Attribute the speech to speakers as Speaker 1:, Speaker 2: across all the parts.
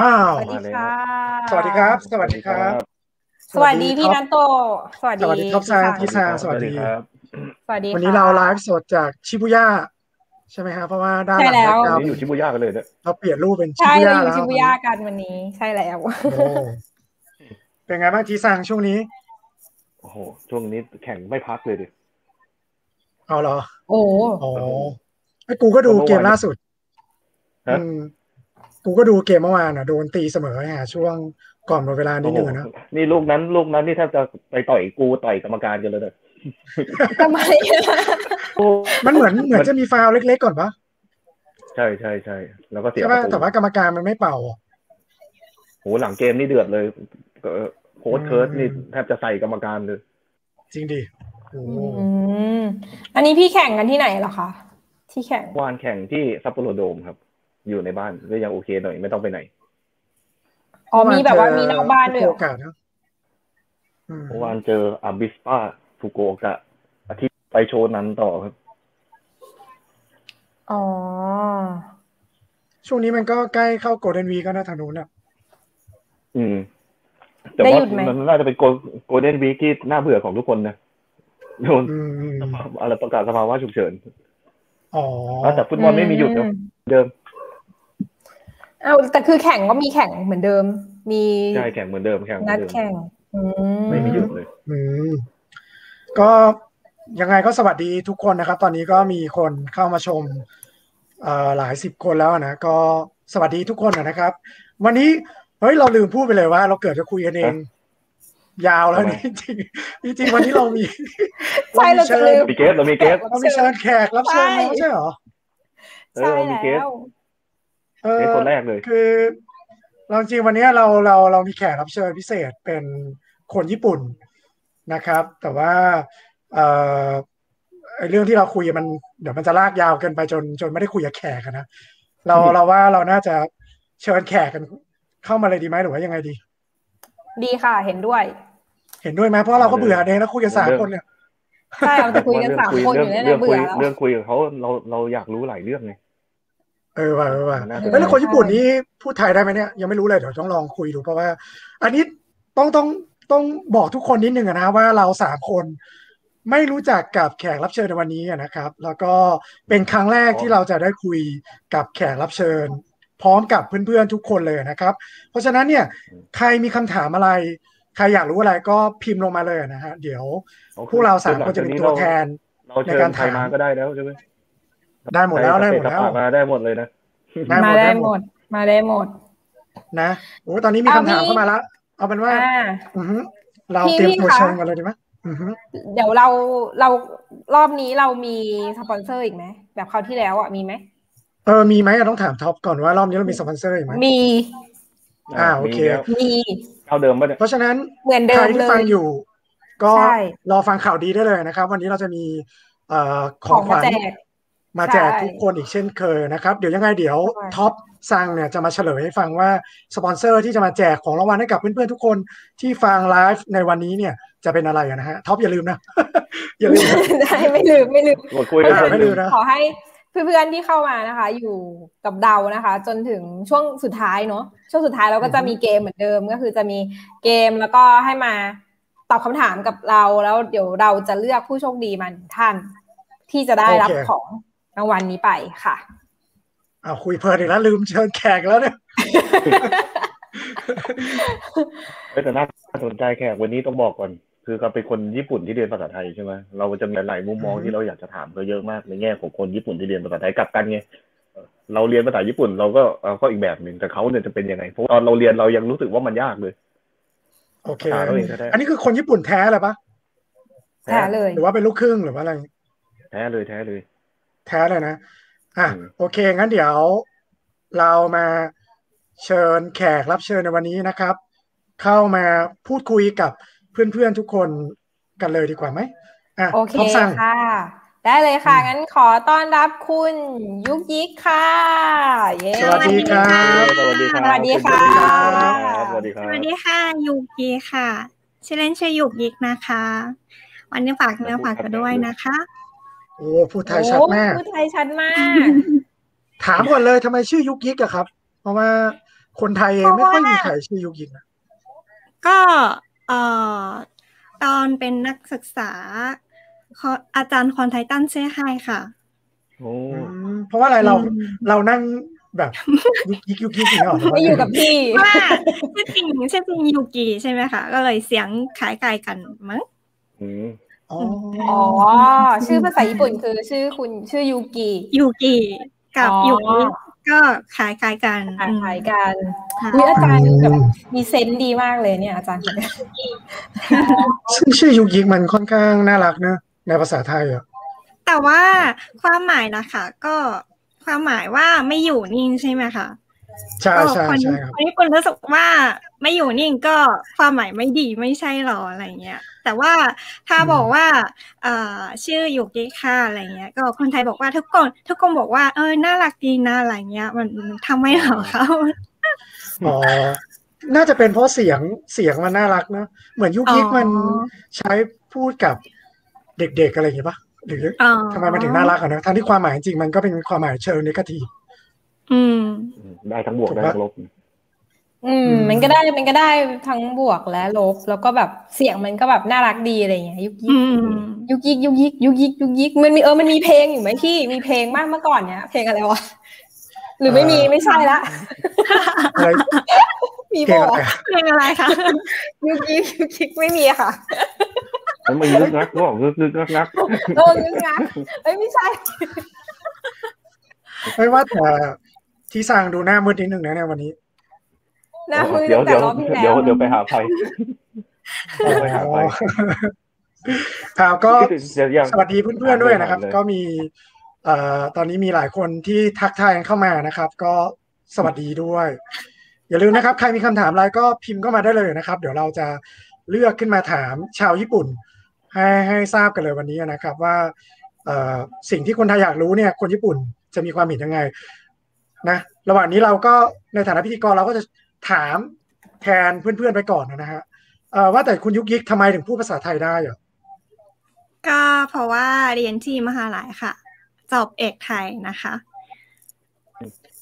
Speaker 1: อ้าว
Speaker 2: สวัสดีค่ะ
Speaker 1: สวัสดีครับ สวัสดีครับ
Speaker 2: สวัสดีพี่นันโต สวัสดี
Speaker 1: สวัสดีท็อปซา
Speaker 2: พี่
Speaker 1: ทิ
Speaker 2: ส
Speaker 1: ซาสวัสดี
Speaker 3: ครับ
Speaker 2: สวัสดี
Speaker 1: วันนี้
Speaker 2: ค่ะ
Speaker 1: เราไลฟ์สดจากชิบุย่าใช่ไหมครับ เพราะว่าด้านหลัง
Speaker 2: ใช่แล้ว
Speaker 1: เรา
Speaker 3: วันนี้อยู่ชิบูย่ากันเลยเนี่ย
Speaker 1: เราเปลี่ยนรูปเป็นชิ
Speaker 2: ใช่
Speaker 1: บุ
Speaker 2: เรา
Speaker 1: ย่า
Speaker 2: อยู่
Speaker 1: แล้ว
Speaker 2: ชิบูย่ากันวันนี้ใช่แล้ว
Speaker 1: โอ้โหเป็นไงบ้างทีซังช่วงนี้
Speaker 3: โอ้โห ช่วงนี้แข่งไม่พักเลยดิ
Speaker 1: เอาเหรอ
Speaker 2: โอ้
Speaker 1: โอ้ไอ้กูก็ดูเกมล่าสุด
Speaker 3: ฮะ
Speaker 1: อืมกูก็ดูเกมเมื่อวานอ่ะโดนตีเสมอไงฮะช่วงก่อนหมดเวลานิดนึงอะนะ
Speaker 3: โอ้โหนี่ลูกนั้นลูกนั้นนี่แทบจะไปต่อยกูต่อยกรรมการกันเลยเนี่ย
Speaker 2: ทำไม
Speaker 3: โอ้
Speaker 1: มันเหมือนเหมือนจะมีฟาวล์เล็กๆก่อนปะ
Speaker 3: ใช่ใช่ใช่แล้วก็เสีย
Speaker 1: ใช่
Speaker 3: ประ
Speaker 1: ปะ
Speaker 3: ตู
Speaker 1: แต่ว่ากรรมการมันไม่เป่า
Speaker 3: โอ้โหหลังเกมนี่เดือดเลยเอ่อโค้ชเคิร์สนี่แทบจะใส่กรรมการเลย
Speaker 1: จริงดิโอ้โห
Speaker 2: อืมอันนี้พี่แข่งกันที่ไหนเหรอคะ ที่แข่ง
Speaker 3: วานแข่งที่ซัปโปโรโดมครับ อยู่ในบ้านก็ยังโอเคหน่อยไม่ต้องไปไหน
Speaker 2: อ๋อมีแบบว่ามีนอกบ้านด้วยเหรอก
Speaker 1: โอาสนะอืม
Speaker 3: เมื่อวานเจออาบิสปาฟูโกโอกะอาทิตย์ไปโชว์นั้นต่อครับ
Speaker 2: อ๋อ
Speaker 1: ช่วงนี้มันก็ใกล้เข้าโกลเด้นวีก็น่าทางนู้นอ่ะ
Speaker 3: อืม แต่
Speaker 2: ได้ห
Speaker 3: ว่า
Speaker 2: ยุดไหม
Speaker 3: มันน่าจะเป็นโกลเด้นวีคที่น่าเบื่อของทุกคนนะโดน
Speaker 1: อืม
Speaker 3: อะไรประกาศสภาวะฉุกเฉิน
Speaker 1: อ๋อ
Speaker 3: อ้าวแต่ฟุตบอลไม่มีหยุดเนอะเดิม
Speaker 2: เอาแต่คือแข่งก็มีแข่งเหมือนเดิม มี
Speaker 3: ใช่แข่งเหมือนเดิมแข่งเหมื
Speaker 2: นั
Speaker 3: อ
Speaker 2: ด
Speaker 3: นเดิม
Speaker 2: แข่งอื
Speaker 3: ไม่มีหยุดเลย
Speaker 1: อืม ก็ยังไงก็สวัสดีทุกคนนะครับ ตอนนี้ก็มีคนเข้ามาชมเอ่อหลายสิบคนแล้วนะ ก็สวัสดีทุกคนนะครับ วันนี้เฮ้ยเราลืมพูดไปเลยว่า เราเกิดจะคุยกันเอง ยาวแล้ว
Speaker 3: ทำไม
Speaker 1: นี่จริงจริงๆวันนี้เรามี
Speaker 2: ใช่เราจะลืม
Speaker 3: มีเกสเรามีเกส
Speaker 1: เรามีเชิญแขกรับเชิญมาไม่ใช่เหรอ
Speaker 3: เออ
Speaker 2: ใช่
Speaker 3: เรามีเกส
Speaker 2: แล้ว
Speaker 1: เอ
Speaker 3: เก
Speaker 1: อ
Speaker 3: สคนแรกเลย
Speaker 1: คือเราจริงๆวันนี้เราเราเรามีแขกรับเชิญพิเศษเป็นคนญี่ปุ่นนะครับ แต่ว่าเอ่อไอ้เรื่องที่เราคุยมันเดี๋ยวมันจะลากยาวเกินไปจนจนไม่ได้คุยกับแขกอะนะเรา
Speaker 3: อืม
Speaker 1: เราว่าเราน่าจะเชิญแขกกันเข้ามาเลยดีไหมหรือว่ายังไงดี
Speaker 2: ดีค่ะเห็นด้วย
Speaker 1: เห็นด้วยไหมเพราะเราก็เบื่อเองนะคุยกันสามคนเนี่ย
Speaker 2: ใช่เราจะคุยกันสามคนอยู่เนี่ย
Speaker 3: เรื่
Speaker 2: นะ
Speaker 3: องคุ
Speaker 2: เบื่
Speaker 3: ย
Speaker 2: อ
Speaker 3: เรื่
Speaker 2: แล้
Speaker 3: อ
Speaker 2: ว
Speaker 3: งคุยกับเขาเราเราอยากรู้หลายเรื่องไง
Speaker 1: เออว่ะเออว่ะ
Speaker 3: น่าสนใจ
Speaker 1: เฮ้ยแล้วคนญี่ปุ่นนี้พูดไทยได้ไหมเนี่ยยังไม่รู้เลยเดี๋ยวต้องลองคุยดูเพราะว่า อันนี้ต้องต้องต้องบอกทุกคนนิดนึงอะนะว่าเราสามคนไม่รู้จักกับแขกรับเชิญในวันนี้อะนะครับ แล้วก็เป็นครั้งแรกที่เราจะได้คุยกับแขกรับเชิญ พร้อมกับเพื่อนๆทุกคนเลยนะครับ เพราะฉะนั้นเนี่ยใครมีคำถามอะไร ใครอยากรู้อะไรก็พิมพ์ลงมาเลยนะฮะเดี๋ยวพวกเราสามคนจะเป็นตัวแทน
Speaker 3: เราเชิญใครมาก็ได้แล้วใช่ไหม
Speaker 1: ได้หมดแล้วได้หมดแล้ว
Speaker 3: ใครจะเป็นสปามาได้หมดเลยนะ
Speaker 2: มาได้หมด มาได้หมด
Speaker 1: นะโอ้ตอนนี้มีคำถามเข้ามาละเอาเป็นว่า
Speaker 2: อ่า
Speaker 1: อือฮึเรา
Speaker 2: พี่
Speaker 1: เตรียมตัว
Speaker 2: พี่คะ
Speaker 1: เชิญกันเลยดีไหมอือฮึ
Speaker 2: เดี๋ยวเราเรารอบนี้เรามีสปอนเซอร์อีกไหมแบบคราวที่แล้วอ่ะมีไหม
Speaker 1: เออมีไหมอะต้องถามท็อปก่อนว่ารอบนี้เรามีสปอนเซอร์อีกไหม
Speaker 2: มี
Speaker 1: อ่าโอเค
Speaker 3: มี
Speaker 2: มี
Speaker 3: แล้วเท่าเดิมป่ะเนี่ย
Speaker 1: เพราะฉะนั้น
Speaker 2: เหมือนเดิ
Speaker 1: ใคร
Speaker 2: ม
Speaker 1: ที่
Speaker 2: เล
Speaker 1: ฟัง
Speaker 2: ย
Speaker 1: อยู่ ก็
Speaker 2: ใช่
Speaker 1: รอฟังข่าวดีได้เลยนะครับ วันนี้เราจะมีเอ่อข
Speaker 2: ข
Speaker 1: อ
Speaker 2: อง ง
Speaker 1: ข
Speaker 2: มา
Speaker 1: วัญ
Speaker 2: แจก
Speaker 1: มาแจก
Speaker 2: ใช่
Speaker 1: ทุกคนอีกเช่นเคยนะครับ เดี๋ยวยังไงเดี๋ยว
Speaker 2: ใช่
Speaker 1: ท็อปซังเนี่ยจะมาเฉลยให้ฟังว่าสปอนเซอร์ที่จะมาแจกของรางวัลให้กับเพื่อนๆทุกคนที่ฟังไลฟ์ในวันนี้เนี่ยจะเป็นอะไรอะนะฮะท็อปอย่าลืมนะ อย่าลืมนะ
Speaker 2: ได้ไม่ลืมไม่ลืม
Speaker 3: กดคุยกันคนห
Speaker 1: ไม่ลื
Speaker 3: นึ่ง
Speaker 1: มนะ
Speaker 2: ขอให้เพื่อนๆที่เข้ามานะคะ อยู่กับเรานะคะ จนถึงช่วงสุดท้ายเนาะช่วงสุดท้ายเราก็จะมีเกมเหมือนเดิมก็คือจะมีเกมแล้วก็ให้มาตอบคำถามกับเราแล้วเดี๋ยวเราจะเลือกผู้โชคดีมาหนึ่งท่าน ที่จะได้รับ
Speaker 1: โอเค
Speaker 2: ของรางวัลนี้ไปค่ะ
Speaker 1: อ้าวคุยเพลินอีกแล้วลืมเชิญแขกแล้วเนี่ย
Speaker 3: เฮ้ยแต่น่าสนใจแขกวันนี้ต้องบอกก่อน คือเขาเป็นคนญี่ปุ่นที่เรียนภาษาไทยใช่ไหมเราจะมีหลายมุมมอง
Speaker 1: อือฮึ
Speaker 3: ที่เราอยากจะถามเขาเยอะมากในแง่ของคนญี่ปุ่นที่เรียนภาษาไทยกลับกันไงเราเรียนภาษาญี่ปุ่นเราก็เราก็อีกแบบหนึ่งแต่เขาเนี่ยจะเป็นยังไงเพราะว่าตอนเราเรียนเรายังรู้สึกว่ามันยากเลย
Speaker 1: โอเค
Speaker 3: ภาษาเราเองแท้
Speaker 1: อันนี้คือคนญี่ปุ่นแท้เลยปะ
Speaker 3: ๆ
Speaker 2: แท้เลย
Speaker 1: หรือว่าเป็นลูกครึ่งหรือว่าอะไร
Speaker 3: แท้เลยแท้เลย
Speaker 1: แท้เลยนะ อ่ะ
Speaker 3: อืม
Speaker 1: โอเค งั้นเดี๋ยวเรามาเชิญแขกรับเชิญในวันนี้นะครับ เข้ามาพูดคุยกับเพื่อนๆทุกคนกันเลยดีกว่าไหมอ่ะ
Speaker 2: โอเค
Speaker 1: ท็อปสั่ง
Speaker 2: ค่ะ ได้เลยค่ะ
Speaker 1: อืม
Speaker 2: งั้นขอต้อนรับคุณยุกยิกค่ะ เย้
Speaker 1: สวัสดีครับ
Speaker 3: สวัสดีครับ
Speaker 2: สวัสดีค่ะ
Speaker 3: สวัสดีครั
Speaker 4: ส
Speaker 3: บสวัส
Speaker 4: วัส
Speaker 3: ดี
Speaker 4: ดี
Speaker 3: ครับ
Speaker 4: ค่ะยูกิค่ะชื่อเล่นชื่อยูกิกนะคะ วันนี้ฝากเนื้อฝากตัวด้วยนะคะ
Speaker 1: โอ้พูดไทยชัดมาก
Speaker 2: โอ้พูดไทยชัดมาก
Speaker 1: ถามก่อนเลยทำไมชื่อยุกยิกอะครับ เพราะว่า คนไทยเองไม่ค่อยมีใครชื่อยุกยิกนะ
Speaker 4: ก็เอ่อตอนเป็นนักศึกษาขออาจารย์คอนไทตันเชื่อให้ค่ะ
Speaker 3: โอ้
Speaker 1: อืมเพราะว่าอะไรเรา
Speaker 4: อืม
Speaker 1: เรานั่งแบบยุกยิกยุกยิกอย่างเงี้ยหรอ
Speaker 2: ไม่อยู่กับพี่
Speaker 4: ว่าชื่อจริงชื่อจริงยูกิใช่ไหมคะก็เลยเสียงขายไก่กันมั้ง
Speaker 3: อืม
Speaker 1: อ๋อ
Speaker 2: อ๋อ ชื่อภาษาญี่ปุ่นคือชื่อคุณชื่อยูกิ
Speaker 4: ยูกิกับ
Speaker 2: อ๋อ
Speaker 4: ยูกิก็ขายขายกัน
Speaker 2: อ่านขายกัน
Speaker 4: ค่ะ
Speaker 2: วิอาจารย์แบบมีเซนส์ดีมากเลยเนี่ยอาจารย์คนเนี้ย
Speaker 1: ซึ่งชื่อยุกยิกมันค่อนข้างน่ารักเนอะในภาษาไทยอ่ะ
Speaker 4: แต่ว่าความหมายนะคะก็ความหมายว่าไม่อยู่นิ่งใช่ไหมคะ
Speaker 1: ใช่
Speaker 4: ก็
Speaker 1: ใช่
Speaker 4: คน
Speaker 1: ใช่ครับ
Speaker 4: คนญี่ปุ่นรู้สึกว่าไม่อยู่นิ่งก็ความหมายไม่ดีไม่ใช่หรออะไรเงี้ย แต่ว่าถ้า
Speaker 1: อืม
Speaker 4: บอกว่าเอ่อชื่อยูกิค่ะอะไรเงี้ย ก็คนไทยบอกว่าทุกคนทุกคนบอกว่าเออน่ารักดีนะอะไรเงี้ย มันทำไม่หรอเขา
Speaker 1: อ๋อ น่าจะเป็นเพราะเสียงเสียงมันน่ารักเนอะเหมือนยุกยิกมันใช้พูดกับเด็กๆอะไรอย่างเงี้ยปะหรือ
Speaker 4: อ๋อ
Speaker 1: ทำไมมันถึงน่ารักอ่ะเนอะทั้งที่ความหมายจริงๆมันก็เป็นความหมายเชิงนิเกที
Speaker 4: อืม
Speaker 3: อืมได้ทั้งบวก
Speaker 1: ถูกปะ
Speaker 3: ได้ทั้งลบ
Speaker 2: อืม มันก็ได้มันก็ได้ทั้งบวกและลบ แล้วก็แบบเสียงมันก็แบบน่ารักดีอะไรอย่างเงี้ยยุกยิ
Speaker 4: อื
Speaker 2: ก
Speaker 4: ม
Speaker 2: ยุกยิกยุกยิกยุกยิกยุกยิกมันมีเออมันมีเพลงอยู่ไหมพี่มีเพลงมากเมื่อก่อนเนี้ยเพลงอะไรวะหรือไม่มีไม่ใช่ละ
Speaker 1: อะไร
Speaker 2: มี
Speaker 1: เก่ง
Speaker 2: บอ
Speaker 1: อะ
Speaker 2: ก
Speaker 1: ไรอะ
Speaker 4: เพลงอะไร คะ
Speaker 2: ยุกยิกยุกยิกไม่มีค่ะ
Speaker 3: มันมีลึกนักก็ออกลึกลึกนักนัก
Speaker 2: โดนนึกนะเอ้ยไม่ใช่
Speaker 1: ไม่ว่าแต่ที่สร้างดูหน้ามืดนิดนึงนะในวันนี้
Speaker 2: นะมือ
Speaker 3: เดี๋ยว
Speaker 2: แต่
Speaker 3: เดี๋ยว
Speaker 2: รอบที่แล้
Speaker 3: เดี๋ยว
Speaker 2: ว
Speaker 3: เดี๋ยวไปหา ไฟเดี๋ยวไปหาไฟ
Speaker 1: ครับก็
Speaker 3: เดี๋ยวยัง
Speaker 1: สวัสดีเพื่อนๆด้วยนะครับ
Speaker 3: เลย
Speaker 1: ก็มีเอ่อตอนนี้มีหลายคนที่ทักทายกันเข้ามานะครับ ก็สวัสดีด้วย อย่าลืมนะครับ ใครมีคำถามอะไรก็พิมพ์เข้ามาได้เลยนะครับ เดี๋ยวเราจะเลือกขึ้นมาถามชาวญี่ปุ่น ให้ให้ทราบกันเลยวันนี้นะครับ ว่าเอ่อสิ่งที่คนไทยอยากรู้เนี่ย คนญี่ปุ่นจะมีความเห็นยังไง นะระหว่างนี้เราก็ในฐานะพิธีกรเราก็จะถามแทนเพื่อนๆไปก่อนนะฮะเอ่อว่าแต่คุณยุกยิกทำไมถึงพูดภาษาไทยได้เหรอ
Speaker 4: ก็เพราะว่าเรียนที่มหาลัยค่ะ จบเอกไทยนะคะ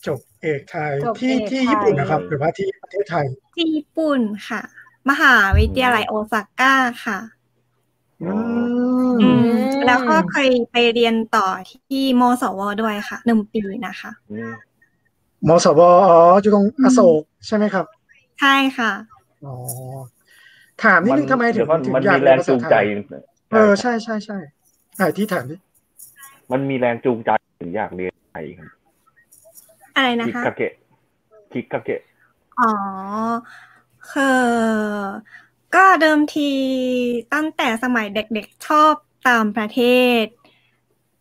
Speaker 1: จบเอกไทยที่ที่ญี่ปุ่นนะครับ หรือว่าที่ประเทศไทย
Speaker 4: ที่ญี่ปุ่นค่ะ มหาวิทยาลัยโอซาก้าค่ะ
Speaker 1: อืม
Speaker 4: อืม แล้วก็เคยไปเรียนต่อที่มสวด้วยค่ะหนึ่งปีนะคะ
Speaker 3: อืม
Speaker 1: มสวอ๋ออยู่ตรงอโศกใช่ไหมครับ
Speaker 4: ใช่ค่ะ
Speaker 1: อ๋อถามนิดนึงทำไมถึ
Speaker 3: เดี๋
Speaker 1: ง
Speaker 3: ยวก่อน
Speaker 1: ถึง
Speaker 3: มัน
Speaker 1: อยา
Speaker 3: มี
Speaker 1: ก
Speaker 3: แร
Speaker 1: เรียน
Speaker 3: ง
Speaker 1: ภา
Speaker 3: จู
Speaker 1: ษาง ไท
Speaker 3: ใจ
Speaker 1: ยเออใช่ใช่ใช่ไหนที่ถามดิ
Speaker 3: มันมีแรงจูงใจถึงอยากเรียนไทยครับ
Speaker 4: อะไรนะ
Speaker 3: คิก
Speaker 4: คะ
Speaker 3: กะเกะคิกกะเกะ
Speaker 4: อ๋อคือก็เดิมทีตั้งแต่สมัยเด็กๆชอบตามประเทศ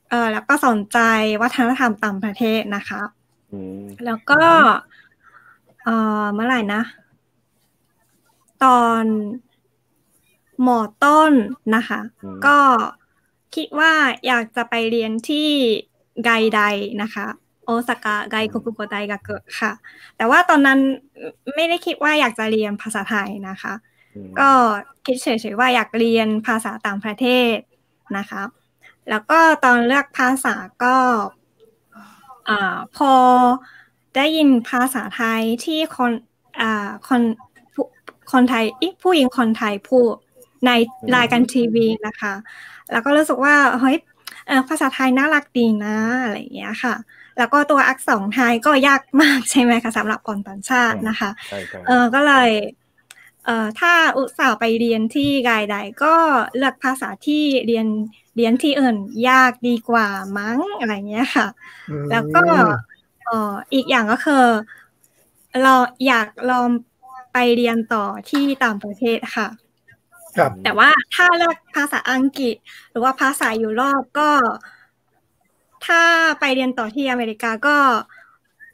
Speaker 4: เออแล้วก็สนใจวัฒนธรรมตามประเทศนะคะ
Speaker 3: อืม
Speaker 4: แล้วก็เออเมื่อไหร่นะ ตอนหมอต้นนะคะ
Speaker 3: อืม
Speaker 4: ก็คิดว่าอยากจะไปเรียนที่ไกไดนะคะโอซากะไกคุกุโกไดกะเกะค่ะ แต่ว่าตอนนั้นไม่ได้คิดว่าอยากจะเรียนภาษาไทยนะคะ
Speaker 3: อืม
Speaker 4: ก็คิดเฉยๆว่าอยากเรียนภาษาต่างประเทศนะคะ แล้วก็ตอนเลือกภาษาก็อ่าพอได้ยินภาษาไทยที่คนอ่าคนผู้คนไทยอิผู้หญิงคนไทยพูดในรายการทีวีนะคะ แล้วก็รู้สึกว่าเฮ้ยเอ่อภาษาไทยน่ารักดีนะอะไรอย่างเงี้ยค่ะ แล้วก็ตัวอักษรไทยก็ยากมากใช่ไหมคะสำหรับคนต่างชาตินะคะ
Speaker 3: ใช่ใช่
Speaker 4: เออก็เลยเออถ้าอุตส่าห์ไปเรียนที่ไกายใดก็เลือกภาษาที่เรียนเรียนที่อื่นยากดีกว่ามั้งอะไรเงี้ยค่ะ
Speaker 1: อืม
Speaker 4: แล้วก็เอออีกอย่างก็คือเราอยากลองไปเรียนต่อที่ต่างประเทศค่ะ
Speaker 1: ครับ
Speaker 4: แต่ว่าถ้าเลือกภาษาอังกฤษ หรือว่าภาษายุโรปก็ ถ้าไปเรียนต่อที่อเมริกาก็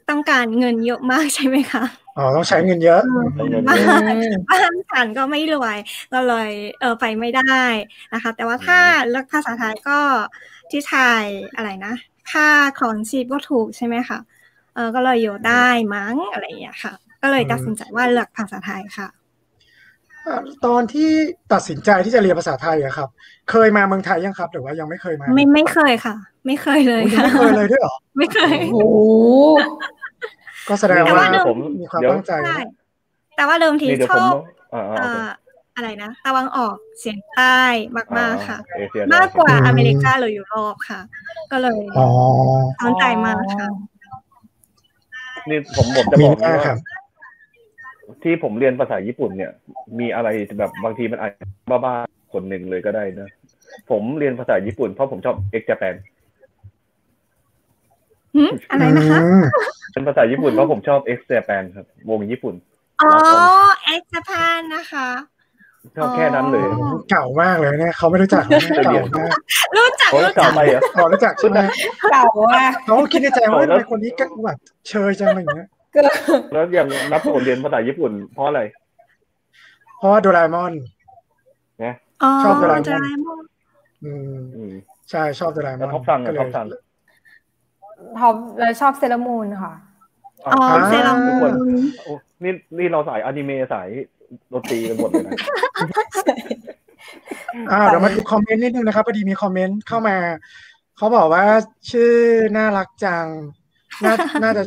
Speaker 4: ต้องการเงินเยอะมาก ใช่ไหมคะ
Speaker 1: อ๋อต้องใช้เงินเยอะ
Speaker 3: ต้องเรียน
Speaker 4: มา
Speaker 3: รู้
Speaker 4: ก บ้านฉันก็ไม่รวยก็เลยเออไปไม่ได้นะคะ แต่ว่าถ้าเลือกภาษาไทยก็ที่ไทยอะไรนะค่าครองชีพก็ถูกใช่ไหมคะเออก็เลยอยู่ได้มั้งอะไรอย่างเงี้ยค่ะ ก็เลยตัดสินใจว่าเลือกภาษาไทยค่ะ
Speaker 1: เอ่อตอนที่ตัดสินใจที่จะเรียนภาษาไทยอะครับ เคยมาเมืองไทยยังครับหรือว่ายังไม่เคยมา
Speaker 4: ไม่ไม่เคยค่ะ ไม่เคยเลย
Speaker 1: โอ้ยยัง
Speaker 4: ค่ะ
Speaker 1: ไม่เคยเลยด้วยเหรอ
Speaker 4: ไม่เคย
Speaker 2: โอ้โห
Speaker 1: ก็แสดง
Speaker 4: แต่
Speaker 1: ว่า
Speaker 4: ว่าเดิม
Speaker 3: ผม
Speaker 1: มีความ
Speaker 3: เดี๋ยว
Speaker 1: ตั้งใจ
Speaker 4: ใช่แต่ว่าเดิมที
Speaker 3: นี่เดี๋ยว
Speaker 4: ช
Speaker 3: ผม
Speaker 4: อบ
Speaker 3: อ่า
Speaker 4: เอ่
Speaker 3: อ่า
Speaker 4: ออะไรนะตะวันออกเฉียงใต้มากๆค่ะ
Speaker 3: เอเชีย
Speaker 4: มากกว่าอเมริกาหรือยุโรปค่ะ ก็เลย
Speaker 1: อ๋อ
Speaker 4: สนใจมากค่ะ
Speaker 3: นี่ผมผมจะ
Speaker 1: มี
Speaker 3: บอก
Speaker 1: หน้า
Speaker 3: ว่า
Speaker 1: ครับ
Speaker 3: ที่ผมเรียนภาษาญี่ปุ่นเนี่ย มีอะไรแบบบางทีมันอาจจะบ้าๆคนหนึ่งเลยก็ได้นะ ผมเรียนภาษาญี่ปุ่นเพราะผมชอบเอ็กจแปน
Speaker 4: หืมอะไรนะคะ
Speaker 1: อืม
Speaker 3: เรียนภาษาญี่ปุ่นเพราะผมชอบเอ็กจแปนครับ วงญี่ปุ่น
Speaker 4: อ๋อเอ็กซ์พานนะคะ
Speaker 3: ชอบแค่นั้นเลย
Speaker 4: อ๋อ
Speaker 1: เก่ามากเลยเนี่ยเขาไม่รู้จัก เลยเก่ามาก
Speaker 4: รู้จัก
Speaker 3: โอ้ย
Speaker 4: รู้
Speaker 3: กลั
Speaker 4: จั
Speaker 3: บ
Speaker 4: ก
Speaker 3: ไปเหรอ่ะ
Speaker 1: พอรู้จักใช่ไหม
Speaker 2: เก่าอ่ะ
Speaker 1: เขาก็คิดในใจว่า
Speaker 3: เอาแล้ว
Speaker 1: ทำไมคนนี้ก็แบบเชยจังอะไรอย่างเงี้ย
Speaker 2: เกิด
Speaker 3: แล้วยังนับผมเรียนภาษาญี่ปุ่น เพราะอะไร
Speaker 1: เพราะว่าโดราเอมอน
Speaker 4: อ๋อ
Speaker 1: ชอบโดราเอมอน
Speaker 4: โดราเอมอน
Speaker 1: อืม
Speaker 3: อืม
Speaker 1: ใช่ชอบโดราเอม
Speaker 3: แล้
Speaker 1: อ
Speaker 3: วน ท็อปซังอะ
Speaker 1: ก็เลย
Speaker 3: ท็อปซัง
Speaker 2: ท็อปแล้วชอบเซเลอรามูนค่ะ
Speaker 4: อ๋อเซรา
Speaker 3: ทุ
Speaker 4: มู
Speaker 3: กคน
Speaker 4: น
Speaker 3: โอ้นี่นี่เราสายอนิเมะสายดนตรีกันหมดเลยนะ
Speaker 1: อ่าเดี๋ยวมาดูคอมเมนต์นิดนึงนะครับพอดีมีคอมเมนต์เข้ามา เขาบอกว่าชื่อน่ารักจังน่าน่าจะ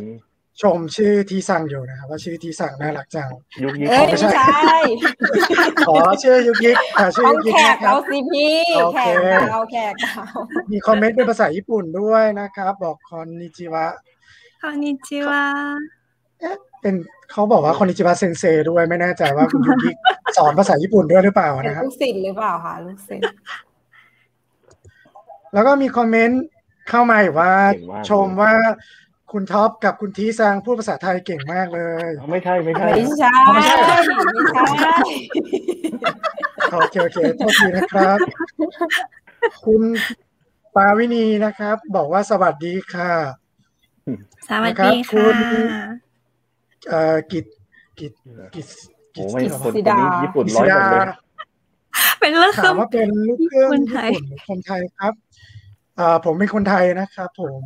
Speaker 1: ชมชื่อทีสั่งอยู่นะครับว่าชื่อทีสั่งน่ารักจัง
Speaker 3: ยุคนี้
Speaker 2: เอ้ย
Speaker 1: ไม่
Speaker 2: ไม่
Speaker 1: ใช่
Speaker 2: ใช่
Speaker 1: ขอชื่อยุกยิกค่ะชื่อ
Speaker 2: เอา
Speaker 1: ยุกยิก
Speaker 2: แขก
Speaker 1: นะครั
Speaker 2: เอา
Speaker 1: บ
Speaker 2: สิพี่
Speaker 1: โอ
Speaker 2: แข
Speaker 1: เค
Speaker 2: กเราเอาแขกเรา
Speaker 1: มีคอมเมนต์เป็นภาษาญี่ปุ่นด้วยนะครับ บอกคอนนิจิวะ
Speaker 4: คอนนิจิวะ
Speaker 1: เป็นเขาบอกว่าคอนนิจิวะเซนเซด้วยไม่แน่ใจว่าคุณยุกิสอนภาษาญี่ปุ่นด้วยหรือเปล่า
Speaker 2: เป็น
Speaker 1: นะครับ
Speaker 2: ลูกศิษย์หรือเปล่าคะลูกศิษย์
Speaker 1: แล้วก็มีคอมเมนต์เข้ามาอีกว่า
Speaker 3: เก่งมาก
Speaker 1: ชมว่าคุณท็อปกับคุณทีซังพูดภาษาไทยเก่งมากเลย
Speaker 3: ไม่ใช่ไม่ใช่
Speaker 2: ไม่ใช่ไม่ใช่
Speaker 1: โอเคโอเคโทษทีนะครับ คุณปาวินีนะครับ บอกว่าสวัสดีค่ะ
Speaker 4: สวัส
Speaker 1: นะค
Speaker 4: ดี
Speaker 1: รับคุ
Speaker 4: ค่ะ
Speaker 1: ณ เอ่อกิจกิจกิจกิ
Speaker 3: โอ้
Speaker 1: จ
Speaker 3: ไม่คนคนนี้ญี่ปุ่น
Speaker 1: กิจ
Speaker 3: ร้อยคนเลย
Speaker 1: ดา
Speaker 4: เป็นเรื่อง
Speaker 1: ถามว่าเป็นลูกเครื่องญี่ปุ่นหรือคนไทยครับเอ่อผมเป็นคนไทยนะครับ ผม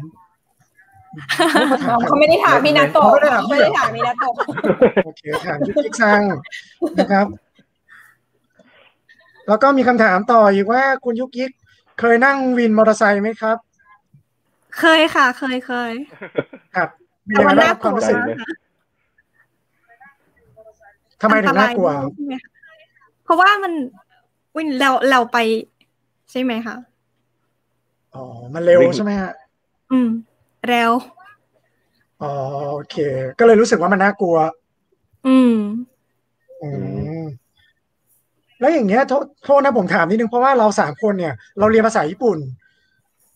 Speaker 2: เขาไม่ได้ถามพี่นาโตะเขาไม่ได้ถามพี่นาโตะ
Speaker 1: โอเคถามยุกิกซังนะครับ แล้วก็มีคำถามต่ออีกว่าคุณยุกยิกเคยนั่งวินมอเตอร์ไซค์ไหมครับ
Speaker 4: เคยค่ะ เคยเคย
Speaker 1: ครับมี
Speaker 4: แต่
Speaker 1: อะไร
Speaker 4: มัน
Speaker 1: บ้า
Speaker 4: น่าง ก
Speaker 1: ความ
Speaker 4: ลัว
Speaker 1: รู้สึก
Speaker 4: มากค่ะ
Speaker 1: ทำไมถึงน่ากลัว
Speaker 4: อันตรยมใช่ไหมคะเพราะว่ามันวินเราเราไป ใช่ไหมคะ
Speaker 1: อ๋อมันเร็วใช่ไหมฮะ
Speaker 4: อืม เร็ว
Speaker 1: อ๋อโอเค ก็เลยรู้สึกว่ามันน่ากลัว
Speaker 4: อืม
Speaker 1: อืมแล้วอย่างเงี้ยโทษโทษนะผมถามนิดนึงเพราะว่าเราสามคนเนี่ย เราเรียนภาษาญี่ปุ่น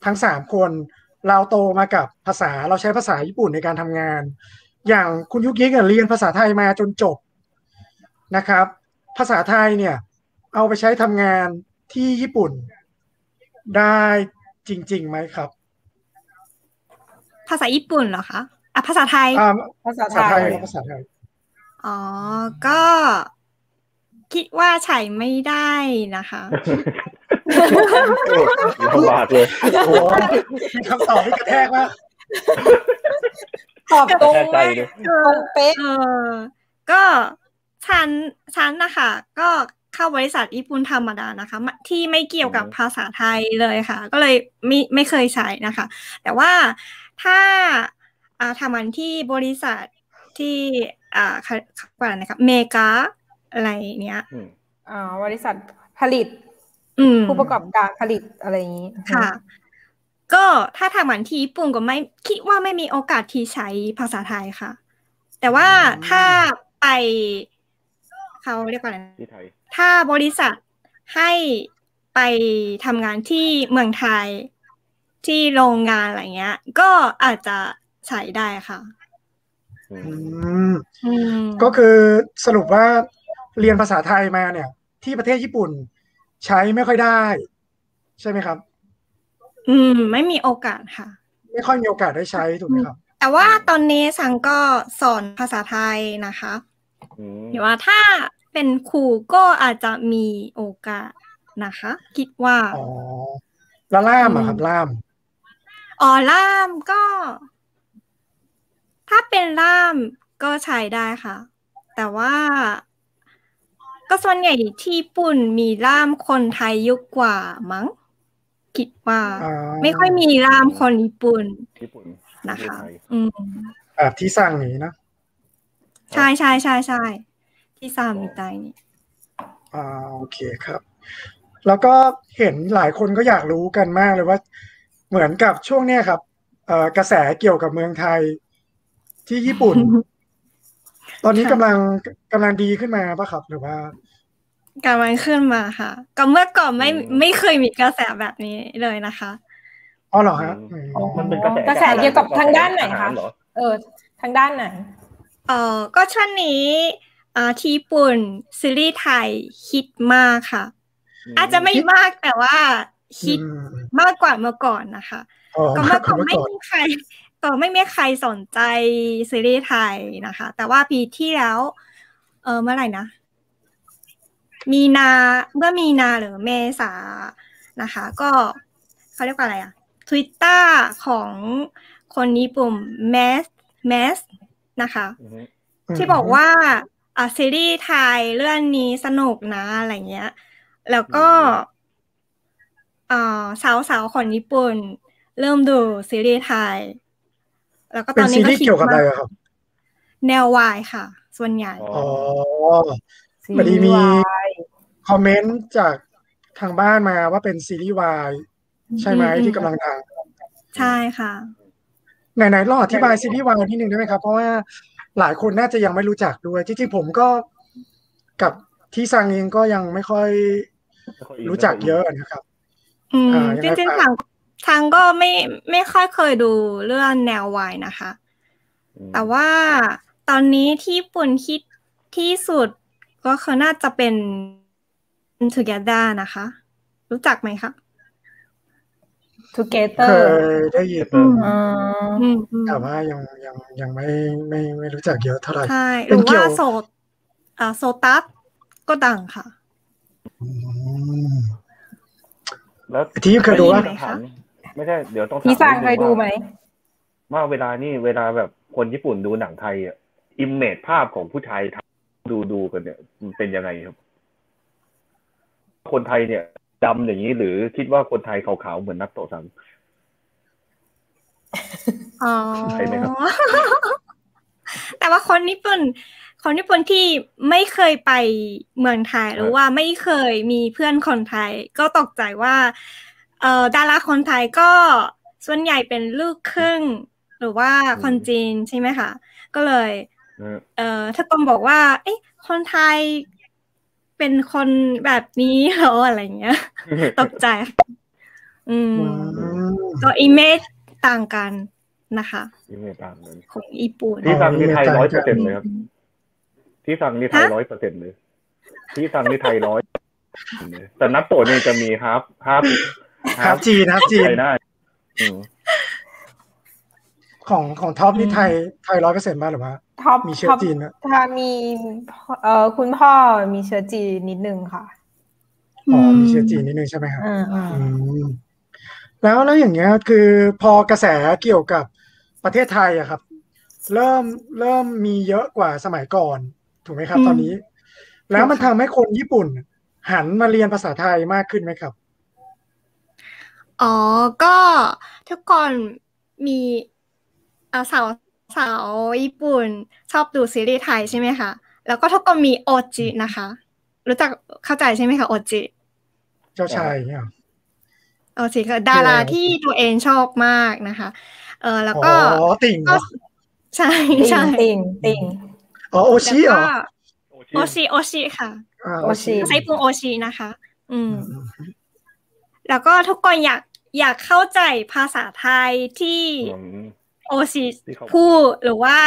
Speaker 1: ทั้งสามคน เราโตมากับภาษาเราใช้ภาษาญี่ปุ่นในการทำงาน อย่างคุณยุกยิกเนี่ยเรียนภาษาไทยมาจนจบนะครับ ภาษาไทยเนี่ย เอาไปใช้ทำงานที่ญี่ปุ่น ได้จริงๆไหมครับ
Speaker 4: ภาษาญี่ปุ่นเหรอคะอ่ะภาษาไทย
Speaker 1: อ่า
Speaker 2: ภาษา
Speaker 1: ภา
Speaker 2: ไท
Speaker 1: ษาไทย
Speaker 2: ย
Speaker 1: ภาษาไทย
Speaker 4: อ๋อ ก็คิดว่าใช้ไม่ได้นะคะ
Speaker 3: โอ้ลำบากเลย
Speaker 1: โอ้โหมี คำตอบที่กระแทกว่า
Speaker 2: ตอบตรง
Speaker 3: แน่ใจ
Speaker 2: มาก
Speaker 3: เลย
Speaker 2: ตรงเป๊ะ
Speaker 4: เออ ก็ฉันฉันนะคะ ก็เข้าบริษัทญี่ปุ่นธรรมดานะคะไม่ที่ไม่เกี่ยวกับภาษาไทยเลยค่ะ ก็เลยไม่ไม่เคยใช้นะคะ แต่ว่าถ้าอ่าทำงานที่บริษัทที่อ่าเขาเขาเรียกว่าอะไรนะครับเมกาอะไรเนี้ย
Speaker 3: อืม
Speaker 2: อ่าบริษัทผลิต
Speaker 4: อืม
Speaker 2: ผู้ประกอบการผลิตอะไรอย่างนี้
Speaker 4: ค่ะ ก็ถ้าทำเหมือนที่ญี่ปุ่นก็ไม่คิดว่าไม่มีโอกาสที่ใช้ภาษาไทยค่ะ แต่ว่าถ้าไปเขาเรียกว่าอะไรนะ
Speaker 3: ที่ไทย
Speaker 4: ถ้าบริษัทให้ไปทำงานที่เมืองไทยที่โรงงานอะไรเงี้ย ก็อาจจะใช้ได้ค่ะ
Speaker 3: อืม
Speaker 1: อืม
Speaker 4: อืม
Speaker 1: ก็คือสรุปว่าเรียนภาษาไทยมาเนี่ย ที่ประเทศญี่ปุ่นใช้ไม่ค่อยได้ ใช่ไหมครับ
Speaker 4: อืม ไม่มีโอกาสค่ะ
Speaker 1: ไม่ค่อยมีโอกาสได้ใช้ถูกไหมครับ
Speaker 4: แต่ว่าตอนนี้สังก็สอนภาษาไทยนะคะ
Speaker 3: อืม
Speaker 4: หรือว่าถ้าเป็นครูก็อาจจะมีโอกาสนะคะ คิดว่า
Speaker 1: อ๋อ แล้วล่ามอะครับ
Speaker 4: อืม
Speaker 1: ล่าม
Speaker 4: อ๋อล่ามก็ ถ้าเป็นล่ามก็ใช้ได้ค่ะ แต่ว่าก็ส่วนใหญ่ที่ญี่ปุ่นมีล่ามคนไทยเยอะกว่ามั้งคิดว่า
Speaker 1: อ่า
Speaker 4: ไม่ค่อยมีล่ามคนญี่ปุ่น
Speaker 3: ญี่ปุ่น
Speaker 4: นะคะ
Speaker 3: ที่ไทย
Speaker 4: อืม
Speaker 1: เอ แบบที่สั่งอย่างนี้นะ
Speaker 4: ใช่ใช่ใช่ใช่ที่ซามิไตนี่
Speaker 1: อ่าโอเคครับ แล้วก็เห็นหลายคนก็อยากรู้กันมากเลยว่า เหมือนกับช่วงเนี้ยครับเอ่อกระแสเกี่ยวกับเมืองไทยที่ญี่ปุ่น ตอนนี้กำลังกำลังดีขึ้นมาปะครับหรือว่า
Speaker 4: กำลังขึ้นมาค่ะก็เมื่อก่อนไม่
Speaker 3: อืม
Speaker 4: ไม่เคยมีกระแสแบบนี้เลยนะคะ
Speaker 1: อ๋อเหรอฮะอืม
Speaker 3: มันเป็นกระแส
Speaker 2: กระแสเกี่ยวกับทางด้านไหนคะ
Speaker 3: อรเรอ
Speaker 2: เออ ทางด้านไหน
Speaker 4: เออก็ช่วงนี้อ่าที่ญี่ปุ่นซีรีส์ไทยฮิตมากค่ะ อาจจะไม่มากแต่ว่าฮิต
Speaker 1: อืม
Speaker 4: มากกว่าเมื่อก่อนนะคะ
Speaker 1: อ๋อ
Speaker 4: ก็
Speaker 1: มา
Speaker 4: เมื่อ
Speaker 1: กว่า
Speaker 4: กก่อ
Speaker 1: น เมื่อก่อ
Speaker 4: ไม่
Speaker 1: น
Speaker 4: มีใครก็ไม่มีใครสนใจซีรีส์ไทยนะคะ แต่ว่าปีที่แล้วเออเมื่อไหร่นะ มีนาเมื่อมีนาหรือเมษานะคะ ก็เขาเรียกว่าอะไรอะทวิตเตอร์ของคนญี่ปุ่นแมสแมสนะคะ ที่บอกว่าอ่ะซีรีส์ไทยเรื่องนี้สนุกนะอะไรเงี้ย แล้วก็เอ่อสาวสาวๆคนญี่ปุ่น เริ่มดูซีรีส์ไทย แล้วก็ต
Speaker 1: เป็
Speaker 4: อน น
Speaker 1: ซี
Speaker 4: นี้ก็
Speaker 1: รีส์
Speaker 4: คิด
Speaker 1: เกี่ยวกับอะไร
Speaker 4: ว่า
Speaker 1: อะครับ
Speaker 4: แนววายค่ะ ส่วนใหญ่
Speaker 3: อ๋
Speaker 1: อ๋อ
Speaker 2: ซี
Speaker 1: พอดี
Speaker 2: รี
Speaker 1: มี
Speaker 2: ส์วาย
Speaker 1: คอมเมนต์จากทางบ้านมาว่าเป็นซีรีส์วายใช่ไหม
Speaker 4: อืมอืม
Speaker 1: ที่กำลังดัง
Speaker 4: ใช่ค่ะ
Speaker 1: ไหนๆลองอธิบายซีรีส์วายนิดนึงได้ไหมครับ เพราะว่าหลายคนน่าจะยังไม่รู้จักด้วย จริงๆผมก็กับที่ซังเองก็ยังไม่ค่อยรู้จักเยอะนะครับ
Speaker 4: อืม
Speaker 1: อ่ายัง
Speaker 4: จ
Speaker 1: ไง
Speaker 4: ริง
Speaker 1: ฝาก
Speaker 4: ๆทางทางก็ไม่ไม่ค่อยเคยดูเรื่องแนววายนะคะ แต่ว่าตอนนี้ที่ญี่ปุ่นคิดที่สุดก็คือน่าจะเป็น Together นะคะ รู้จักไหมคะ
Speaker 2: ทูเกเตอ
Speaker 1: เค
Speaker 2: ร์
Speaker 1: ยได้ยิน
Speaker 3: อืม
Speaker 4: อืมอืม
Speaker 1: แต่ว่ายังยังยังไม่ไม่ไม่รู้จักเยอะเท่าไหร่
Speaker 4: ใช่ห
Speaker 1: เป็
Speaker 4: รื
Speaker 1: น
Speaker 4: อ
Speaker 1: เกี่ยว
Speaker 4: ว่าโซอ่าโซตัสก็ดังค่ะ
Speaker 1: อืม
Speaker 3: แล้ว
Speaker 1: ที่เคยดูปะ
Speaker 3: ไม่ใช่ต้องถามไม่ใช่เดี๋ยวต้องถาม
Speaker 2: พี่สร้าง
Speaker 3: นินึ
Speaker 2: เคยดูไหม
Speaker 3: ว่าว่าเวลานี่เวลาแบบคนญี่ปุ่นดูหนังไทยอ่ะอิมเมจภาพของผู้ชายไทยดูดูกันเนี่ยมันเป็นยังไงครับ คนไทยเนี่ยดำอย่างนี้หรือคิดว่าคนไทยขาวๆเหมือนนักโตะสัง
Speaker 4: อ๋อ
Speaker 3: ใช่ไหมครับ
Speaker 4: แต่ว่าคนญี่ปุ่น คนญี่ปุ่นที่ไม่เคยไปเมืองไทยหรือว่าไม่เคยมีเพื่อนคนไทย ก็ตกใจว่าเออดาราคนไทยก็ส่วนใหญ่เป็นลูกครึ่ง หรือว่าคนจีนใช่ไหมคะก็เลย
Speaker 3: นะฮะ
Speaker 4: เอ่อถ้ากรมบอกว่า เอ๊ะ คนไทยเป็นคนแบบนี้เหรออะไรเงี้ย ตกใจ อืม
Speaker 1: อืม
Speaker 4: ก็อิเมจต่างกันนะคะ
Speaker 3: อิมเมจตามนั้น
Speaker 4: ของญี่ปุ่น
Speaker 3: ที่ฟังนี่ไทย
Speaker 1: อ๋อ
Speaker 3: ร้อยเปอร์เซ็นต์เลยครับ ที่ฟังนี่ไทย
Speaker 4: ฮะ
Speaker 3: ร้อยเปอร์เซ็นต์เลย ที่ฟังนี่ไทยร้อยเลยแต่นับโตะนี่จะมีฮาร์ฟฮาร์ฟ
Speaker 1: ครับจีนครับจีน
Speaker 3: ไทยได้อืม
Speaker 1: ของของท็อปนี่ไทยไทยร้อยเปอร์เซ็นต์มากหรือว่า
Speaker 2: ท็อป
Speaker 1: มีเชื้อ
Speaker 2: ท็อป
Speaker 1: จีนนะ
Speaker 2: ถ้ามีเอ่อคุณพ่อมีเชื้อจีนนิดนึงค่ะ
Speaker 1: อ๋อมีเชื้อจีนนิดนึงใช่ไหมครับ
Speaker 2: อ่าอ่า
Speaker 1: อืมแล้วแล้วอย่างเงี้ยคือพอกระแสเกี่ยวกับประเทศไทยอะครับ เริ่มเริ่มมีเยอะกว่าสมัยก่อน ถูกไหมครับ
Speaker 4: อืม
Speaker 1: ตอนนี้ แล้วมันทำให้คนญี่ปุ่น หันมาเรียนภาษาไทยมากขึ้นไหมครับ
Speaker 4: อ๋อ ก็ทุกคนมีเอ่อสาวสาวญี่ปุ่น ชอบดูซีรีส์ไทยใช่ไหมคะ แล้วก็ทุกคนมีโอจินะคะ รู้จักเข้าใจใช่ไหมคะโอจิ
Speaker 1: เจ้าชายเนี่ย
Speaker 4: โอจิคือดารา
Speaker 1: คืออะไร
Speaker 4: ที่ตัวเองชอบมากนะคะ เออแล้ว
Speaker 1: อ๋
Speaker 4: ก็
Speaker 1: อติ่งเหร
Speaker 4: ก็
Speaker 1: อ
Speaker 4: ใช่
Speaker 2: ติ่ง
Speaker 4: ใช่
Speaker 2: ติ่งติ่ง
Speaker 1: อ๋อโอชิเหรอ
Speaker 4: โอชิโอชิค่ะ
Speaker 1: า
Speaker 2: โอชิ
Speaker 4: ใช้ปุ่มโอชินะคะ อื
Speaker 1: อื
Speaker 4: ม
Speaker 1: มอืม
Speaker 4: แล้วก็ทุกคนอยากอยากเข้าใจภาษาไทยที่โอชิ
Speaker 3: ที่เขา
Speaker 4: พูดหรือว่า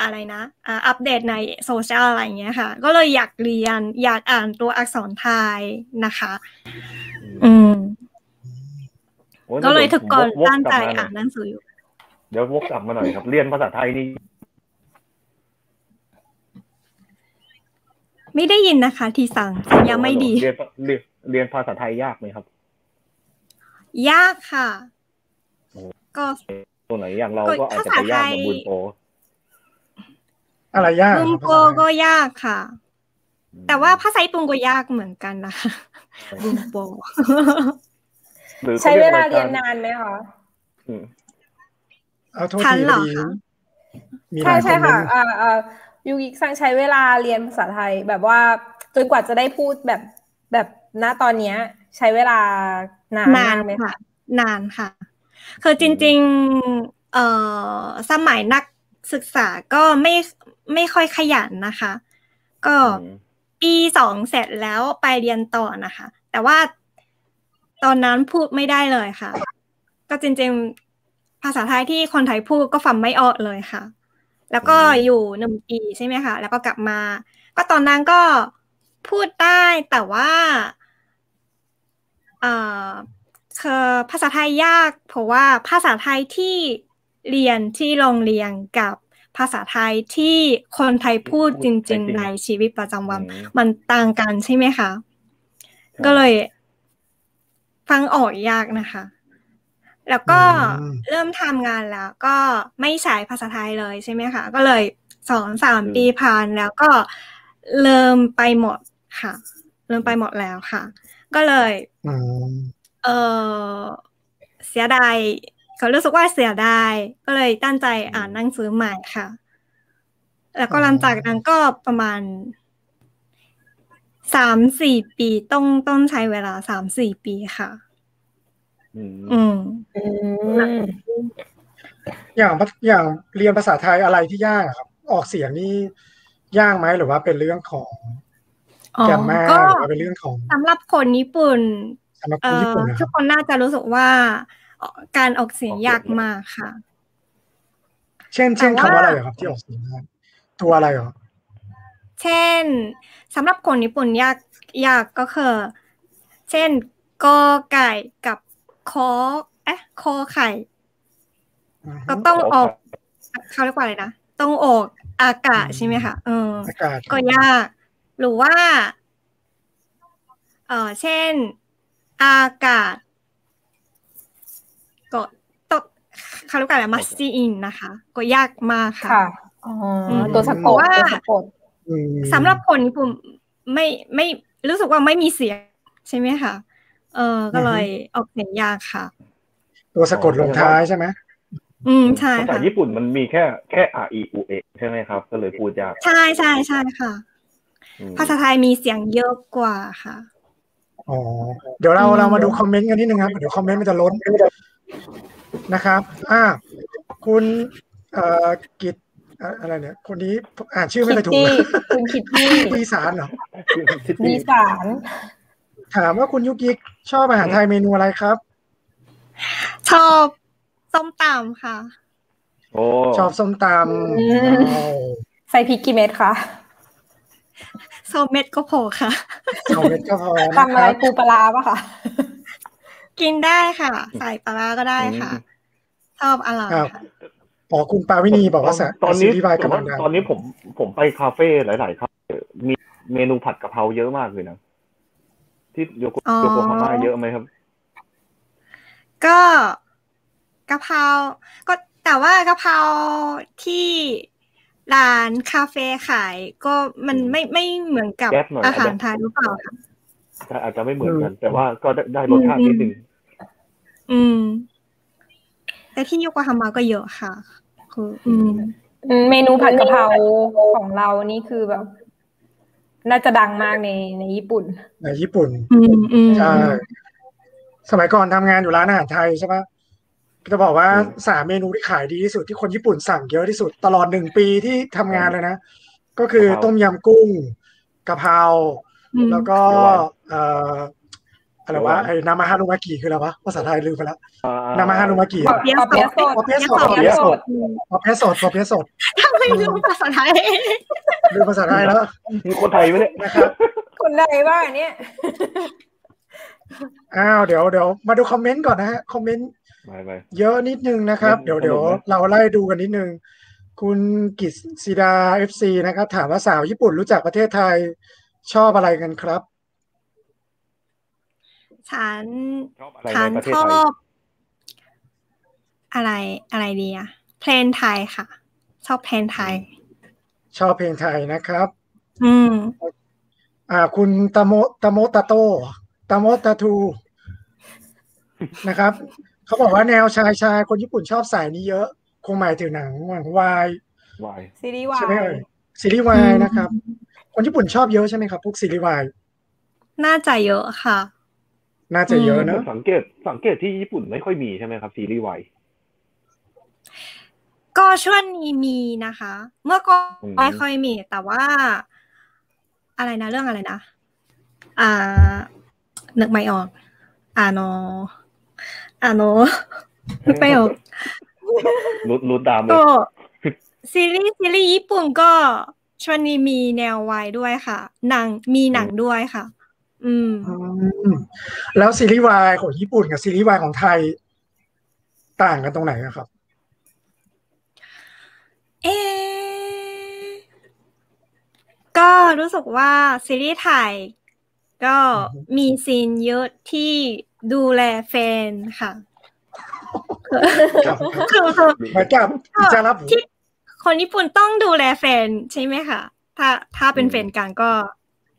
Speaker 4: อะไรนะอ่าอัปเดตในโซเชียลอะไรอย่างเงี้ยค่ะ ก็เลยอยากเรียนอยากอ่านตัวอักษรไทยนะคะ อืม
Speaker 3: โอ้
Speaker 4: ก็เลยทุกคน
Speaker 3: ว
Speaker 4: ตั้งใจ
Speaker 3: วกลับ
Speaker 4: อ่าน
Speaker 3: มาห
Speaker 4: ห
Speaker 3: น่อ
Speaker 4: นั
Speaker 3: ย
Speaker 4: งสืออยู่
Speaker 3: เดี๋ยววกกลับมาหน่อยครับ เรียนภาษาไทยนี่
Speaker 4: ไม่ได้ยินนะคะ ทีสั่งยังไม่ดี
Speaker 3: เรียนเรียนเรียนภาษาไทยยากไหมครับ
Speaker 4: ยากค่ะ
Speaker 3: โอ้
Speaker 4: ก็
Speaker 3: ตรงไหนอย่างเรา
Speaker 4: ก็
Speaker 3: ก็อาจจะไปยากเหมือน
Speaker 4: ภาษาไทย
Speaker 3: บุญโป
Speaker 1: อะไรยาก
Speaker 4: บุ
Speaker 1: อะ
Speaker 4: ง
Speaker 1: ภาษาไ
Speaker 4: โก
Speaker 1: ทย
Speaker 4: ก็ยากค่ะ แต่ว่าภาษาญี่ปุ่นก็ยากเหมือนกันนะคะบุงโก
Speaker 3: หรือข
Speaker 2: ใช้
Speaker 3: ก
Speaker 2: เวลา
Speaker 3: อะไ
Speaker 2: เรียนนานไหมคะ
Speaker 3: อืม
Speaker 1: เอาโทษ
Speaker 4: ทัน
Speaker 1: ที
Speaker 4: เหร
Speaker 1: พ
Speaker 4: อ
Speaker 1: อดีมีห
Speaker 4: คะ
Speaker 2: ใช่
Speaker 1: ลาย
Speaker 2: ใช่
Speaker 1: นเล
Speaker 2: ค่ะ
Speaker 1: ย
Speaker 2: เอ่อเอ่อยูกิซังใช้เวลาเรียนภาษาไทยแบบว่าจนกว่าจะได้พูดแบบแบบณตอนเนี้ย ใช้เวลานา
Speaker 4: นาม
Speaker 2: นาน กไหม
Speaker 4: ค่ะ นานค่ะ คือจริงๆเอ่อสมัยนักศึกษาก็ไม่ไม่ค่อยขยันนะคะ ก็
Speaker 3: อืม
Speaker 4: ปีสองเสร็จแล้วไปเรียนต่อนะคะ แต่ว่าตอนนั้นพูดไม่ได้เลยค่ะ ก็จริงๆภาษาไทยที่คนไทยพูดก็ฟังไม่ออกเลยค่ะ แล้วก็
Speaker 3: อืม
Speaker 4: อยู่หนึ่งปีใช่ไหมคะแล้วก็กลับมา ก็ตอนนั้นก็พูดได้แต่ว่าเอ่อคือภาษาไทยยาก เพราะว่าภาษาไทยที่เรียนที่โรงเรียนกับภาษาไทยที่คนไทยพูดจริง ๆ ในชีวิตประจำวัน
Speaker 3: อืม
Speaker 4: มันต่างกันใช่ไหมคะ ก็เลยฟังออกยากนะคะ แล้วก็
Speaker 1: อืม
Speaker 4: เริ่มทำงานแล้ว ก็ไม่ใช้ภาษาไทยเลยใช่ไหมคะ ก็เลยสองสาม
Speaker 3: อืม
Speaker 4: ปีผ่านแล้วก็เริ่มไปหมดค่ะ เริ่มไปหมดแล้วค่ะ ก็เลย
Speaker 1: อืม
Speaker 4: เออเสียดายเขารู้สึกว่าเสียดายก็เลยตั้งใจอ่านหนังสือใหม่ค่ะ แล้วก็
Speaker 1: อ๋อ
Speaker 4: หลังจากนั้นก็ประมาณสามสี่ปีต้องต้องใช้เวลาสามสี่ปีค่ะ
Speaker 3: อืม
Speaker 4: อืม
Speaker 2: อืม
Speaker 1: อย่างภาอย่างเรียนภาษาไทยอะไรที่ยากอะครับ ออกเสียงนี่ยากไหมหรือว่าเป็นเรื่องของ
Speaker 4: อ๋อ
Speaker 1: แกรมมา
Speaker 4: ก็
Speaker 1: หรือว่าเป็นเรื่องของ
Speaker 4: สำหรับคนญี่ปุ่น
Speaker 1: สำหรับ
Speaker 4: เอ่
Speaker 1: คนญี่
Speaker 4: อ
Speaker 1: ปุ่นนะค
Speaker 4: ทุ
Speaker 1: รั
Speaker 4: ก
Speaker 1: บ
Speaker 4: คนน่าจะรู้สึกว่าการออกเสียงยากมากค่ะ
Speaker 1: เช่นเช่น
Speaker 4: แต่
Speaker 1: คำ
Speaker 4: ว่า
Speaker 1: ว่าอะไรอะครับ ที่ออกเสียงได้ตัวอะไรเหรอ
Speaker 4: เช่นสำหรับคนญี่ปุ่นยากยากก็คือ เช่นกอไก่กับคอเอ๊ะคอไข่
Speaker 1: อือฮึ
Speaker 4: ก็ต้องออกเขาเรียกว่าอะไรนะต้องออกอากาศใช่ไหมคะเออ
Speaker 1: อากาศ
Speaker 4: ก็ยาก หรือว่า เออเช่น อากาศ ก็ต้องเขาเรียกว่าอะไรมัสซีอินนะคะ ก็ยากมากค่ะ
Speaker 2: ค่ะ อ๋ออ
Speaker 4: ม
Speaker 2: ตัวสะก
Speaker 4: เพราะ
Speaker 2: ด
Speaker 4: ว่า
Speaker 2: ตัวสะกด
Speaker 1: อืม
Speaker 4: สำหรับคนญี่ปุ่นไม่ไม่รู้สึกว่าไม่มีเสียงใช่ไหมคะเออก็เลยออกเสียงยากค่ะ
Speaker 1: ตัวสะกดลงท้ายใช่ไหม
Speaker 4: อืมใช่
Speaker 3: ภาษา
Speaker 4: ค่ะ
Speaker 3: ญี่ปุ่นมันมีแค่แค่อาอีอุเอใช่ไหมครับ ก็เลยพูดยาก
Speaker 4: ใช่ใช่ใช่ค่ะ
Speaker 3: อืม
Speaker 4: ภาษาไทยมีเสียงเยอะกว่าค่ะ
Speaker 1: อ๋อเดี๋ยวเรา
Speaker 4: อืม
Speaker 1: เรามาดูคอมเมนต์กันนิดนึงครับเดี๋ยวคอมเมนต์มันจะล้นนะครับอ่าคุณเอ่อกิตเอ่ออะไรเนี่ยคนนี้อ่านชื่อไม่
Speaker 2: คิ
Speaker 1: ค่อ
Speaker 2: ต
Speaker 1: ยถูก
Speaker 2: ตี้ คุณคิตตี้
Speaker 1: ปีสารเหร อ
Speaker 2: ดีสาร
Speaker 1: ถามว่าคุณยุกิกชอบอาหารไทยเมนูอะไรครับ
Speaker 4: ชอบส้มตำค่ะ
Speaker 3: โอ้
Speaker 1: ชอบส้มตำอ้าว
Speaker 2: ใส่พริกกี่เม็ด คะ
Speaker 4: โซเม็ดก็พอค่ะ
Speaker 1: เอาเม็ดก็พอนะ
Speaker 2: ทำ
Speaker 1: ค
Speaker 2: อะไร
Speaker 1: รับ
Speaker 2: ปูปลาร้าปะคะ
Speaker 4: กินได้ค่ะ ใส่ปลาร้าก็ได้ค่ะ ชอบอร่อย
Speaker 1: อ้าว
Speaker 4: ค่ะ
Speaker 1: อ๋อคุณปาวินีบอกว่าสะ
Speaker 3: ตอนนี้
Speaker 1: อธิบาย
Speaker 3: แต่
Speaker 1: กำลั
Speaker 3: ว่าง
Speaker 1: ดัง
Speaker 3: ตอนนี้ผมผมไปคาเฟ่หลาย ๆ คาเฟ่มีเมนูผัดกะเพราเยอะมากเลยนะ ที่โยโก
Speaker 4: อ๋อ
Speaker 3: โยโกฮาม่าเยอะไหมครับ
Speaker 4: ก็กะเพราก็แต่ว่ากะเพราที่ร้านคาเฟ่ขาย ก็มัน
Speaker 3: อืม
Speaker 4: ไม่ไม่เหมือนกับ
Speaker 3: แก๊ปหน่อย
Speaker 4: อาหารไทยหรือเปล่าคะ
Speaker 3: ก็อาจจะไม่เหมือนกัน แต่ว่าก็ได้ได้รสชาตินิดนึง
Speaker 4: อืม แต่ที่โยโกฮาม่าก็เยอะค่ะ คืออืม
Speaker 2: อืมเมนูผัดกะเพราของเรานี่คือแบบ น่าจะดังมากในในญี่ปุ่น
Speaker 1: ในญี่ปุ่น
Speaker 4: อืมอืม
Speaker 1: ใช่สมัยก่อนทำงานอยู่ร้านอาหารไทยใช่ปะจะบอกว่าสามเมนูที่ขายดีที่สุดที่คนญี่ปุ่นสั่งเยอะที่สุดตลอดหนึ่งปีที่ทำงานเลยนะ ก็คือต้มยำกุ้งกะเพรา
Speaker 4: อืม
Speaker 1: แล้วก็เอ่ออะไรวะไอ้นามาฮารุมากิคืออะไรวะภาษาไทยลืมไปแล้ว
Speaker 3: อ่
Speaker 1: นามาฮารุมากิ
Speaker 2: ปอเปี๊ยะสด
Speaker 1: ปอเปี๊ยะสด
Speaker 4: ปอเปี๊ยะสด
Speaker 1: ปอเปี๊ยะสดปอเปี๊ยะสด
Speaker 4: ทำไมรู้ภาษาไทย
Speaker 1: ลืมภาษาไทยแล้ว
Speaker 3: มีคนไทยไหมเนี่ย
Speaker 1: นะครับ
Speaker 2: คนใดบ้างเนี่ย
Speaker 1: อ้าวเดี๋ยวเดี๋ยวมาดูคอมเมนต์ก่อนนะฮะคอมเมนต์
Speaker 3: ไม่ไม่
Speaker 1: เยอะนิดนึงนะครับ
Speaker 3: เย
Speaker 1: เดี๋ยว
Speaker 3: อะ
Speaker 1: เดี๋ยว
Speaker 3: สนุกนะ
Speaker 1: เราไล่ดูกันนิดนึง คุณกิตศิดาเอฟซีนะครับ ถามว่าสาวญี่ปุ่นรู้จักประเทศไทยชอบอะไรกันครับ
Speaker 4: ฉัน
Speaker 3: ชอบอะไร
Speaker 4: ฉัน
Speaker 3: ในประเทศ
Speaker 4: ช
Speaker 3: ไท
Speaker 4: อย บ อะไรอะไรดีอะเพลงไทยค่ะ ชอบเพลงไทย
Speaker 1: ชอบเพลงไทยนะครับ
Speaker 4: อืม
Speaker 1: อ่า คุณตะโมตะโมตะโตตะโมตะทูนะครับ เขาบอกว่าแนวชายชายคนญี่ปุ่นชอบสายนี้เยอะ คงหมายถึงหนังหนังวาย
Speaker 3: ไวาย
Speaker 2: ซีรีส์วา
Speaker 1: ใช่ไหม
Speaker 2: ย
Speaker 1: เอ่ยซีรีส์วายนะครับ คนญี่ปุ่นชอบเยอะใช่ไหมครับ พวกซีรีส์วาย
Speaker 4: น่าจะเยอะค่ะ
Speaker 1: น่าจะเยอะ
Speaker 3: ผ
Speaker 1: เนอะ
Speaker 3: มสังเกตสังเกตที่ญี่ปุ่นไม่ค่อยมีใช่ไหมครับซีรีส์วาย
Speaker 4: ก็ช่วงนี้มีนะคะ เมื่อก่อน
Speaker 3: อืม
Speaker 4: ไม่ค่อยมี แต่ว่า อะไรนะเรื่องอะไรนะอ่านึกไม่ออกอ่าโนอ่าโนนึกไม่ออก
Speaker 3: รูดรูดตามเลย
Speaker 4: ก็ซีรีส์ซีรีส์ญี่ปุ่นก็ชวงนี้มีแนววายด้วยค่ะ หนังมีหนังด้วยค่ะ อืม
Speaker 1: อืมแล้วซีรีส์วายของญี่ปุ่นกับซีรีส์วายของไทยต่างกันตรงไหนอะครับ
Speaker 4: เออก็รู้สึกว่าซีรีส์ไทยก็
Speaker 1: อือฮึ
Speaker 4: มีซีนเยอะที่ดูแลแฟนค่ะ
Speaker 1: ครับ
Speaker 4: คือคือ
Speaker 1: เหมือนกับอิจารับ
Speaker 4: ที่คนญี่ปุ่นต้องดูแลแฟนใช่ไหมคะถ้าถ้าเป็นแฟนกันก็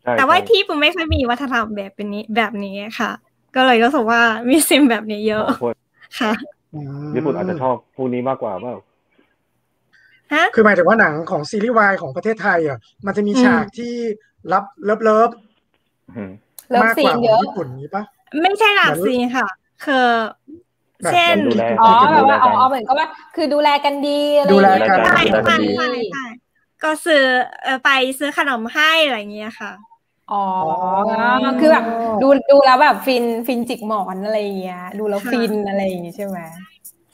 Speaker 3: ใช่
Speaker 4: แต่ว่า
Speaker 3: ใช่
Speaker 4: ที่ญี่ปุ่นไม่ค่อยมีวัฒนธรรมแบบนี้แบบนี้ค่ะ ก็เลยรู้สึกว่ามีซีนแบบนี้เยอะ
Speaker 3: ขอโทษ
Speaker 4: ค่ะ
Speaker 1: อืม
Speaker 3: ญี่ปุ่นอาจจะชอบพวกนี้มากกว่าเปล่า
Speaker 4: ฮะ
Speaker 1: คือหมายถึงว่าหนังของซีรีส์วายของประเทศไทยอ่ะมันจะมี
Speaker 4: อืม
Speaker 1: ฉากที่รับเลิฟเลิฟ
Speaker 3: อืม
Speaker 2: เลิฟ
Speaker 1: มาก
Speaker 2: ซี
Speaker 1: กว่าน ข
Speaker 2: เย
Speaker 1: อง
Speaker 2: อะ
Speaker 1: ญี่ปุ่นนี้ปะ
Speaker 4: ไม่ใช่หลักซีนค่ะ คือ
Speaker 1: แบบ
Speaker 4: เช่น
Speaker 3: ดูแล
Speaker 2: อ๋อ
Speaker 3: การ
Speaker 2: แบบว่าอ๋
Speaker 3: ดูแลกัน
Speaker 2: อเหมือนก็ว่าคือดูแลกันดีอะไร
Speaker 1: ดูแล
Speaker 2: อย่าง
Speaker 1: กัน
Speaker 2: เงี้ย
Speaker 4: ใช่
Speaker 3: ดูแลกั
Speaker 4: ใช่
Speaker 3: นดี
Speaker 4: ใช่ใช่ก็ซื้อเอ่อไปซื้อขนมให้อะไรเงี้ยค่ะ
Speaker 2: อ๋อคือแบบดูดูแล้วแบบฟินฟินจิกหมอนอะไรอย่างเงี้ยดูแล้วฟินอะไรอย่างงี้ใช่ไหม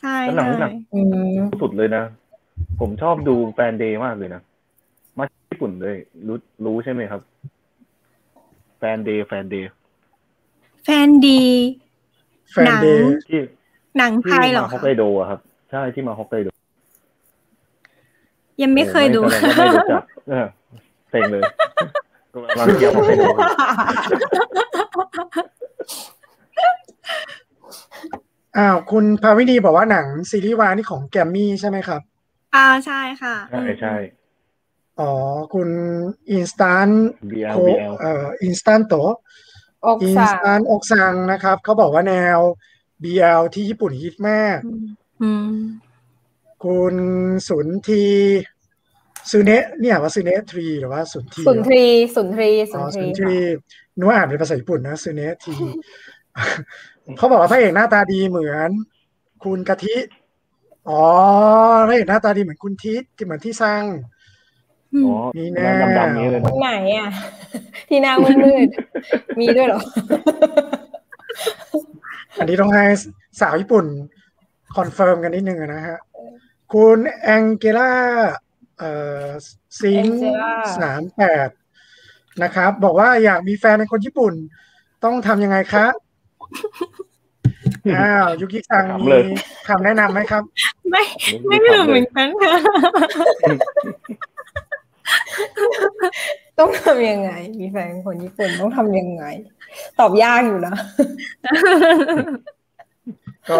Speaker 4: ใช่
Speaker 3: แล้วหนั
Speaker 4: ใช่
Speaker 3: งหนัง
Speaker 2: อืม
Speaker 3: สุดเลยนะ ผมชอบดูแฟนเดย์มากเลยนะ มาญี่ปุ่นเลย รู้รู้ใช่ไหมครับ แฟนเดย์แฟนเดย์
Speaker 4: แฟนดี
Speaker 1: แฟนเดย์
Speaker 3: ที่
Speaker 4: หนังไท
Speaker 3: ที่
Speaker 4: ยเหร
Speaker 3: มาฮ
Speaker 4: อ
Speaker 3: อก
Speaker 4: คะ
Speaker 3: ไกโดอะครับ ใช่ที่มาฮอกไกโด
Speaker 4: ยังไม่เคยดู
Speaker 3: โอ้แสงว่าไม่รู้จักเออเต็งเลยกำลังเที่ยวฮอกไกโด
Speaker 1: อ้าวคุณภาวินีบอกว่าหนังซีรีส์วายนี่ของแกรมมี่ใช่ไหมครับ
Speaker 4: อ่าใช่ค่ะ
Speaker 3: ใช่ใช่
Speaker 1: อ๋อ คุณอินสแตน
Speaker 3: BL
Speaker 1: โค
Speaker 3: BL
Speaker 1: เอ่ออินสแตนโต
Speaker 2: อก
Speaker 1: อิน
Speaker 2: สา
Speaker 1: สแตนอกซังนะครับ เขาบอกว่าแนว BL ที่ญี่ปุ่นฮิตมาก
Speaker 4: อืม
Speaker 1: คุณสุนทีซูเนะเนี่ยว่าซูเนะทรีหรือว่าสุนที
Speaker 2: สุนทรีสุนทรีสุ
Speaker 1: อ๋อน
Speaker 2: ท
Speaker 1: สุ
Speaker 2: รี
Speaker 1: นทรีนึกว่าอ่านเป็นภาษาญี่ปุ่นนะซูเนะทรีเขาบอกว่าพระเอกหน้าตาดีเหมือน คุณกะทิ อ๋อพระเอกหน้าตาดีเหมือนคุณทิศที่เหมือนที่สร้าง
Speaker 4: อืม
Speaker 3: อ๋อ
Speaker 1: มีแน่
Speaker 3: นางดำๆนี้เลยนะ
Speaker 2: ไหนอ่ะ ที่หน้ามืดมืด ๆมีด้วยเหรอ
Speaker 1: อันนี้ต้องให้สาวญี่ปุ่นคอนเฟิร์มกันนิดนึงอะนะฮะ คุณแองเกล่าเอ่อซิง
Speaker 2: Angela
Speaker 1: สามแปดนะครับ บอกว่าอยากมีแฟนเป็นคนญี่ปุ่น ต้องทำยังไง คะอ้าวยุกิซังมีคำแนะนำไหมครับ
Speaker 4: ไม่ไม่รู้เหมือนกันค่ะ
Speaker 2: ต้องทำยังไง มีแฟนเป็นคนญี่ปุ่นต้องทำยังไง ตอบยากอยู่นะ
Speaker 1: ก็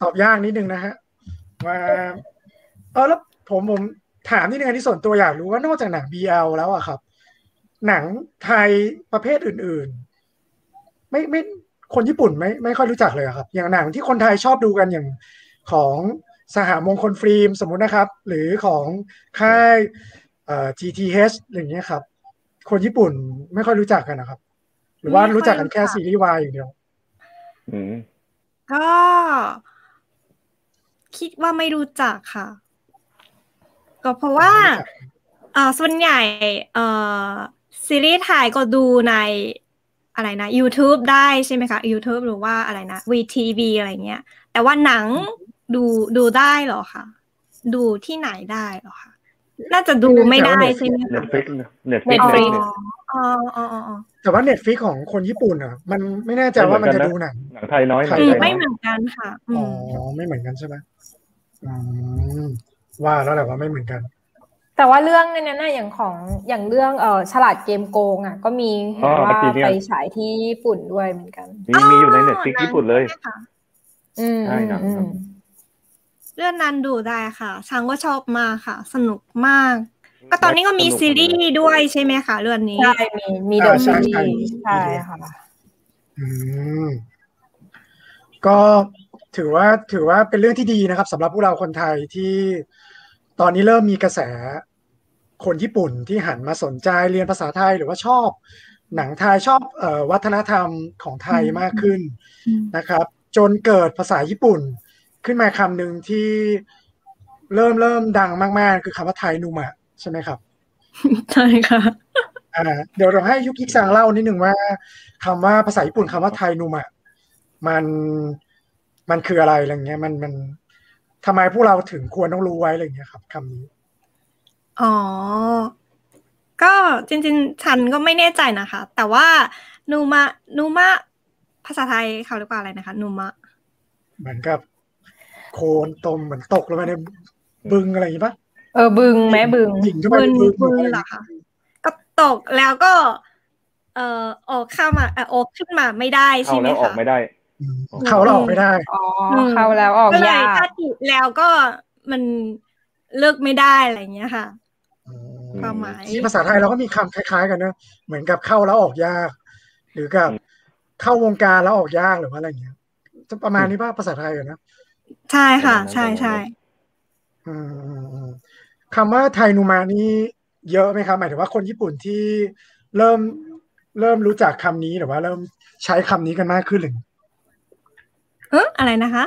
Speaker 1: ตอบยากนิดนึงนะฮะว่าเออแล้วผมผมถามนิดนึงอันนี้ส่วนตัวอยากรู้ว่านอกจากหนัง BL แล้วอะครับ หนังไทยประเภทอื่นๆ ไม่ไม่คนญี่ปุ่นไม่ไม่ค่อยรู้จักเลยอะครับ อย่างหนังที่คนไทยชอบดูกันอย่างของสหมงคลฟิล์มสมมุตินะครับ หรือของค่ายเอ่อ GTH อย่างเงี้ยครับ คนญี่ปุ่นไม่ค่อยรู้จักกันนะครับ หรือว่ารู้จักกันแค่ซีรีส์วายอย่างเดียว
Speaker 3: อืม
Speaker 4: ก็คิดว่าไม่รู้จักค่ะ ก็เพราะว่า เอ่อส่วนใหญ่เอ่อซีรีส์ไทยก็ดูในอะไรนะ YouTube ได้ใช่ไหมคะ YouTube หรือว่าอะไรนะ VTV อะไรเงี้ย แต่ว่าหนังดูดูได้เหรอคะดูที่ไหนได้เหรอคะน่าจะดูไม่ได้ใช่ไหม
Speaker 3: เน็
Speaker 4: คะ
Speaker 3: ตฟลิกเน็ตฟลิก
Speaker 2: Netflix
Speaker 3: เน็
Speaker 2: Netflix
Speaker 3: ตฟลิก
Speaker 4: อ๋ออ๋ออ๋ออ๋อ
Speaker 1: แต่ว่าเน็ตฟ i ิกของคนญี่ปุ่นอ่ะ มันไม่แน่ใจว่ามันจะดูหนัง
Speaker 3: หนังไทยน้อยหนัง
Speaker 4: อื
Speaker 3: ไท
Speaker 4: ม
Speaker 3: ยน้
Speaker 4: ไม่
Speaker 3: อย
Speaker 4: เหมือนกันค่ะอื
Speaker 1: อ๋อ
Speaker 4: ม
Speaker 1: ไม่เหมือนกันใช่ไหมอืมว่าแล้วแหละว่าไม่เหมือนกัน
Speaker 2: แต่ว่าเรื่องนั้นน่ะอย่างของอย่างเรื่องเอ่อฉลาดเกมโกงอ่ะ ก็มีเห็นว่าไปฉายที่ญี่ปุ่นด้วยเหมือนกัน
Speaker 3: มีมีอยู่ในเน็ตฟลิกญี่ปุ่นเลย
Speaker 4: ใช่ค่ะ
Speaker 2: อืม
Speaker 3: ใช่หนัง
Speaker 2: อืม
Speaker 4: เรื่องนั้นดูได้ค่ะชังก็ชอบมากค่ะ สนุกมาก ก็ตอนนี้ก็มีซีรีส์ด้วยใช่ไหมคะเรื่องนี้
Speaker 2: ใช่มีมีเดอะ
Speaker 1: อ่าใช่
Speaker 2: ซี
Speaker 1: ใช่
Speaker 2: รี
Speaker 1: มี
Speaker 2: ส์ใช่
Speaker 1: มีด้วย
Speaker 2: ค่ะ
Speaker 1: อืม ก็ ถือว่าถือว่าเป็นเรื่องที่ดีนะครับสำหรับพวกเราคนไทยที่ตอนนี้เริ่มมีกระแสคนญี่ปุ่นที่หันมาสนใจเรียนภาษาไทยหรือว่าชอบหนังไทยชอบเออวัฒนธรรมของไทยมากขึ้น
Speaker 4: อืม
Speaker 1: นะครับ จนเกิดภาษาญี่ปุ่นขึ้นมาคำหนึ่งที่เริ่มเริ่มดังมากๆ คือคำว่าไทยนุมะใช่ไหมครับ
Speaker 4: ใช่ค่ะ
Speaker 1: อ่าเดี๋ยวเราให้ยุกิซังเล่านิดหนึ่งว่าคำว่าภาษาญี่ปุ่นคำว่าไทนุมะมันมันคืออะไรอะไรเงี้ย มันมันทำไมพวกเราถึงควรต้องรู้ไว้อะไรเงี้ยครับคำนี้
Speaker 4: อ๋อ ก็จริงๆ ฉันก็ไม่แน่ใจนะคะ แต่ว่านูมะนูมะภาษาไทยเขาเรียกว่าอะไรนะคะนูมะ
Speaker 1: เหมือนกับโคลนตมเหมือนตกลงไปในบึงอะไรอย่างงี้ปะ
Speaker 2: เออบึงไหมบึง
Speaker 1: หญิงทำไม
Speaker 4: บึ
Speaker 1: เป็
Speaker 4: น
Speaker 1: นบึง
Speaker 4: บึน
Speaker 1: อะไร
Speaker 4: เหรอคะก็ตกแล้วก็ เอ่อออกเข้ามาเอ่อออกขึ้นมาไม่ได้
Speaker 3: เข้า
Speaker 4: ใช่ไหม
Speaker 3: แล้วออก
Speaker 4: คะ
Speaker 3: ไม่ได้
Speaker 1: อืมเขาเราออกไม่ได้
Speaker 2: อ๋ออ
Speaker 4: ม
Speaker 2: เข้าแล้วออก
Speaker 4: ก็เลย
Speaker 2: ยาก
Speaker 4: ถ้าติดแล้วก็มันเลิกไม่ได้อะไรอย่างเงี้ยค่ะ
Speaker 3: อืม
Speaker 4: ความหมาย
Speaker 1: ที่ภาษาไทยเราก็มีคำคล้าย ๆ กันนะเหมือนกับเข้าแล้วออกยาก หรือกับ
Speaker 3: อืม
Speaker 1: เข้าวงการแล้วออกยากหรือว่าอะไรอย่างเงี้ยจะประมาณนี้ป่ะภาษาไทยอะนะ
Speaker 4: ใช่ค่ะ
Speaker 3: ประมาณนั้น
Speaker 4: ใช่ใช่
Speaker 1: อืมอืมอืมคำว่าไทนูมานี่เยอะไหมครับหมายถึงว่าคนญี่ปุ่นที่เริ่มเริ่มรู้จักคำนี้หรือว่าเริ่มใช้คำนี้กันมากขึ้นหรือ
Speaker 4: เอออะไรนะคะ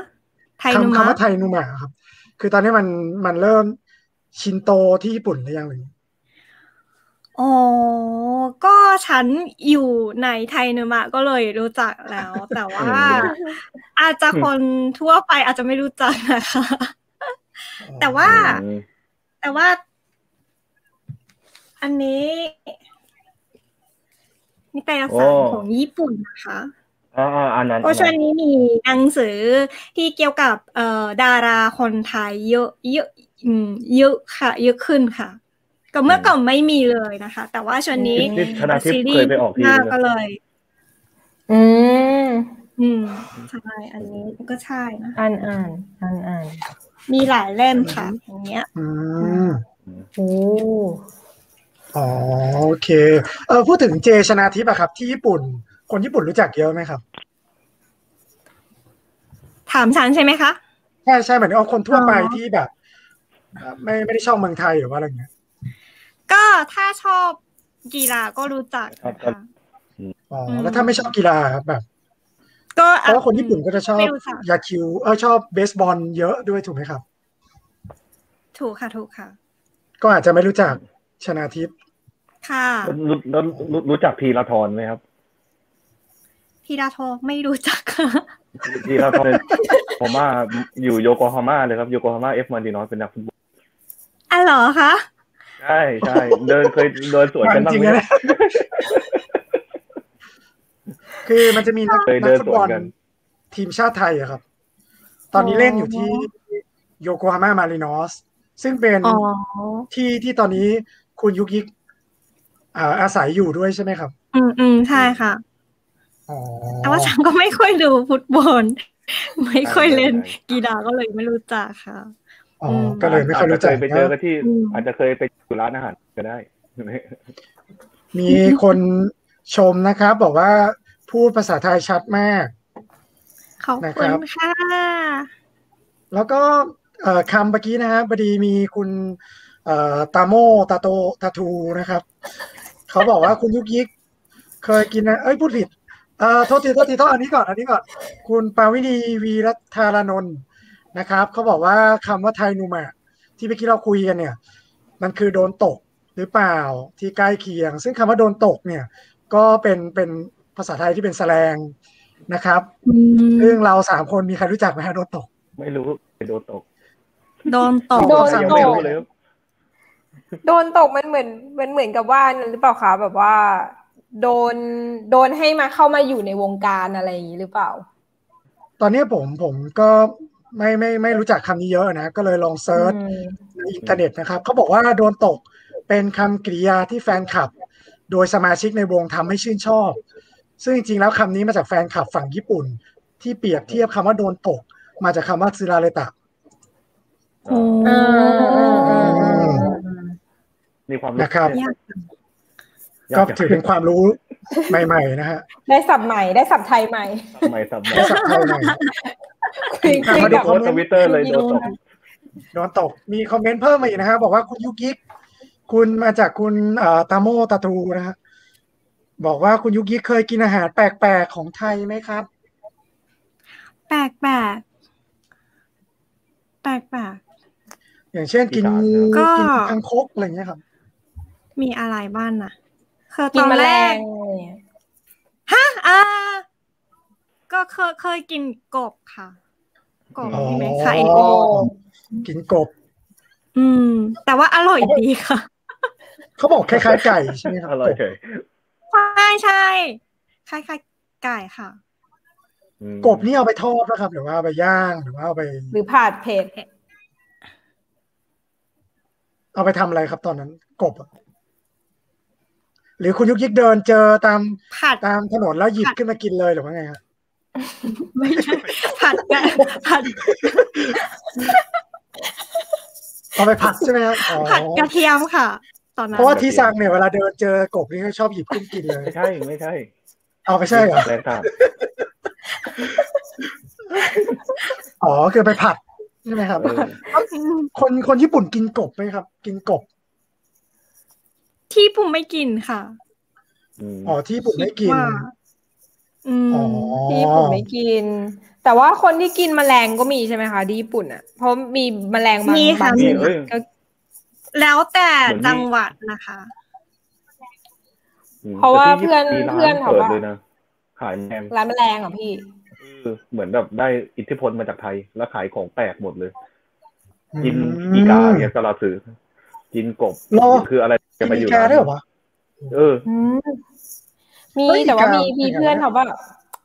Speaker 4: ไทยนู
Speaker 1: คำ
Speaker 4: มะ
Speaker 1: คำว่าไทนูมาครับ คือตอนนี้มันมันเริ่มชินโตที่ญี่ปุ่นหรือยังหรือ
Speaker 4: อ๋อก็ฉันอยู่ในไทยนูมะก็เลยรู้จักแล้ว แต่ว่า อาจจะคนทั่วไปอาจจะไม่รู้จักนะคะ แต่ว่า
Speaker 3: อืม
Speaker 4: แต่ว่า อันนี้นิตยสารของญี่ปุ่นนะคะ
Speaker 3: อ่าอ่าอันนั้น
Speaker 4: เพราะฉะนั้นนี้มีหนังสือที่เกี่ยวกับเอ่อดาราคนไทยเยอะเยอะอืมเยอะค่ะเยอะขึ้นค่ะ ก็เมื่อก่อนไม่มีเลยนะคะ แต่ว่าช่วงนี้
Speaker 3: นี่ธนาทิพ
Speaker 4: ซี
Speaker 3: ย์
Speaker 4: รี
Speaker 3: เคย
Speaker 4: ส์
Speaker 3: ไปออกที
Speaker 4: หน้า
Speaker 3: นึง
Speaker 4: ก็
Speaker 3: นะ
Speaker 4: เลย
Speaker 2: อืม
Speaker 4: อืมใช่อันนี้ก็ใช่นะ
Speaker 2: อ่านอ่านอ่านอ่าน
Speaker 4: มีหลายเล่มค่ะ อย่างเงี้ย
Speaker 1: อืม
Speaker 2: โอ้
Speaker 1: อ๋อโอเคเออพูดถึงเจชนาทิปอะครับ ที่ญี่ปุ่น คนญี่ปุ่นรู้จักเยอะไหมครับ
Speaker 4: ถามฉันใช่ไหมคะ
Speaker 1: ใช่ใช่เหมือนเอาคนทั่วไป
Speaker 4: อ๋อ
Speaker 1: ที่แบบเอ่อไม่ไม่ได้ชอบเมืองไทยหรือว่าอะไรอย่างเงี้ย
Speaker 4: ก็ถ้าชอบกีฬาก็รู้จักนะคะ
Speaker 1: อ๋ออ
Speaker 4: ม
Speaker 1: แล้วถ้าไม่ชอบกีฬาครับแบบ
Speaker 4: ก็
Speaker 1: เพราะว่าคนญี่ปุ่นก็จะชอบ
Speaker 4: ไม่รู้จัก
Speaker 1: ยาคิวเออชอบเบสบอลเยอะด้วยถูกไหมครับ
Speaker 4: ถูกค่ะถูกค่ะ
Speaker 1: ก็อาจจะไม่รู้จักชนาทิพย์
Speaker 4: ค่ะ
Speaker 3: รู้รู้รู้รู้จักพีราทรไหมครับ
Speaker 4: พีดาโทไม่รู้จัก ค่ะ
Speaker 3: พีราทร ผมว่าอยู่โยโกฮาม่าเลยครับโยโกฮาม่าเอฟมาดินอสเป็นนักฟุตบอล
Speaker 4: อ๋อเหรอคะ
Speaker 3: ใช่ใช่เดินเคยเดินสวนกันบ้าง
Speaker 1: จริง
Speaker 3: ไหม
Speaker 1: ๆ นะ คือมันจะมีนัก
Speaker 3: เคย
Speaker 1: นั
Speaker 3: เดิ
Speaker 1: ก
Speaker 3: น
Speaker 1: ฟุต
Speaker 3: ส
Speaker 1: บ
Speaker 3: วน
Speaker 1: อล
Speaker 3: กัน
Speaker 1: ทีมชาติไทยอะครับ ตอนนี้เล่นอยู่ที่โยโกฮาม่ามารินอสซึ่งเป็น
Speaker 4: อ๋อ
Speaker 1: ที่ที่ตอนนี้คุณยุกยิกอ่าอาศัยอยู่ด้วยใช่ไหมครับ
Speaker 4: อืมอืมใช่ค่ะ
Speaker 1: อ๋อ
Speaker 4: แต่ว่าฉันก็ไม่ค่อยดูฟุตบอล ไม่ค่อยเล่นกีฬาก็เลยไม่รู้จักค่ะ
Speaker 1: อ๋อก็เลยไม่ค่อยรู้จัก
Speaker 3: าจจะเคยไปเจอกันที่
Speaker 4: อืม
Speaker 3: อาจจะเคยไปอยู่ร้านอาหารก็ได้
Speaker 1: มีคนชมนะครับ บอกว่าพูดภาษาไทยชัดมาก
Speaker 4: ขอบคุณค่ะ
Speaker 1: แล้วก็เอ่อคำเมื่อกี้นะครับพอดีมีคุณเอ่อตาโมตาโตตาทูนะครับ เขาบอกว่าคุณยุกยิก เคยกินนะเอ้ยพูดผิดเอ่อโทษทีโทษทีโทษอันนี้ก่อนอันนี้ก่อน คุณปาวินีวีรัธารานนท์นะครับ เขาบอกว่าคำว่าไทยนูมะที่เมื่อกี้เราคุยกันเนี่ย มันคือโดนตกหรือเปล่าที่ใกล้เคียง ซึ่งคำว่าโดนตกเนี่ย ก็เป็นเป็นภาษาไทยที่เป็นแสลงนะครับ
Speaker 4: อื
Speaker 1: ซึ่ง
Speaker 4: ม
Speaker 1: เราสามคนมีใครรู้จักไหมฮะโดนตก
Speaker 3: ไม่รู้ไปโดนตก
Speaker 4: โดนตบ
Speaker 2: โดน
Speaker 3: ยัง
Speaker 2: ต
Speaker 3: ไม่
Speaker 2: ก
Speaker 3: รู้เลยครับ
Speaker 2: โดนตกมันเหมือนมันเหมือนกับว่านั่นหรือเปล่าคะแบบว่า โดนโดนให้มาเข้ามาอยู่ในวงการอะไรอย่างนี้หรือเปล่า
Speaker 1: ตอนนี้ผมผมก็ไม่ไม่ไม่รู้จักคำนี้เยอะนะ ก็เลยลองเซิร์ช
Speaker 2: อืม
Speaker 1: ในอินเทอร์เน็ตนะครับเขาบอกว่าโดนตกเป็นคำกริยาที่แฟนคลับ โดยสมาชิกในวงทำให้ชื่นชอบ ซึ่งจริงๆแล้วคำนี้มาจากแฟนคลับฝั่งญี่ปุ่น ที่เปรียบเทียบคำว่าโดนตก มาจากคำว่าซึราเลตะ
Speaker 4: โอ้
Speaker 2: อ่าอ่าอ่าอ่า
Speaker 3: มีความ
Speaker 1: นะครับ
Speaker 4: ยาก
Speaker 3: ยา
Speaker 1: ก็
Speaker 3: จัง
Speaker 1: ถือเป็นความรู้ใหม่ ๆ นะฮะ
Speaker 2: ได้สับใหม่ได้สับไทยใหม่
Speaker 3: ทำไมทำไม
Speaker 1: ภาษาไทยใหม่
Speaker 2: จริง
Speaker 1: ครับ
Speaker 2: จริง
Speaker 3: ไม่
Speaker 2: แบ
Speaker 3: ได้
Speaker 2: บ
Speaker 3: โพสต์ทวิตเตอร์เลยโดนตก
Speaker 1: โดนตกมีคอมเมนต์เพิ่มมาอีกนะครับ บอกว่าคุณยูกิกคุณมาจากคุณเอ่อตาโมตาทูนะฮะบอกว่าคุณยูกิกเคยกินอาหารแปลกๆของไทยไหมครับ
Speaker 4: แปลกแปลกแปลกแปลก
Speaker 1: อย่างเช่นกินงู
Speaker 4: ก็
Speaker 1: กินคังคกอะไรอย่างเงี้ยครับ
Speaker 4: มีอะไรบ้างนะคือต
Speaker 2: กิน
Speaker 4: อน
Speaker 2: แมล
Speaker 4: แรก
Speaker 2: งอะไรอย่างเงี้ย
Speaker 4: อ่า ก็เคยเคยกินกบค่ะ กบ
Speaker 1: อ๋อ
Speaker 4: ใช่ไหมคะเอ
Speaker 1: โ
Speaker 4: โอ
Speaker 1: กินกบ
Speaker 4: อืม แต่ว่าอร่อยดีค่ะ
Speaker 1: เขาบอกคล้ายๆไก่ใช่ไหมครับ
Speaker 3: อร่อยเฉย
Speaker 4: ใช่ใช่คล้ายคล้ายๆไก่ค่ะ
Speaker 3: อืม
Speaker 1: กบนี่เอาไปทอดนะครับหรือว่าเอาไปย่างหรือว่าเอาไป
Speaker 2: หรือผัดเผ็ด
Speaker 1: เอาไปทำอะไรครับตอนนั้นกบอะหรือคุณยุกยิกเดินเจอตาม
Speaker 4: ผัด
Speaker 1: ตามถนนแล้วหยิบขึ้นมากินเลยหรือว่าไงครับ
Speaker 4: ไม่ใช่ ผัดไก่ผัด
Speaker 1: เอาไปผัดใช่ไหมครับอ๋อ
Speaker 4: ผัดกระเทียมค่ะ ตอนนั้
Speaker 1: เพ
Speaker 4: น
Speaker 1: ราะว่าที่ซังเนี่ยเวลาเดินเจอกบนี่ก็ชอบหยิบขึ้นกินเลย
Speaker 3: ไม่ใช่ไม่ใช่
Speaker 1: เอาไปใช่เหรอ
Speaker 3: แรงสาบ
Speaker 1: อ๋อคือไปผัดใช่ไหมครับ
Speaker 3: เออ
Speaker 4: อืม
Speaker 1: คนคนญี่ปุ่นกินกบไหมครับ กินกบ
Speaker 4: ที่ผมไม่กินค่ะ
Speaker 3: อืม
Speaker 1: อ๋อที่ญี่ปุ่นไม่กิน
Speaker 4: ว่าอืม
Speaker 1: อ๋อ
Speaker 2: ที่ญี่ปุ่นไม่กิน แต่ว่าคนที่กินแมลงก็มีใช่ไหมคะที่ญี่ปุ่นอ่ะเพราะมีแมลงบาง
Speaker 4: มีค่ะ
Speaker 2: บาง
Speaker 4: มี
Speaker 3: นี่เอ้ย
Speaker 4: แล้วแต่
Speaker 3: เหมือนมี
Speaker 4: จังหวัดนะคะ
Speaker 3: อืม
Speaker 2: เพราะว่าเพื่อน
Speaker 3: แต่ที่ญี่ปุ่
Speaker 2: เพื่อนเขา
Speaker 3: มีร้เปิด
Speaker 2: ว่า
Speaker 3: เลยนะขายแมง
Speaker 2: ร้านแมลงเหรอพี่
Speaker 3: คือเหมือนแบบได้อิทธิพลมาจากไทย แล้วขายของแปลกหมดเลย
Speaker 1: อืม
Speaker 3: กินกีกาเนี่ยตลาดซื้อกินกบ
Speaker 1: หรอ
Speaker 3: คืออะไร
Speaker 1: กิ
Speaker 3: จะ
Speaker 1: น
Speaker 3: มา
Speaker 1: อี
Speaker 3: อยู่
Speaker 1: กาด้วยเหรอวะ
Speaker 3: เออ
Speaker 2: อืมมี
Speaker 1: เฮ้ย
Speaker 2: แต่ว่า
Speaker 1: อีกา
Speaker 2: มีมี
Speaker 1: เป็นไง
Speaker 2: เพื่อน
Speaker 1: นะ
Speaker 2: เขาว่า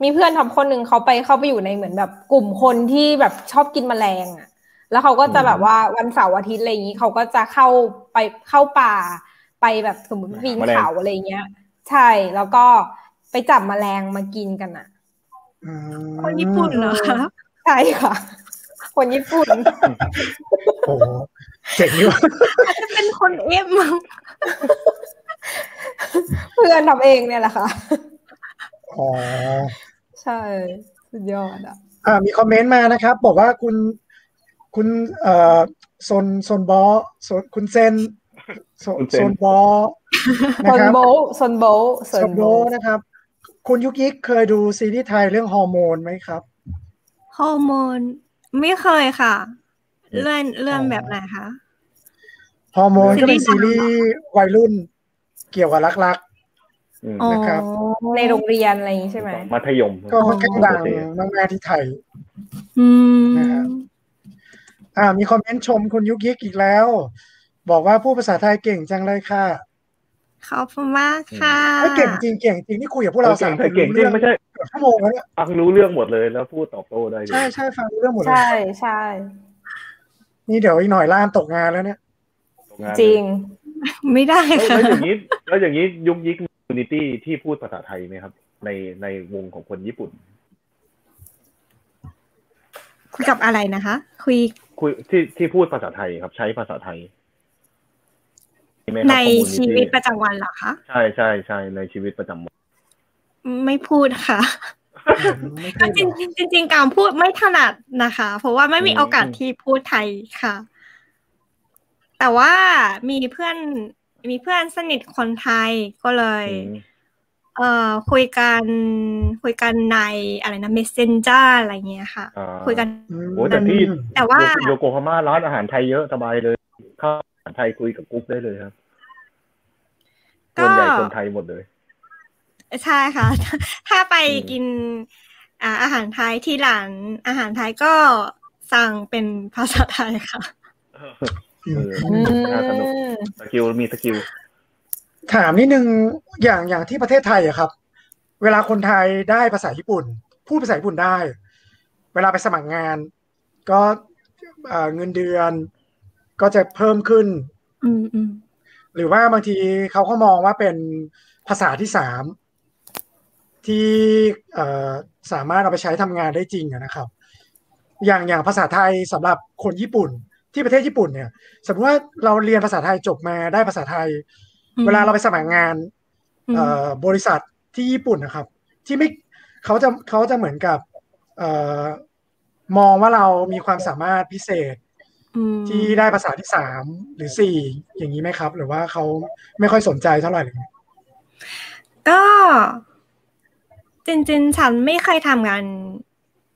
Speaker 2: มีเพื่อนทำคนหนึ่งเขาไปเข้าไปอยู่ในเหมือนแบบ กลุ่มคนที่แบบชอบกินแมลงอ่ะ แล้วเขาก็จะ
Speaker 3: อืม
Speaker 2: แบบว่าวันเสาร์อาทิตย์อะไรอย่างนี้เขาก็จะเข้าไปเข้าป่า ไปแบบสมมติปีน
Speaker 3: แมลง
Speaker 2: เขาอะไรเงี้ย ใช่แล้วก็ไปจับแมลงมากินกันอ่ะ
Speaker 1: อืม
Speaker 4: คนญี่ปุ่นเหรอคะ
Speaker 2: ใช่ค่ะ คนญี่ปุ่น
Speaker 1: โอ้โหเจ๋งดีว่ะ
Speaker 4: อาจจะเป็นคนเอฟมั้ง
Speaker 2: เพื่อนทำเองเนี่ยแหละค่ะ
Speaker 1: อ๋อ
Speaker 2: ใช่สุดยอดอ่ะ
Speaker 1: อ่ามีคอมเมนต์มานะครับ บอกว่าคุณคุณเอ่อซนซนบอซนคุณเซนซน
Speaker 3: คุณเซน
Speaker 1: ซนบอ
Speaker 2: ซ
Speaker 1: นะคนรับ
Speaker 2: โบะซนโบะ
Speaker 1: ซนโบนะครับ คุณยุกยิกเคยดูซีรีส์ไทยเรื่องฮอร์โมนไหมครับ
Speaker 4: ฮอร์โมน ไม่เคยค่ะ
Speaker 3: อืม
Speaker 4: เลื่อนเลื่อน
Speaker 1: อ๋อ
Speaker 4: แบบไหนคะ
Speaker 1: ฮอร์โมนก็เป็นซี
Speaker 4: ซีรี
Speaker 1: รี
Speaker 4: ส์
Speaker 1: ส์วัยรุ่นเกี่ยวกับรัก
Speaker 3: อืม
Speaker 4: อ๋อ
Speaker 1: นะครับ
Speaker 2: ในโรงเรียนอะไรอย่างนี้ใช่ไหม
Speaker 3: มัธยม
Speaker 1: ๆ ก็ค่อนข้างดังมากๆที่ไทย
Speaker 4: อื
Speaker 1: นะครั
Speaker 4: ม
Speaker 1: บ อ่า มีคอมเมนต์ชมคุณยุกยิกอีกแล้ว บอกว่าพูดภาษาไทยเก่งจังเลยค่ะ
Speaker 4: ขอบคุณมากค่ะ
Speaker 1: เอ้ยเก่งจริงเก่งจริงนี่คุยกับพวกเราสามคน
Speaker 3: เก่งจริงไม่ใช่
Speaker 1: เกือบชั่วโมงแล้วเนี่ย
Speaker 3: ฟังรู้เรื่องหมดเลยแล้วพูดตอบโต้ได้เลย
Speaker 1: ใช่ใช่ฟังรู้เรื่องหมดเลย
Speaker 2: ใช่ใช่
Speaker 1: นี่เดี๋ยวอีกหน่อยล่ามตกงานแล้วเนี่ย
Speaker 3: ตงนั้น
Speaker 2: จริง
Speaker 4: ไม่ได้
Speaker 3: เอ้ย
Speaker 4: ค่ะ
Speaker 3: แล้วอย่างนี้แล้วอย่างนี้ยุกยิกมูนิตี้ที่พูดภาษาไทยไหมครับ ในในวงของคนญี่ปุ่น
Speaker 4: คุยกับอะไรนะคะ คุย
Speaker 3: คุยที่ที่พูดภาษาไทยครับ ใช้ภาษาไทยมีไหมครับ
Speaker 4: ใน
Speaker 3: ของ community
Speaker 4: ชีวิตประจำวันเหรอคะ
Speaker 3: ใช่ใช่ใช่ในชีวิตประจำวัน
Speaker 4: ไม่พูดค่ะ
Speaker 1: ไม่
Speaker 4: จ
Speaker 1: พูดหรอก
Speaker 4: ริงๆจริงๆการพูดไม่ถนัดนะคะ เพราะว่าไม่มี
Speaker 3: อืม
Speaker 4: โอกาสที่พูดไทยค่ะ แต่ว่ามีเพื่อนมีเพื่อนสนิทคนไทยก็เลย
Speaker 3: อืม
Speaker 4: เอ่อคุยกันคุยกันในอะไรนะ messenger อะไรเงี้ยค่ะ
Speaker 3: อ่า
Speaker 4: คุยกัน
Speaker 3: โอ้แต่ที่
Speaker 4: แต่ว่า
Speaker 3: โยโกฮาม่าร้านอาหารไทยเยอะสบายเลยเข้าอาหารไทยคุยกับกุ๊กได้เลยครับส่
Speaker 4: ก็
Speaker 3: วนใหญ่คนไทยหมดเลย
Speaker 4: ใช่ค่ะ ถ้าไป
Speaker 3: อืม
Speaker 4: กินอ่าอาหารไทยที่ร้านอาหารไทยก็สั่งเป็นภาษาไทยค่ะ
Speaker 1: อืม
Speaker 2: อื
Speaker 3: น่าสนุก
Speaker 2: ม
Speaker 3: สกิลมีสกิล
Speaker 1: ถามนิดนึงอย่างอย่างที่ประเทศไทยอะครับ เวลาคนไทยได้ภาษาญี่ปุ่น พูดภาษาญี่ปุ่นได้ เวลาไปสมัครงาน ก็เอ่อเงินเดือน ก็จะเพิ่มขึ้น
Speaker 4: อืมอืม
Speaker 1: หรือว่าบางทีเขาก็มองว่าเป็นภาษาที่สามที่เอ่อสามารถเอาไปใช้ทำงานได้จริงอะนะครับ อย่างอย่างภาษาไทยสำหรับคนญี่ปุ่น ที่ประเทศญี่ปุ่นเนี่ย สมมติว่าเราเรียนภาษาไทยจบมาได้ภาษาไทย เวลาเราไปสมัครงาน
Speaker 4: ม
Speaker 1: เอ่อบริษัทที่ญี่ปุ่นนะครับ ที่ไม่เขาจะเขาจะเหมือนกับเอ่อ มองว่าเรามีความสามารถพิเศษ
Speaker 4: อืม
Speaker 1: ที่ได้ภาษาที่สามหรือสี่อย่างนี้ไหมครับ หรือว่าเขาไม่ค่อยสนใจเท่าไหร่หรือ
Speaker 4: ก็จริงๆ ฉันไม่เคยทำงาน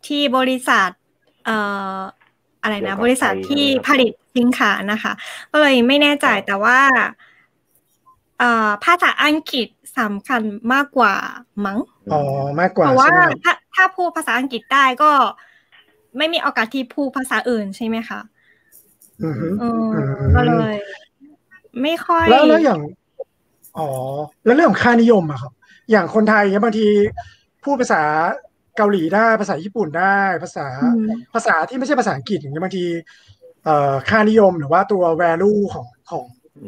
Speaker 4: ที่บริษัท เอ่ออะไรนะ บริษัทที่ผลิตสินค้านะคะ ก็เลยไม่แน่ใจแต่ว่าเอ่อภาษาอังกฤษสำคัญมากกว่ามั้ง
Speaker 1: อ๋อมากกว่า
Speaker 4: เพราะว่า
Speaker 1: ใช่ไหมครับ
Speaker 4: ถ้าถ้าพูดภาษาอังกฤษได้ก็ไม่มีโอกาสที่พูดภาษาอื่นใช่ไหมคะ
Speaker 1: อือฮึ
Speaker 4: เอออ
Speaker 1: ม
Speaker 4: ก็เลย ไม่ค่อย
Speaker 1: แล้วแล้วอย่างอ๋อแล้วเรื่องของค่านิยมอะครับ อย่างคนไทยเนี่ยบางทีพูดภาษาเกาหลีได้ภาษาญี่ปุ่นได้ภาษา
Speaker 4: อืม
Speaker 1: ภาษาที่ไม่ใช่ภาษาอังกฤษอย่างเงี้ยบางทีเอ่อค่านิยมหรือว่าตัว value ของของ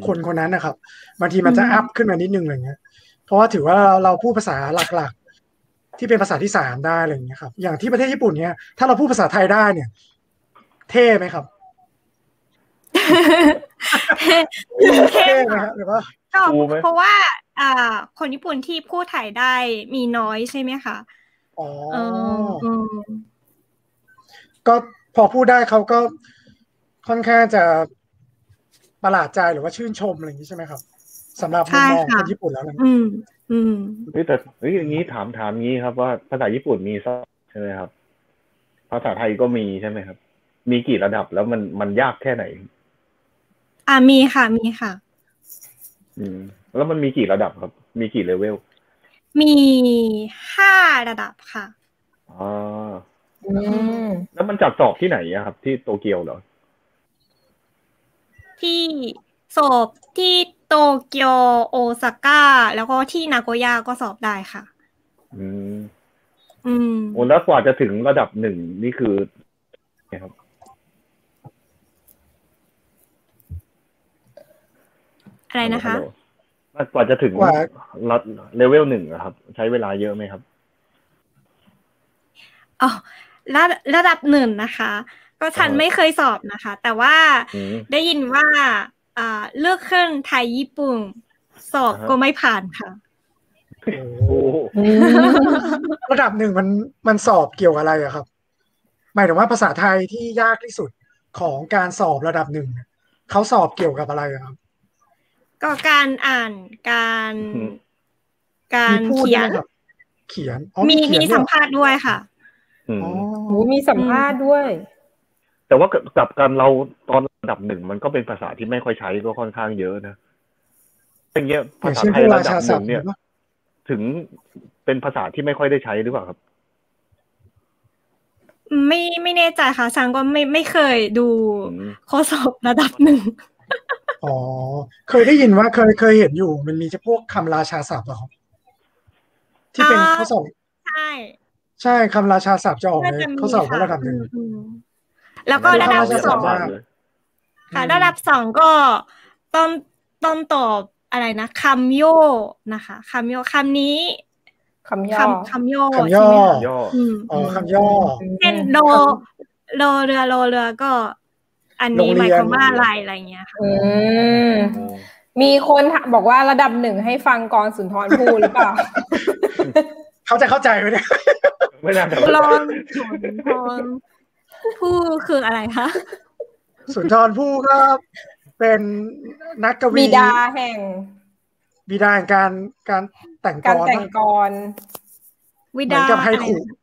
Speaker 1: คนคนนั้นนะครับบางทีมันจะอัพขึ้นมานิดนึงอะไรเงี้ยเพราะว่าถือว่าเราพูดภาษาหลักๆ ที่เป็นภาษาที่สามได้อะไรเงี้ยครับ อย่างที่ประเทศญี่ปุ่นเนี่ยถ้าเราพูดภาษาไทยได้เนี่ย เท่ไหมครับ
Speaker 4: เท่
Speaker 1: เท่ไหมครับหรือว่า
Speaker 4: ก็
Speaker 3: ครูไหม
Speaker 4: เพราะว่าอ่าคนญี่ปุ่นที่พูดไทยได้มีน้อยใช่ไหมคะ
Speaker 1: อ๋อ
Speaker 4: เออเออ
Speaker 1: ก็พอพูดได้เขาก็ค่อนข้างจะประหลาดใจหรือว่าชื่นชมอะไรอย่างนี้ใช่ไหมครับสำหรับมุมมองคนญี่ปุ่นแล้วนะ
Speaker 4: อืม อืม
Speaker 3: เฮ้ยแต่เฮ้ยอย่างนี้ถามถามงี้ครับว่าภาษาญี่ปุ่นมีสักใช่ไหมครับ ภาษาไทยก็มีใช่ไหมครับ มีกี่ระดับแล้วมันมันยากแค่ไหน
Speaker 4: อ่ามีค่ะมีค่ะ
Speaker 3: อืม แล้วมันมีกี่ระดับครับ มีกี่เลเวล
Speaker 4: มีห้าระดับค่ะ
Speaker 3: อ่า
Speaker 2: อืม
Speaker 3: แล้วมันจัดสอบที่ไหนอะครับ ที่โตเกียวเหรอ
Speaker 4: ที่สอบที่โตเกียวโอซาก้าแล้วก็ที่นาโกย่าก็สอบได้ค่ะ
Speaker 3: อืม
Speaker 4: อืม
Speaker 3: โอ้แล้วกว่าจะถึงระดับหนึ่งนี่คือไงครับ
Speaker 4: อะไรนะคะ
Speaker 3: ฮัลโหลกว่าจะถึง
Speaker 1: กว่า
Speaker 3: รัดเลเวลหนึ่งอะครับ ใช้เวลาเยอะไหมครับ
Speaker 4: อ๋อระระดับหนึ่งนะคะ ก็ฉัน
Speaker 3: อ๋อ
Speaker 4: ไม่เคยสอบนะคะ แต่ว่า
Speaker 3: อืม
Speaker 4: ได้ยินว่าอ่าเลือกเครื่องไทยญี่ปุ่น สอบ
Speaker 3: อ่าฮะ
Speaker 4: ก็ไม่ผ่านค่ะ
Speaker 3: โอ้
Speaker 2: อืม
Speaker 1: ระดับหนึ่งมันมันสอบเกี่ยวกับอะไรอะครับ หมายถึงว่าภาษาไทยที่ยากที่สุดของการสอบระดับหนึ่งเนี่ยเขาสอบเกี่ยวกับอะไรอะครับ
Speaker 4: ก็การอ่านการการ
Speaker 1: มีพูด
Speaker 4: เขีย
Speaker 1: ด้วน ยครับ เขียนอ๋อ
Speaker 4: มี
Speaker 1: เขียน
Speaker 4: มี
Speaker 1: ด้วย
Speaker 4: สัมภาษณ์ด้วยค่ะ
Speaker 3: อืม
Speaker 1: อ๋อ
Speaker 2: โอ้โหมีสัมภาษณ์ด้วย
Speaker 3: แต่ว่ากับกับการเราตอนระดับหนึ่งมันก็เป็นภาษาที่ไม่ค่อยใช้ก็ค่อนข้างเยอะนะอย่างเงี้ย
Speaker 1: อ
Speaker 3: ภา
Speaker 1: ย่าง
Speaker 3: ษา
Speaker 1: เช่น
Speaker 3: ไท
Speaker 1: พ
Speaker 3: ยว
Speaker 1: กรา
Speaker 3: ระดับ
Speaker 1: ชา
Speaker 3: ห
Speaker 1: ศัพ
Speaker 3: นึ่ง
Speaker 1: ท์
Speaker 3: เนี่ย ถึงเป็นภาษาที่ไม่ค่อยได้ใช้หรือเปล่าครับ
Speaker 4: ไม่ไม่แน่ใจค่ะฉันก็ไม่ไม่เคยดู
Speaker 3: อืม
Speaker 4: ข้อสอบระดับหนึ่ง
Speaker 1: อ๋อเคยได้ยินว่าเคยเคยเห็นอยู่ มันมีเฉพวกคำราชาศัพท์อะครับที่เป็น
Speaker 4: อ่า
Speaker 1: ข้อสอบ
Speaker 4: ใช่
Speaker 1: ใช่คำราชาศัพท์จะออก
Speaker 4: น่า
Speaker 1: ใน
Speaker 4: จะมี
Speaker 1: ข้อสอบ
Speaker 4: ค่ะ
Speaker 1: ระดับหนึ่ง
Speaker 4: อืมอืมแล้วก็ระดับ
Speaker 1: แล้วก็
Speaker 4: สอง
Speaker 1: ว่า
Speaker 4: ค่ะ
Speaker 1: อืม
Speaker 4: ระดับสองก็ต้องต้องตอบอะไรนะคำโย่นะคะคำโย่คำนี้
Speaker 2: คำย่อ
Speaker 4: คำคำโย่
Speaker 1: คำ
Speaker 4: ใช่
Speaker 1: ย่อ
Speaker 4: ไหมคะ
Speaker 3: ย่อ
Speaker 4: อืม
Speaker 1: อ๋อคำย่อ
Speaker 4: เช่นโลโลเรือโลเรือก็ อันนี้
Speaker 1: โรง
Speaker 4: ห
Speaker 1: เรียน
Speaker 4: มายความว่าอะไรอะไรอย่างเงี้ยค่ะ
Speaker 2: อืมมีคนถามบอกว่าระดับหนึ่งให้ฟังกรสุนทรภู่หรือเปล่ า
Speaker 1: เขาจะเข้าใจไหมเนี่ย
Speaker 3: ไม่น่าจะ
Speaker 4: กลอนฉุนพรผู้คืออะไรคะ
Speaker 1: สุนทรภู่ก็เป็นนักกวี
Speaker 2: บิดาแห่ง
Speaker 1: บิดาแห่งการการแต่งก
Speaker 2: การ
Speaker 1: ร
Speaker 2: แต่งกร
Speaker 4: วิ
Speaker 1: เหมือ
Speaker 4: ดาน
Speaker 1: กับไฮคู
Speaker 4: อะไรน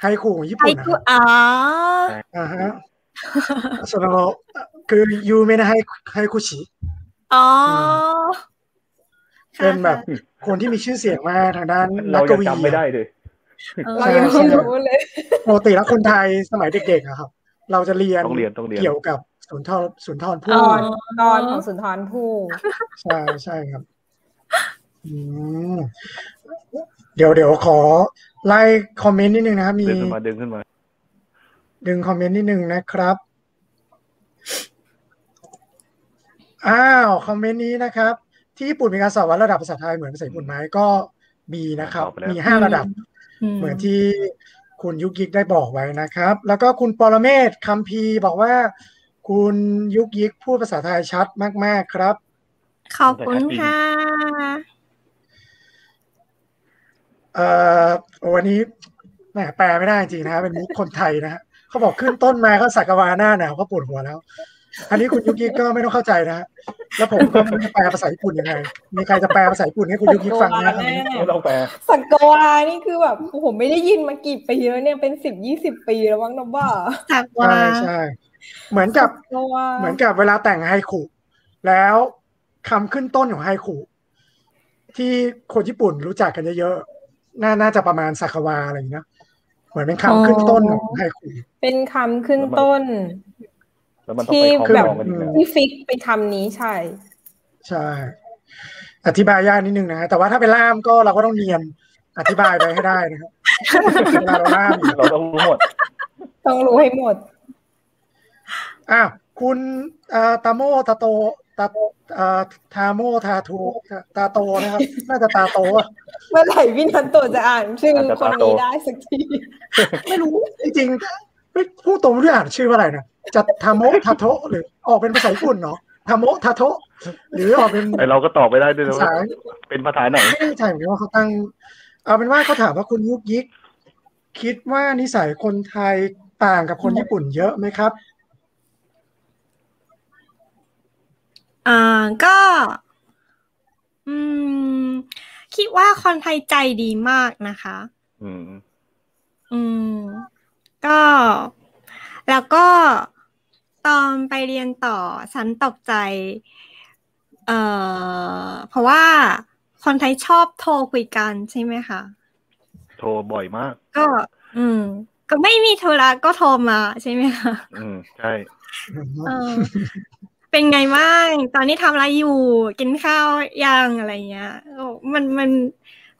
Speaker 4: ะ
Speaker 1: ไฮคูของญี่
Speaker 4: ไฮ
Speaker 1: ปุ่นนะ
Speaker 4: คู
Speaker 1: ครับ
Speaker 4: อ๋อ
Speaker 1: อ่าฮะส่วนเราคือยูเมนะไฮไฮคุชิ
Speaker 4: อ๋อ
Speaker 1: เป็นแบบ คนที่มีชื่อเสียงมากทางด้านนั
Speaker 3: เรา
Speaker 1: กก
Speaker 3: ยัง
Speaker 1: วี
Speaker 3: จำไม่ได้เลย
Speaker 2: เรา
Speaker 4: ค่ะค่ะ
Speaker 2: ยังไม่รู้เลย
Speaker 1: ปกติแล้วคนไทยสมัยเด็กๆอะครับ เราจะเรียน
Speaker 3: ต้องเรียนต้องเรียน
Speaker 1: เกี่ยวกับสุนทรสุนทร
Speaker 2: ก
Speaker 1: ภู่
Speaker 2: รกรของสุนทรภู่
Speaker 1: ใช่ใช่ครับ อืม เดี๋ยวเดี๋ยวขอไล่คอมเมนต์นิดนึงนะครับ มี
Speaker 3: ดึงขึ้นมาดึงขึ้นมา
Speaker 1: ดึงคอมเมนต์นิดนึงนะครับ อ้าวคอมเมนต์นี้นะครับ ที่ญี่ปุ่นมีการสอบวัดระดับภาษาไทยเหมือนภาษาญี่ปุ่นไหมก็มีนะครับ
Speaker 3: ตอบไปแล้ว
Speaker 1: มีห้าระดับ
Speaker 4: ม
Speaker 1: เหมือนที่คุณยุกยิกได้บอกไว้นะครับ แล้วก็คุณปรเมศคำพีร์บอกว่า คุณยุกยิกพูดภาษาไทยชัดมาก ๆ ครับ
Speaker 4: ขอบคุณค่ะ
Speaker 1: เอ่อวันนี้แหมแปลไม่ได้จริงนะฮะเป็นมุกคนไทยนะฮะ เขาบอกขึ้นต้นมาก็สักกะวาหน้าหนาวก็ปวดหัวแล้ว อันนี้คุณยุกิก็ไม่ต้องเข้าใจนะฮะแล้วผมก็ไม่รู้จะแปลภาษาญี่ปุ่นยังไงมีใครจะแปลภาษาญี่ปุ่นให้คุณยุกิฟังนะ
Speaker 3: ไม่ต้องแปล
Speaker 2: สักกวานี่คือแบบผมไม่ได้ยินมากี่ปีแล้วเนี่ยเป็นสิบยี่สิบปีแล้วมั้งนะบ้า
Speaker 4: สักวา
Speaker 1: ใช่ใช่เหมือนกับ
Speaker 2: สักวา
Speaker 1: เหมือนกับเวลาแต่งไฮคุแล้วคำขึ้นต้นของไฮคุที่คนญี่ปุ่นรู้จักกันเยอะๆน่าน่าจะประมาณสักาวาอะไรอย่างนี้นะเหมือนเป็นคำขึ้นต้นของไฮคุ
Speaker 2: เป็นคำขึ้นต้น
Speaker 3: แล้วมันต้องไปคล้อง
Speaker 2: ที่แบบ
Speaker 3: จองกันอีกแล้ว
Speaker 2: ที่ฟิกเป็นคำนี้ใช่
Speaker 1: ใช่ อธิบายยากนิดนึงนะ แต่ว่าถ้าเป็นล่ามก็เราก็ต้องเนียนอธิบายไปให้ได้นะครับ เวลาเราล่ามอยู่
Speaker 3: เราต้องรู้หมด
Speaker 2: ต้องรู้ให้หมด
Speaker 1: อ่ะคุณเอ่อตาโมตาโตตาเอ่อทาโมทาทูตาโตนะครับ น่าจะตาโตอะ
Speaker 2: เมื่อไหร่พี่นันโตจะอ่านชื่อคนนี้ได้สักที
Speaker 1: ไม่รู้จริงๆไม่พูดตรงไม่รู้อ่านชื่อว่าอะไรนะจะทาโมทาโตหรือออกเป็นภาษาญี่ปุ่นเนาะทาโมทาโตหรือออกเป็น
Speaker 3: ไอเราก็ตอบไม่ได้ด้วยนะ
Speaker 1: ภา
Speaker 3: ว่า
Speaker 1: ษา
Speaker 3: เป็นภาษาไหน
Speaker 1: ไม่แน่ใจเหมือนกันว่าเขาตั้ง เอาเป็นว่าเขาถามว่าคุณยุกยิก คิดว่านิสัยคนไทยต่างกับคนญี่ปุ่นเยอะไหมครับ
Speaker 4: อ่าก็ อืม คิดว่าคนไทยใจดีมากนะคะ
Speaker 3: อืม
Speaker 4: อืม ก็ แล้วก็ ตอนไปเรียนต่อฉันตกใจ เอ่อ เพราะว่าคนไทยชอบโทรคุยกันใช่ไหมคะ
Speaker 3: โทรบ่อยมาก
Speaker 4: ก็ อืม ก็ไม่มีธุระก็โทรมาใช่ไหมคะ
Speaker 3: อืม ใช่
Speaker 4: เออ เป็นไงบ้าง ตอนนี้ทำอะไรอยู่ กินข้าวยังอะไรเงี้ยโอ้มันมัน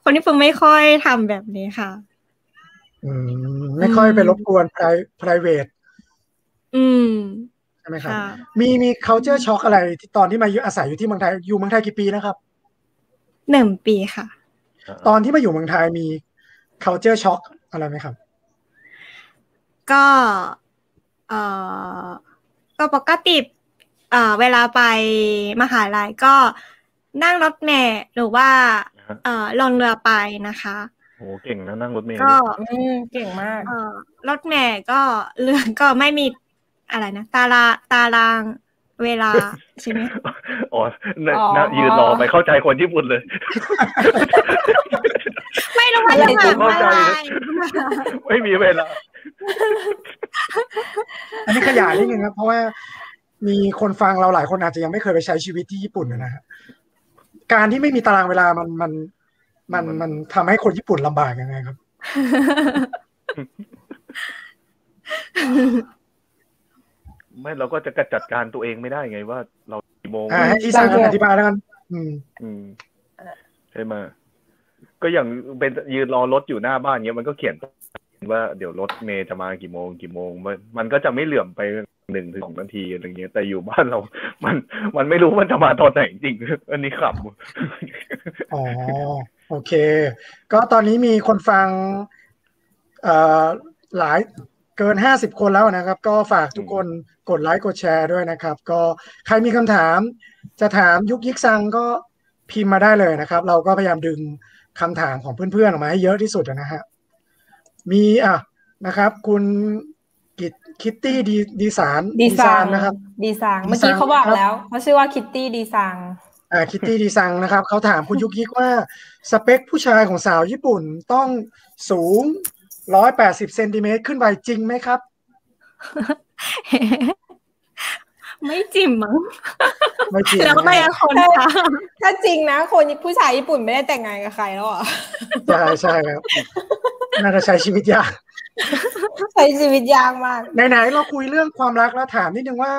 Speaker 4: คนที่ผมไม่ค่อยทำแบบนี้ค่ะ
Speaker 1: อืมไม่ค่อยไปรบกวน pri- private
Speaker 4: อืม
Speaker 1: ใช่ไหมครับ
Speaker 4: ค่ะ
Speaker 1: มีมี culture shock อะไรที่ตอนที่มาอยู่อาศัยอยู่ที่เมืองไทยอยู่เมืองไทยกี่ปีนะครับ
Speaker 4: หนึ่งปีค่ะ
Speaker 1: ตอนที่มาอยู่เมืองไทยมี culture shock อะไรไหมครับ
Speaker 4: ก็เอ่อก็ปกติเอ่อเวลาไปมหาลัยก็นั่งรถเมล์หรือว่า
Speaker 3: นะฮะ
Speaker 4: เอ่อลงเรือไปนะคะ
Speaker 3: โหเก่งนะนั่งรถเมล์
Speaker 4: ก็
Speaker 2: อืมเก่งมาก
Speaker 4: เอ่อรถเมล์ก็เรือก็ไม่มีอะไรนะตาราตารางเว ลาใช่ไหมคะ
Speaker 3: อ๋อน่ะ
Speaker 2: อ๋อ
Speaker 3: น่ะยืนรอไปเข้าใจคนญี่ปุ่นเลย
Speaker 4: ไม่รู้ว่าจะมาเมื่อไหร่
Speaker 3: ไม่มีเวลา
Speaker 1: อันนี้ขยายนิดนึงครับ เพราะว่ามีคนฟังเราหลายคนอาจจะยังไม่เคยไปใช้ชีวิตที่ญี่ปุ่นนะฮะการที่ไม่มีตารางเวลามันมัน มัน
Speaker 3: มัน
Speaker 1: มันทำให้คนญี่ปุ่นลำบากยังไงครับ
Speaker 3: ไม่เราก็จะกระจัดการตัวเองไม่ได้ไงว่า เรากี่โมง
Speaker 1: อ่าให้อีซังอธิบายแล้วกันอืม
Speaker 3: อืมใช่ไหมก็อย่างเป็นยืนรอรถอยู่หน้าบ้านเงี้ยมันก็เขียน ว่าเดี๋ยวรถเมย์จะมากี่โมงกี่โมงมันมันก็จะไม่เหลื่อมไปหนึ่งถึงสองนาทีอะไรเงี้ยแต่อยู่บ้านเรา มันมันไม่รู้มันจะมาตอนไหนจริง ๆอันนี้ขับ
Speaker 1: อ๋อ โอเค ก็ตอนนี้มีคนฟังเอ่อหลายเกินห้าสิบคนแล้วนะครับ ก็ฝากทุกคนกดไลค์กดแชร์ด้วยนะครับ ก็ใครมีคำถาม จะถามยุกยิกซังก็พิมพ์มาได้เลยนะครับ เราก็พยายามดึงคำถามของเพื่อนๆออกมาให้เยอะที่สุดนะฮะมีอ่ะนะครับ คุณกิตคิตตี้ดีดีสาร
Speaker 2: ดีไซน์
Speaker 1: นะครับ
Speaker 2: ดีไซน์เมื่อกี้เขาบอกแล้วเขาชื่อว่าคิตตี้ดีไซน์
Speaker 1: อ่าคิตตี้ดีซังนะครับเขาถามคุณยุกยิกว่า สเปคผู้ชายของสาวญี่ปุ่นต้องสูง 180เซนติเมตรขึ้นไปจริงไหมครับ
Speaker 4: ไม่จิ๋มมั้ง
Speaker 1: ไม่จริง
Speaker 4: แล้วแต่คนค่ะ
Speaker 2: ถ้าจริงนะคนผู้ชายญี่ปุ่นไม่ได้แต่งงานกับใครแล้วอ่ะ
Speaker 1: ใช่ใช่ครับ น่าจะใช้ชีวิตยาก
Speaker 2: ใช้ชีวิตยากมาก
Speaker 1: ไหนๆเราคุยเรื่องความรักแล้วถามนิดนึงว่า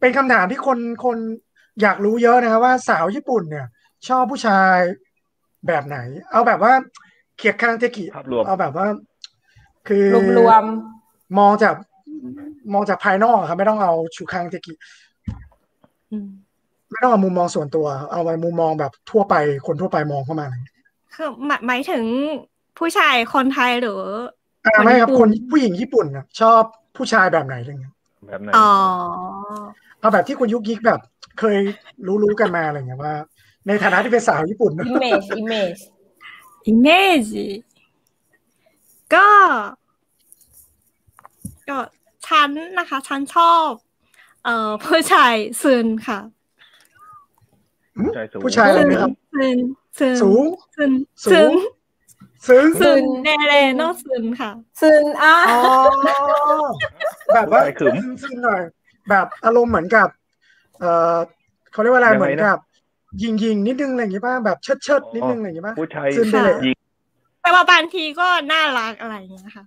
Speaker 1: เป็นคำถามที่คนคนอยากรู้เยอะนะครับว่าสาวญี่ปุ่นเนี่ย ชอบผู้ชายแบบไหน เอาแบบว่าเขียกคางเทกิ
Speaker 3: ภาพรวม
Speaker 1: เอาแบบว่า คือ
Speaker 2: รวม
Speaker 1: มองจากมองจากภายนอกอะครับไม่ต้องเอาชูคังเทกิ
Speaker 4: อืม
Speaker 1: ไม่ต้องเอามุมมองส่วนตัว เอาไปมุมมองแบบทั่วไปคนทั่วไปมองเข้ามาเลย
Speaker 4: คือหมายหมายถึงผู้ชายคนไทยหรือ
Speaker 1: อ่ะ
Speaker 4: คน
Speaker 1: ไม่ครับ
Speaker 4: ญี่
Speaker 1: ค
Speaker 4: ปุ่
Speaker 1: น
Speaker 4: น
Speaker 1: ผู้หญิงญี่ปุ่นน่ะชอบผู้ชายแบบไหนอะไรเงี้ย
Speaker 3: แบบไหน
Speaker 4: อ๋อ
Speaker 1: เอาแบบที่คุณยุกยิกแบบเคยรู้รู้ๆกันมาอะไรเงี้ยว่า ในฐานะที่เป็นสาวญี่ปุ่น
Speaker 2: ๆ
Speaker 1: นะ
Speaker 2: image image
Speaker 4: อิมเมจก็ ก็ ฉันนะคะ ฉันชอบ เอ่อผู้ชายซึนค่ะ
Speaker 1: ผู้ชายอะไร
Speaker 4: ซึน
Speaker 1: นะครับ
Speaker 4: ซึนซึน
Speaker 1: สูง
Speaker 4: ซึน
Speaker 1: สู
Speaker 4: ซึน
Speaker 1: ง ซึ้ง
Speaker 4: ซึนเนเรโนซึนค่ะ
Speaker 2: ซึนอ่ะ
Speaker 1: อ๋อแบบว่า
Speaker 3: ผู้ชายขึม
Speaker 1: ซึ้งๆหน่อย แบบอารมณ์เหมือนกับ เออเขาเรียกว่าอะไร
Speaker 3: ยัง
Speaker 1: เห
Speaker 3: ไงนะ
Speaker 1: มือนกับ ยิงยิงๆนิดนึงอะไรอย่างงี้ป่ะแบบเชิดเชิดๆนิดนึงอะไรอย่างงี้ป่ะ
Speaker 3: ผู้ชาย
Speaker 1: ซึน
Speaker 4: ไปเลย
Speaker 3: ยิง
Speaker 4: แต่ว่าบางทีก็น่ารักอะไรอย่างเงี้ยค่ะ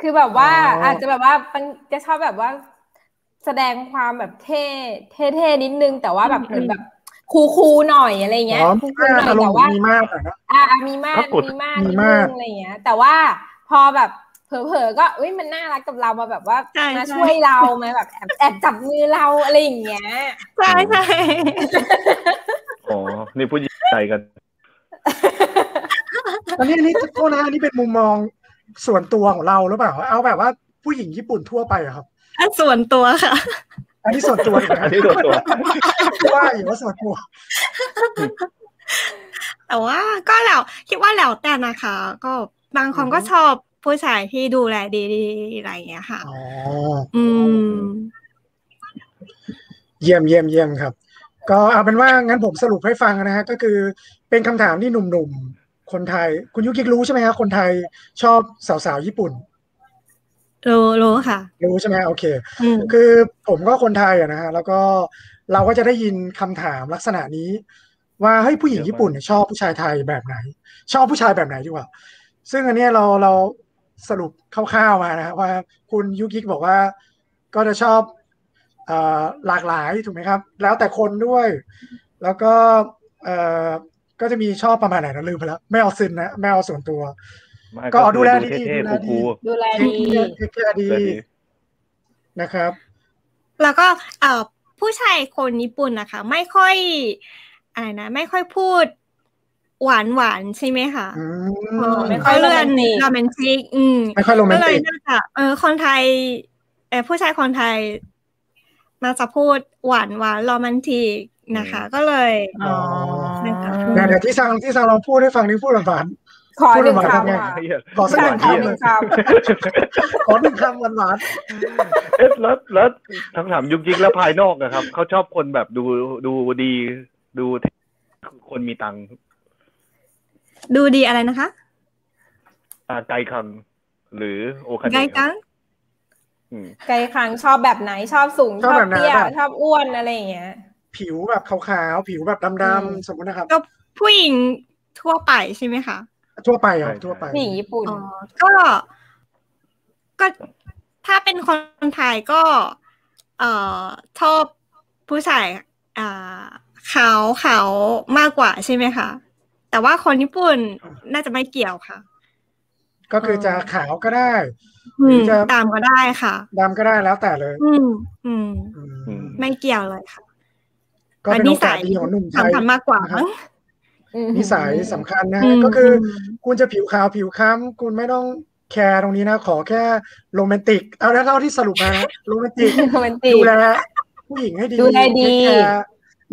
Speaker 2: คือแบบว่า
Speaker 1: อ๋ออ
Speaker 2: อาจจะแบบว่ามันจะชอบแบบว่า แสดงความแบบเท่เท่ๆนิดนึง แต่ว่าแบบ
Speaker 4: อืม
Speaker 2: เหมือนแบบคูคูๆหน่อยอะไรเงี้ย
Speaker 1: อ๋อ
Speaker 2: คูคูๆหน่อย
Speaker 1: อารมณ์
Speaker 2: แต่ว่า
Speaker 1: มีมากหน่อยนะ
Speaker 2: อ่ามีมากมีมาก
Speaker 1: มี
Speaker 2: นิด
Speaker 1: มาก
Speaker 2: นึงอะไรอย่างเงี้ย แต่ว่าพอแบบเผลอๆก็อุ้ยมันน่ารักกับเรามาแบบว่า
Speaker 4: ใช่
Speaker 2: มา
Speaker 4: ใช่
Speaker 2: ช่วยเรามาแบบแอบแอบจับมือเราอะไรอย่างเงี้ย
Speaker 4: ใช่ใช่
Speaker 3: อ๋อนี่ผู้หญิงใจกัน
Speaker 1: อันนี้อันนี้โทษนะอันนี้เป็นมุมมองส่วนตัวของเราหรือเปล่าเอาแบบว่าผู้หญิงญี่ปุ่นทั่วไปอะครับ
Speaker 4: อันส่วนตัวค่ะ
Speaker 1: อันนี้ส่วนตัวกะ
Speaker 3: อันนี้ส่วนตัว
Speaker 1: ว่าอยู่ว่าส่วนตัว
Speaker 4: แต่ว่าก็แล้วคิดว่าแล้วแต่นะคะ ก็บางคน
Speaker 1: อือฮึ
Speaker 4: ก็ชอบผู้ชายที่ดูแลดีๆอะไรอย่างเงี้ยค่ะ
Speaker 1: อ๋อ
Speaker 4: อืม
Speaker 1: เยี่ยมเยี่ยมเยี่ยมครับ ก็เอาเป็นว่างั้นผมสรุปให้ฟังนะฮะก็คือเป็นคำถามที่หนุ่มๆ คนไทย คุณยุกิกรู้ใช่ไหมครับคนไทยชอบสาวๆ ญี่ปุ่น
Speaker 4: รู้รู้ค่ะ
Speaker 1: รู้ใช่ไหมโอเค
Speaker 4: อืม
Speaker 1: คือผมก็คนไทยอะนะฮะแล้วก็เราก็จะได้ยินคำถามลักษณะนี้ ว่าเฮ้ยผู้หญิงญี่ปุ่นเนี่ยชอบผู้ชายไทยแบบไหน ชอบผู้ชายแบบไหนดีกว่า ซึ่งอันเนี้ยเราเราสรุปคร่าวๆมานะฮะว่าคุณยุกิกบอกว่าก็จะชอบเอ่อหลากหลายถูกไหมครับ แล้วแต่คนด้วย แล้วก็เอ่อก็จะมีชอบประมาณไหนนะลืมไปแล้วไม่เอาซึนนะไม่เอาส่วนตัว
Speaker 3: ไม่
Speaker 1: ก็เอาดูแลดี
Speaker 3: เท่
Speaker 1: ดูแล
Speaker 3: ๆ
Speaker 1: ดี
Speaker 3: คูล
Speaker 2: ดูแล
Speaker 1: เทค
Speaker 2: ดี
Speaker 1: แคร์เทคแคร์ดี
Speaker 3: ๆเท่ดี
Speaker 1: นะครับ
Speaker 4: แล้วก็เอ่อผู้ชายคนญี่ปุ่นนะคะ ไม่ค่อยอะไรนะ ไม่ค่อยพูดหวานหวานๆใช่ไหมคะ
Speaker 1: อื
Speaker 4: เอ
Speaker 1: ม
Speaker 4: อเขาเลื่อนโรแมนติกอืม
Speaker 1: ไม่ค่อยโรแม
Speaker 4: ก็
Speaker 1: น
Speaker 4: เล
Speaker 1: ติ
Speaker 4: ย
Speaker 1: ก
Speaker 4: น่าจะเออคนไทยเออผู้ชายคนไทยมาจะพูดหวานหวานโรแมนติกนะคะ ก็เลย
Speaker 1: อ๋อ
Speaker 4: ได้
Speaker 1: เนี่ยเดี๋ยวที่ซังที่ซังลองพูดให้ฟังนี่พูดหวาน
Speaker 2: ขอหนึ่ง
Speaker 1: พูดออกมาทำ
Speaker 2: คำ
Speaker 1: ไง
Speaker 2: ค่ะ
Speaker 3: ไอ้เหี้ย
Speaker 1: ๆขอสักหนึ่ง
Speaker 2: ขอ
Speaker 1: คำ
Speaker 2: ห
Speaker 1: เล
Speaker 2: นึ่
Speaker 1: ย
Speaker 2: งคำ
Speaker 1: ขอหนึ่งคำหวาน
Speaker 3: เอ๊ะแล้วแล้วคำถามยุกยิกแล้วภายนอกนะครับ เขาชอบคนแบบดูดูดี ดูเท่คนมีตังค์
Speaker 4: ดูดีอะไรนะคะ
Speaker 3: อาไกลคังหรือโอคาเนะ
Speaker 4: ไกกัง
Speaker 3: อืม
Speaker 2: ใจครั้งชอบแบบไหนชอบสูงชอบเตี้ยชอบอ้วนอะไรอย่างเงี้ย
Speaker 1: ๆผิวแบบขาวๆผิวแบบด
Speaker 2: อืม
Speaker 1: ำๆสมมตินะครับ
Speaker 4: ก็ผู้หญิงทั่วไปใช่ไหมคะ
Speaker 1: ทั่วไปอ่ะ
Speaker 3: ใช่
Speaker 1: ทั่วไป
Speaker 2: ผู้หญิงญี่ปุ่น
Speaker 4: อ๋อ ก็ ก็ถ้าเป็นคนไทยก็ เอ่อชอบผู้ชายอ่าขาวขาวมากกว่าใช่ไหมคะ แต่ว่าคนญี่ปุ่นน่าจะไม่เกี่ยวค่ะ
Speaker 1: ก็คือจะขาวก็ได้
Speaker 4: อืม
Speaker 1: หรือจะ
Speaker 4: ตามก็ได้ค่ะ
Speaker 1: ดำก็ได้แล้วแต่เลย
Speaker 4: อืม อืม
Speaker 1: อืม
Speaker 3: อืม
Speaker 4: ไม่เกี่ยวเลยค่ะ
Speaker 1: ก็เป็นโอกาสดีของหนุ่มไทย
Speaker 4: สำคัญมากกว่ามั้ง
Speaker 1: นิสัยสำคัญนะ
Speaker 4: ม
Speaker 1: ฮะก็คืออ
Speaker 4: ม
Speaker 1: คุณจะผิวขาวผิวคล้ำคุณไม่ต้องแคร์ตรงนี้นะ ขอแค่โรแมนติก เอาแล้วเท่าที่สรุปมานะโรแมนติก
Speaker 2: โรแมนติก
Speaker 1: ดูแลผู้หญิงให้ดี
Speaker 2: ดูแลดี
Speaker 1: เทคแคร์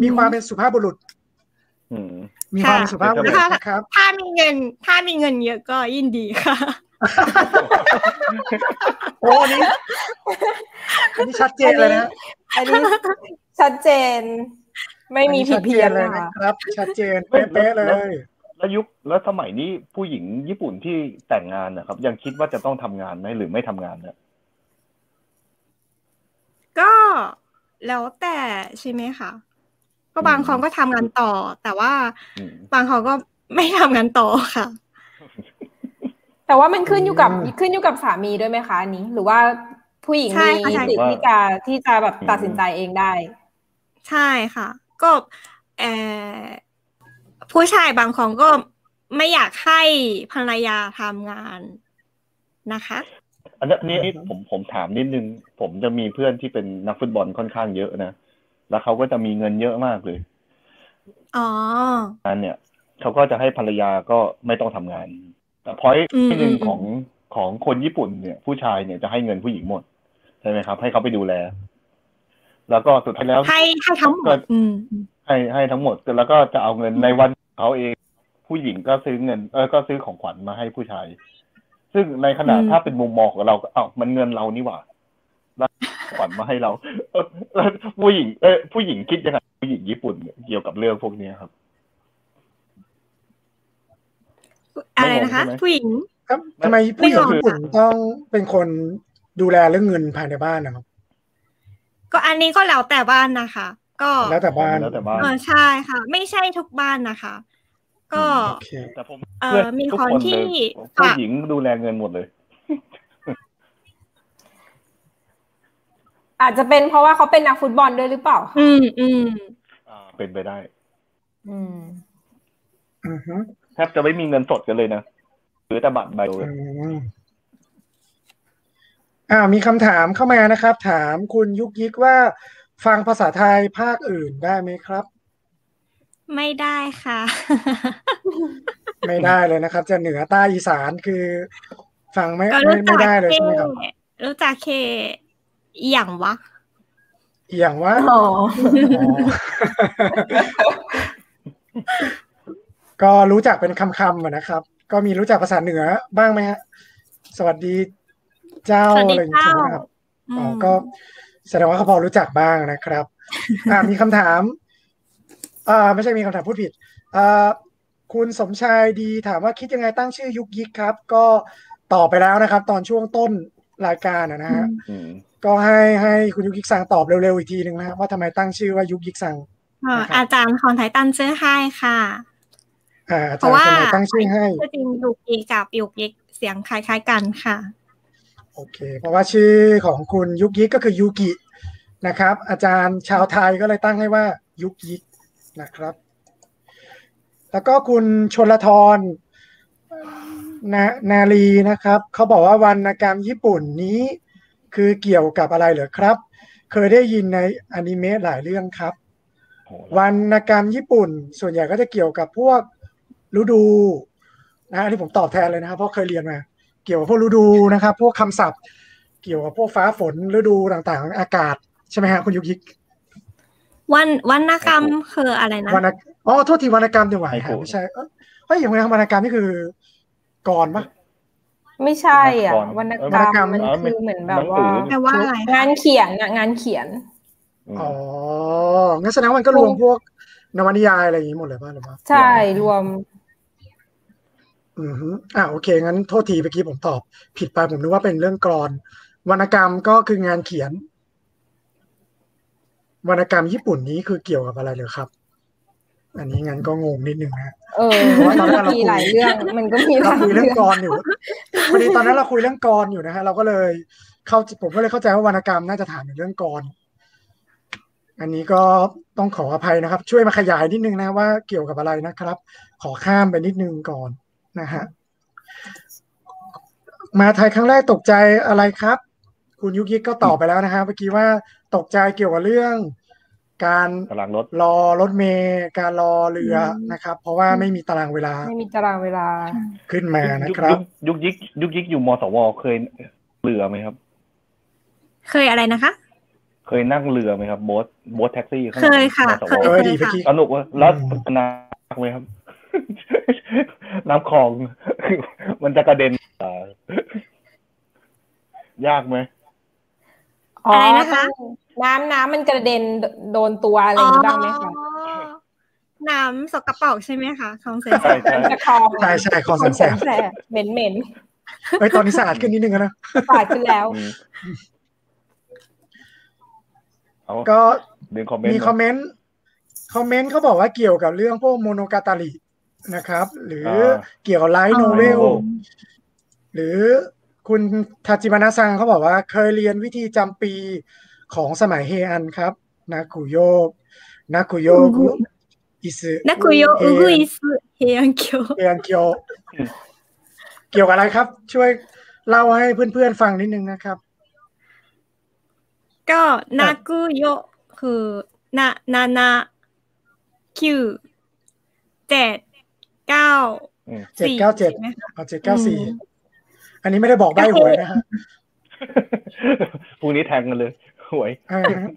Speaker 1: มีความเป็นสุภาพบุรุษ
Speaker 3: อืม
Speaker 1: มีความเป็น
Speaker 4: ค่ะ
Speaker 1: สุภาพบุรุษ
Speaker 3: ค่ะ
Speaker 1: นะครับ
Speaker 4: ถ้ามีเงิน ถ้ามีเงินเยอะก็ยินดีค่ะ
Speaker 1: โอ้อันนี้อันนี้ชัดเจนเลยนะ
Speaker 2: อันนี้ชัดเจน ไม่มีผิดเพี้ยน
Speaker 1: อัชัดจเลย
Speaker 2: ค่ะ
Speaker 1: นะครับ ชัดเจนเป๊ะๆเลย
Speaker 3: แล้วยุคแล้วสมัยนี้ผู้หญิงญี่ปุ่นที่แต่งงานนะครับ ยังคิดว่าจะต้องทำงานไหมหรือไม่ทำงานเนี่ย
Speaker 4: ก็แล้วแต่ใช่ไหมคะ ก็บางคนก็ทำงานต่อ แต่ว่า
Speaker 3: อืม
Speaker 4: บางคนก็ไม่ทำงานต่อค่ะ
Speaker 2: แต่ว่ามันขึ้นอยู่กับ
Speaker 1: อืม
Speaker 2: ขึ้นอยู่กับสามีด้วยไหมคะอันนี้ หรือว่าผู้หญิง
Speaker 4: ใช่
Speaker 2: มี
Speaker 4: ค่ะใช่
Speaker 2: สิทธิ์ที่จะที่จะแบบตัดสินใจเองได้
Speaker 4: ใช่ค่ะ ก็เออผู้ชายบางคนก็ไม่อยากให้ภรรยาทำงานนะคะ
Speaker 3: อันนี้นี่ผมผมถามนิดนึง ผมจะมีเพื่อนที่เป็นนักฟุตบอลค่อนข้างเยอะนะ แล้วเขาก็จะมีเงินเยอะมากเลย
Speaker 4: อ๋อ
Speaker 3: อันเนี่ยเขาก็จะให้ภรรยาก็ไม่ต้องทำงาน แต่พอย
Speaker 4: อืม
Speaker 3: หนึ่ง
Speaker 4: อืม
Speaker 3: ของของคนญี่ปุ่นเนี่ย ผู้ชายเนี่ยจะให้เงินผู้หญิงหมดใช่ไหมครับ ให้เขาไปดูแล แล้วก็สุดท้ายแล้ว
Speaker 4: ให้ให้ทั้งหมดอืม
Speaker 3: ให้ให้ทั้งหมดแล้วก็จะเอาเงินในวันของเขาเอง ผู้หญิงก็ซื้อเงินเออก็ซื้อของขวัญมาให้ผู้ชาย ซึ่งในขณะ
Speaker 4: อืม
Speaker 3: ถ้าเป็นมุมมองของเราก็เอ้ามันเงินเรานี่หว่า แล้วขวัญมาให้ เราเออแล้วผู้หญิง เอยผู้หญิงคิดยังไงผู้หญิงญี่ปุ่นเกี่ยวกับเรื่องพวกเนี้ยครับ
Speaker 4: อะไรนะคะ
Speaker 3: ไม่งงใช่ไหม
Speaker 4: ผู้หญิง
Speaker 1: ครับทำไมผู้หญิงญี่ปุ่นต้องเป็นคนดูแลเรื่องเงินภายในบ้านนะครับ
Speaker 4: ก็อันนี้ก็แล้วแต่บ้านนะคะ ก็
Speaker 1: แล้วแต่บ้าน
Speaker 3: แล้วแต่บ้าน
Speaker 4: เออใช่ค่ะ ไม่ใช่ทุกบ้านนะคะ ก็
Speaker 1: โอเค
Speaker 3: แต่ผม
Speaker 4: เอ
Speaker 3: พื่
Speaker 4: อมี
Speaker 3: ทุก
Speaker 4: คน
Speaker 3: เล
Speaker 4: ที่
Speaker 3: ย
Speaker 4: ฝา
Speaker 3: ผู้
Speaker 4: ก
Speaker 3: หญิงดูแลเงินหมดเลย
Speaker 2: อาจจะเป็นเพราะว่าเขาเป็นนักฟุตบอลด้วยหรือเปล่า
Speaker 4: อืมอืม
Speaker 3: เป็นไปได้
Speaker 2: อืม
Speaker 1: อือฮึ
Speaker 3: แทบจะไม่มีเงินสดกันเลยนะหรือแต่บัตรใบเดียว
Speaker 1: อืมอ่ามีคำถามเข้ามานะครับ ถามคุณยุกยิกว่า ฟังภาษาไทยภาคอื่นได้ไหมครับ
Speaker 4: ไม่ได้ค่ะ
Speaker 1: ไม่ได้เลยนะครับ จะเหนือใต้อีสานคือ ฟังไม่
Speaker 4: ก็
Speaker 1: ไม่
Speaker 4: รู้
Speaker 1: ไม่
Speaker 4: จัก
Speaker 1: ได้เลย
Speaker 4: เค
Speaker 1: ใช่ไหมครับ
Speaker 4: รู้จักเคอหย่างวะ
Speaker 1: อหย่างว่า
Speaker 2: อ๋อ
Speaker 1: ก็รู้จักเป็นคำๆอะนะครับ ก็มีรู้จักภาษาเหนือบ้างไหมฮะ สวัสดีเจ้า
Speaker 4: สวัส
Speaker 1: อะ
Speaker 4: ดี
Speaker 1: ไรอย่างเงี้
Speaker 4: เจ้าย
Speaker 1: นะครับ
Speaker 4: อื
Speaker 1: อ๋อ
Speaker 4: ม
Speaker 1: ก็แสดงว่าเขาพอรู้จักบ้างนะครับอ่ะมีคำถามอ่าไม่ใช่มีคำถามพูดผิดอ่าคุณสมชายดีถามว่าคิดยังไงตั้งชื่อยุกยิกครับ ก็ตอบไปแล้วนะครับ ตอนช่วงต้นรายการอะนะฮะ
Speaker 3: อืม
Speaker 1: ก็ให้ให้คุณยุกยิกซังตอบเร็วๆอีกทีหนึ่งนะครับว่าทำไมตั้งชื่อว่ายุกยิกซัง
Speaker 4: เอ่ออาจารย์ของไทตันเจอให้ค่ะ
Speaker 1: อ่าอา
Speaker 4: เพ
Speaker 1: จารย์
Speaker 4: ราะว่า
Speaker 1: คนไหนตั้งชื่อให้
Speaker 4: จริงๆยูกิกับยูกิเสียงคล้าย ๆกันค่ะ
Speaker 1: โอเค เพราะว่าชื่อของคุณยุกยิกก็คือยุกินะครับ อาจารย์ชาวไทยก็เลยตั้งให้ว่ายุกยิกนะครับ แล้วก็คุณชนลทรนานาลีนะครับเขาบอกว่าวรรณกรรมญี่ปุ่นนี้คือเกี่ยวกับอะไรเหรอครับ เคยได้ยินในอนิเมะหลายเรื่องครับ
Speaker 3: โห
Speaker 1: วรรณกรรมญี่ปุ่น ส่วนใหญ่ก็จะเกี่ยวกับพวกฤดูนะอันนี้ผมตอบแทนเลยนะครับเพราะเคยเรียนมา เกี่ยวกับพวกฤดูนะครับ พวกคำศัพท์ เกี่ยวกับพวกฟ้าฝนฤดูต่างๆ อากาศใช่ไหมฮะคุณยุกยิก
Speaker 4: วันวรรณกรรมคืออะไรนะ
Speaker 1: วรรณอ๋อโทษทีวรรณกรรมดีกว่าฮะไม่ใช่เอ้ยเฮ้ยอย่างไรวรรณกรรมนี่คือก่อนปะ
Speaker 2: ไม่ใช่อ่ะวรรณกร
Speaker 1: วรรณกรร
Speaker 2: ร
Speaker 1: ม
Speaker 2: มมันคือเหมือนแบบ
Speaker 3: หนั
Speaker 2: ว่า
Speaker 3: งสือ
Speaker 4: แปลว่าอะไร
Speaker 2: งานเขียนน่ะงานเขียน
Speaker 3: อืม
Speaker 1: อ๋องั้นแสดงว่ามันก็รวมพวกนวนิยายอะไรอย่างนี้หมดเลยป่ะหรือว่า
Speaker 2: ใช่รวม
Speaker 1: อืมฮึอ่าโอเค งั้นโทษทีเมื่อกี้ผมตอบ ผิดไปผมนึกว่าเป็นเรื่องกรอน วรรณกรรมก็คืองานเขียน วรรณกรรมญี่ปุ่นนี้คือเกี่ยวกับอะไรเหรอครับ อันนี้งั้นก็งงนิดนึงนะ
Speaker 2: เออ
Speaker 1: เพราะว่าตอนแรกเราคุย
Speaker 2: มีหลายเรื่องมันก็มีห
Speaker 1: เรา
Speaker 2: ลาย
Speaker 1: คุยเรื่อ
Speaker 2: เรื่อง ง
Speaker 1: กรอยู่พอดีตอนนั้นเราคุยเรื่องกรอยู่นะฮะเราก็เลยเข้าผมก็เลยเข้าใจว่าวรรณกรรมน่าจะถามถึงเรื่องกร อันนี้ก็ต้องขออภัยนะครับ ช่วยมาขยายนิดนึงนะว่าเกี่ยวกับอะไรนะครับ ขอข้ามไปนิดนึงก่อนนะฮะมาไทยครั้งแรกตกใจอะไรครับ คุณยุกยิกก็ตอบไปแล้วนะฮะเมื่อกี้ว่าตกใจเกี่ยวกับเรื่อง การ
Speaker 3: ตารางรถ
Speaker 1: รอรถเมล์การรอเรือนะครับ เพราะว่าไม่มีตารางเวลา
Speaker 2: ไม่มีตารางเวลา
Speaker 1: ขึ้นมานะครับ
Speaker 3: ยุกยิกยุกยิกอยู่มสวเคยเรือไหมครับ
Speaker 4: เคยอะไรนะคะ
Speaker 3: เคยนั่งเรือไหมครับโบ๊ทโบ๊ทแท็กซี่ข้างห
Speaker 4: เค
Speaker 3: ลัง
Speaker 4: ยค่ะ
Speaker 3: มสว
Speaker 4: เคย
Speaker 1: เออดี
Speaker 4: ค่ะ
Speaker 1: เมื่อกี้
Speaker 3: สนุกเว่าแล้วน้ำไหมครับ น้ำคลอง มันจะกระเด็นอ่ายากไหม
Speaker 2: อ๋ออะไร
Speaker 4: นะคะ
Speaker 2: น้ำน้ำมันกระเด็นโดนตัวอะไรอย่างนี้บ้างไหมคะ
Speaker 4: อ๋อน้ำสกปรกใช่ไหมคะคลองแสนแส
Speaker 3: ใช่
Speaker 4: บ
Speaker 3: ใช่
Speaker 2: มันจะคลอง
Speaker 1: ใช่ใช่คลองแสนแสบ
Speaker 2: เหม็นเหม็น
Speaker 1: เอ้ยตอนนี้สะอาดขึ้นนิดนึงแล้วนะ
Speaker 2: ๆสาดขึ้นแล้ว
Speaker 3: อืมเอา
Speaker 1: ก็
Speaker 3: เดึงคอมเมนต์
Speaker 1: มีคอมเมนต์คอมเมนต์เขาบอกว่าเกี่ยวกับเรื่องพวกโมโนกาตารินะครับ หรืออา เกี่ยวไลท์โนเวล หรือคุณทาจิมานะซังเขาบอกว่าเคยเรียนวิธีจำปีของสมัยเฮอันครับนาคุโยกนาคุโยกุอิซึ
Speaker 4: นักคุโยอุกุอิสุเฮียงเกียว
Speaker 1: เฮอันเกียวเกี่ยวกับอะไรครับ ช่วยเล่าให้เพื่อนๆฟังนิดนึงนะครับ
Speaker 4: ก็นากุโยคือนานานาคิวเจ็ดเก้า
Speaker 3: อืม
Speaker 1: เจ็ดเก้าเจ็ด
Speaker 4: ใช่ไหมคะ
Speaker 1: เอาเจ็ดเก้าสี่
Speaker 4: อืม
Speaker 1: อันนี้ไม่ได้บอกใบหวยนะฮะ
Speaker 3: พรุ่งนี้แทงกันเลยหวย
Speaker 1: อ่าฮะ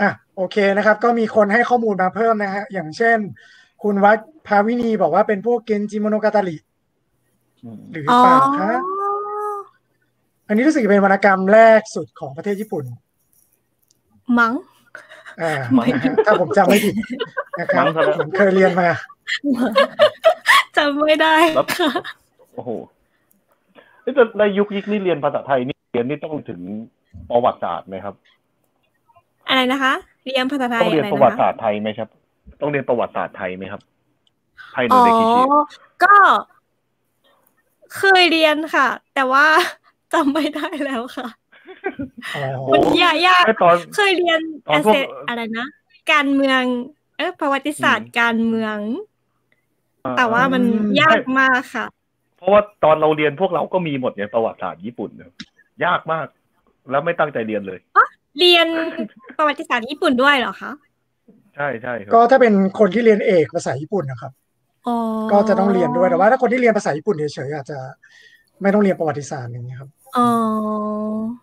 Speaker 1: อ่ะโอเคนะครับ ก็มีคนให้ข้อมูลมาเพิ่มนะฮะ อย่างเช่น คุณวัดภาวินีบอกว่าเป็นพวกเกนจิโมโนกาตาริหรืออ
Speaker 4: อ๋อ
Speaker 1: เปล่าคะ อันนี้รู้สึกจะเป็นวรรณกรรมแรกสุดของประเทศญี่ปุ่น
Speaker 4: มั้ง
Speaker 1: อ่า
Speaker 4: ไม่
Speaker 1: ถ้าผมจำไม่ผิดนะครับ
Speaker 3: มั้งครับ
Speaker 1: ผมเคยเรียนมา
Speaker 4: จำไม่ได้
Speaker 3: แล้ว โอ้โหเอ้ยแต่ในยุคยิกนี่เรียนภาษาไทยนี่เรียนนี่ต้องถึงประวัติศาสตร์ไหมครับ
Speaker 4: อะไรนะคะเรียนภาษาไทย
Speaker 3: ต้องเรีย
Speaker 4: อะ
Speaker 3: น
Speaker 4: ไร
Speaker 3: ประวั
Speaker 4: นะ
Speaker 3: ติ
Speaker 4: คะ
Speaker 3: ศาสตร์ไทยไหมครับ ต้องเรียนประวัติศาสตร์ไทยไหมครับไทยโน
Speaker 4: อ๋อ
Speaker 3: เดคิชิ
Speaker 4: ก็ เคยเรียนค่ะ แต่ว่า จำไม่ได้แล้วค่ะ
Speaker 1: อ๋อ
Speaker 4: มันยากยาก
Speaker 3: ไอ้ตอน
Speaker 4: เคยเรียน
Speaker 3: ตอน
Speaker 4: เอ
Speaker 3: พวก
Speaker 4: เซอะไรนะ การเมือง เออประวัติศาสต
Speaker 3: อื
Speaker 4: ร์
Speaker 3: ม
Speaker 4: การเมือง
Speaker 3: อ่
Speaker 4: แต่ว่ามัน
Speaker 1: อืม
Speaker 4: ยากมากค่ะ
Speaker 3: เพราะว่าตอนเราเรียนพวกเราก็มีหมดเนี่ยประวัติศาสตร์ญี่ปุ่นเนี่ยยากมาก แล้วไม่ตั้งใจเรียนเลย
Speaker 4: เรียนประวัติศาสตร์ญี่ปุ่นด้วยเหรอคะ
Speaker 3: ใช่ใช่ครับ
Speaker 1: ก็ถ้าเป็นคนที่เรียนเอกภาษาญี่ปุ่นนะครับ
Speaker 4: อ๋อ
Speaker 1: ก็จะต้องเรียนด้วยแต่ว่าถ้าคนที่เรียนภาษาญี่ปุ่นเฉยๆอาจจะไม่ต้องเรียนประวัติศาสตร์อย่างเงี้ยครับ
Speaker 4: อ๋อ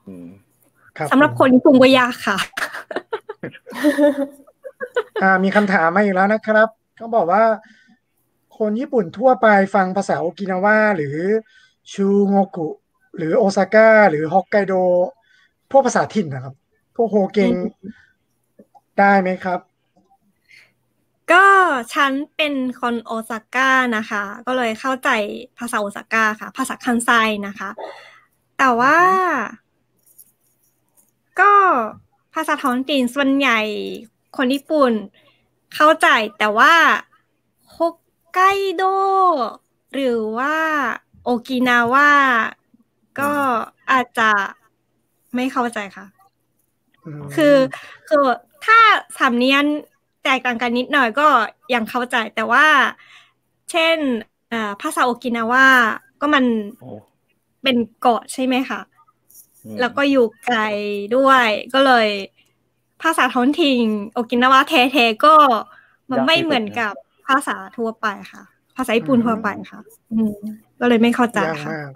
Speaker 3: อืม
Speaker 1: ครับ
Speaker 4: สำหรับคนญี่ปุ่นก็ยากค่ะ
Speaker 1: อ่ามีคำถามมาอีกแล้วนะครับเขาบอกว่า คนญี่ปุ่นทั่วไปฟังภาษาโอกินาวาหรือชูโงกุ หรือโอซาก้าหรือฮอกไกโด พวกภาษาถิ่นนะครับ พวกโฮเกงได้ไหมครับ
Speaker 4: ก็ฉันเป็นคนโอซาก้านะคะ ก็เลยเข้าใจภาษาโอซาก้าค่ะ ภาษาคันไซนะคะ แต่ว่า ก็ภาษาท้องถิ่นส่วนใหญ่คนญี่ปุ่นเข้าใจแต่ว่าฮอกไกโดหรือว่าโอกินาวาก็อาจจะไม่เข้าใจค่ะ
Speaker 1: ม
Speaker 4: คือคือถ้าสำเนียงแตกต่างกันนิดหน่อยก็ยังเข้าใจแต่ว่า เช่นอ่าภาษาโอกินาวาก็มัน
Speaker 3: โอ้
Speaker 4: เป็นเกาะใช่ไหมคะ
Speaker 3: อืม
Speaker 4: แล้วก็อยู่ไกลด้วย ก็เลย ภาษาท้องถิ่นโอกินาวาแท้ๆก็มันไม่เหมือนกับภาษาทั่วไปค่ะ ภาษาญี่ปุ่นทั่วไปค่ะ อืมก็เลยไม่เข้าใจ
Speaker 1: ยาก
Speaker 4: ค่ะ
Speaker 1: มาก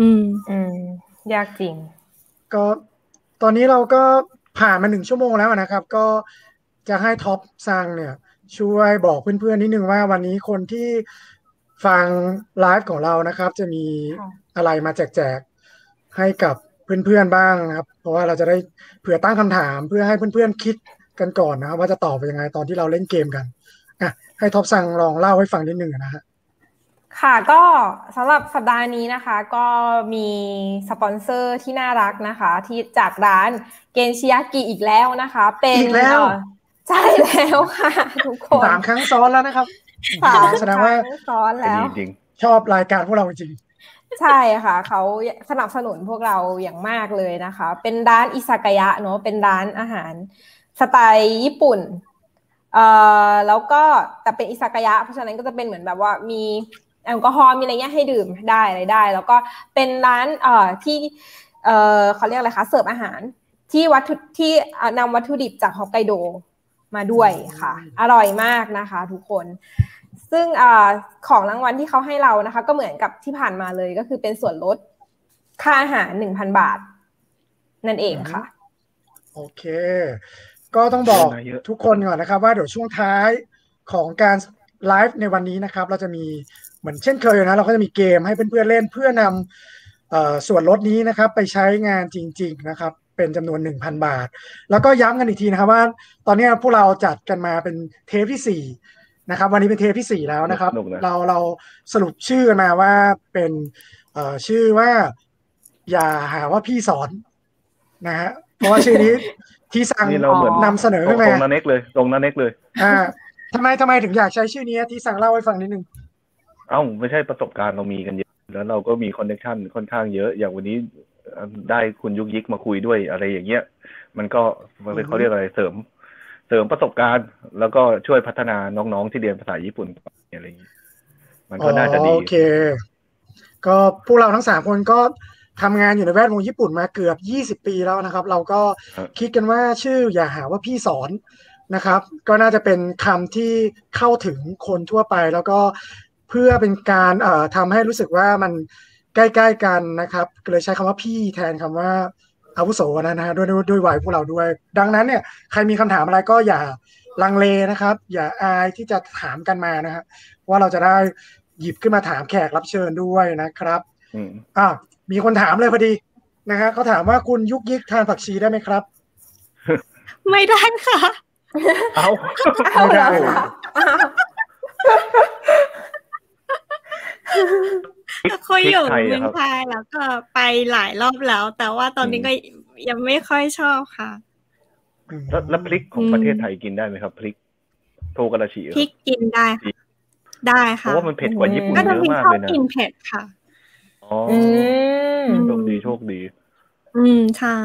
Speaker 4: อืม
Speaker 2: อืม ยากจริง
Speaker 1: ก็ตอนนี้เราก็ผ่านมาหนึ่งชั่วโมงแล้วนะครับ ก็จะให้ท็อปซังเนี่ย ช่วยบอกเพื่อนๆนิดนึงว่าวันนี้คนที่ฟังไลฟ์ของเรานะครับ จะมี
Speaker 2: ค่ะ
Speaker 1: อะไรมาแจกๆให้กับเพื่อนๆบ้างนะครับ เพราะว่าเราจะได้เผื่อตั้งคำถามเพื่อให้เพื่อนๆคิดกันก่อนนะครับว่าจะตอบยังไงตอนที่เราเล่นเกมกันอ่ะให้ท็อปซังลองเล่าให้ฟังนิดนึงนะฮะ
Speaker 2: ค่ะก็สำหรับสัปดาห์นี้นะคะ ก็มีสปอนเซอร์ที่น่ารักนะคะ ที่จากร้านเกนชิยากิอีกแล้วนะคะ เป็นเอ่อใช่แล้วค่ะ ทุกคน
Speaker 1: สามครั้งซ้อนแล้วนะครับ
Speaker 2: สาม
Speaker 1: แสดงว่า
Speaker 2: ครั้ซ้อน
Speaker 3: อัน
Speaker 2: แล้
Speaker 3: นี้
Speaker 2: ว
Speaker 3: จริง
Speaker 1: ชอบรายการพวกเราจริง
Speaker 2: ใช่ค่ะ เขาสนับสนุนพวกเราอย่างมากเลยนะคะ เป็นร้านอิซากายะเนาะเป็นร้านอาหารสไตล์ญี่ปุ่นเอ่อแล้วก็แต่เป็นอิซากายะ เพราะฉะนั้นก็จะเป็นเหมือนแบบว่ามีแอลกอฮอล์มีอะไรเงี้ยให้ดื่มได้อะไรได้ แล้วก็เป็นร้านเอ่อที่เอ่อเขาเรียกอะไรคะเสิร์ฟอาหารที่วัตถุที่เอ่อนำวัตถุดิบจากฮอกไกโดมาด้วยค่ะ อร่อยมากนะคะทุกคน ซึ่งอาของรางวัลที่เขาให้เรานะคะ ก็เหมือนกับที่ผ่านมาเลยก็คือเป็นส่วนลดค่าอาหารหนึ่งพันบาท นั่นเองค่ะ
Speaker 1: โอเค ก็ต้องบอก
Speaker 3: เยอะนะเยอะ
Speaker 1: ทุกคนก่อนนะครับ ว่าเดี๋ยวช่วงท้ายของการไลฟ์ในวันนี้นะครับ เราจะมีเหมือนเช่นเคยนะ เราก็จะมีเกมให้เพื่อนๆเล่นเพื่อนำเอ่อส่วนลดนี้นะครับ ไปใช้งานจริง ๆนะครับ เป็นจำนวน 1,000 บาท แล้วก็ย้ำกันอีกทีนะครับว่า ตอนนี้พวกเราจัดกันมาเป็นเทปที่สี่นะครับ วันนี้เป็นเทปที่สี่แล้วนะครับ
Speaker 3: สนุกนะ
Speaker 1: เราเราสรุปชื่อกันมาว่าเป็นเอ่อชื่อว่า อย่าหาว่าพี่สอนนะฮะเพราะว่าชื่อนี้ ที่สั่ง
Speaker 3: นี่เราเหมือน
Speaker 1: นำเสนอ
Speaker 3: ตร
Speaker 1: ขึ้
Speaker 3: ง
Speaker 1: นมา
Speaker 3: ตรงนันเน็กเลย ตรงนันเน็กเลย
Speaker 1: อ่าทำไมทำไมถึงอยากใช้ชื่อนี้ที่สั่งเล่าให้ฟังนิดนึง
Speaker 3: เอ้าไม่ใช่ประสบการณ์เรามีกันเยอะแล้วเราก็มีคอนเนคชันค่อนข้างเยอะ อย่างวันนี้เอ่อได้คุณยุกยิกมาคุยด้วยอะไรอย่างเงี้ย มันก็มันเป็น
Speaker 1: อือฮึ
Speaker 3: เขาเรียกอะไรเสริม เสริมประสบการณ์ แล้วก็ช่วยพัฒนาน้องๆที่เรียนภาษาญี่ปุ่นอะไรอย่างเงี้ยมันก็น่าจะดี
Speaker 1: อ๋อโอเค ก็พวกเราทั้งสามคนก็ทำงานอยู่ในแวดวงญี่ปุ่นมาเกือบ 20 ปีแล้วนะครับ เราก็คิดกันว่าชื่ออย่าหาว่าพี่สอนนะครับ ก็น่าจะเป็นคำที่เข้าถึงคนทั่วไป แล้วก็เพื่อเป็นการเอ่อทำให้รู้สึกว่ามันใกล้ๆกันนะครับก็เลยใช้คำว่าพี่แทนคำว่าอาวุโสนะฮะด้วยด้วยด้วยวัยพวกเราด้วย ดังนั้นเนี่ยใครมีคำถามอะไรก็อย่าลังเลนะครับ อย่าอายที่จะถามกันมานะฮะ ว่าเราจะได้หยิบขึ้นมาถามแขกรับเชิญด้วยนะครับ
Speaker 3: อืม
Speaker 1: อ่ะมีคนถามเลยพอดี นะฮะเขาถามว่าคุณยุกยิกทานผักชีได้ไหมครับ
Speaker 4: ไม่ได้ค่ะ
Speaker 3: เอ้า
Speaker 2: เอาเหรอ
Speaker 1: ไม่ได้
Speaker 2: คะ
Speaker 4: เคยอยู่
Speaker 3: พริกไทยอะครับ
Speaker 4: เมืองไทยแล้วก็ไปหลายรอบแล้ว แต่ว่าตอนนี้ก็ยังไม่ค่อยชอบค่ะ
Speaker 1: อืม
Speaker 3: แล้วแล้วพริกของประเทศไทยกินได้ไหมครับ พริก โทกระชี
Speaker 4: พริกกินได้ค่ะ ได้
Speaker 3: เพ
Speaker 4: ค่ะ
Speaker 3: ราะว่ามันเผ็ดกว่าญี่ปุ่น
Speaker 4: ก็
Speaker 3: เย
Speaker 4: จะ
Speaker 3: อะ
Speaker 4: เป็น
Speaker 3: มาก
Speaker 4: ชอบ
Speaker 3: เลยนะ
Speaker 4: กินเผ็ดค่ะ
Speaker 3: อ๋ออ
Speaker 2: อืม
Speaker 3: โชคดีโชคดี
Speaker 4: อืมใช่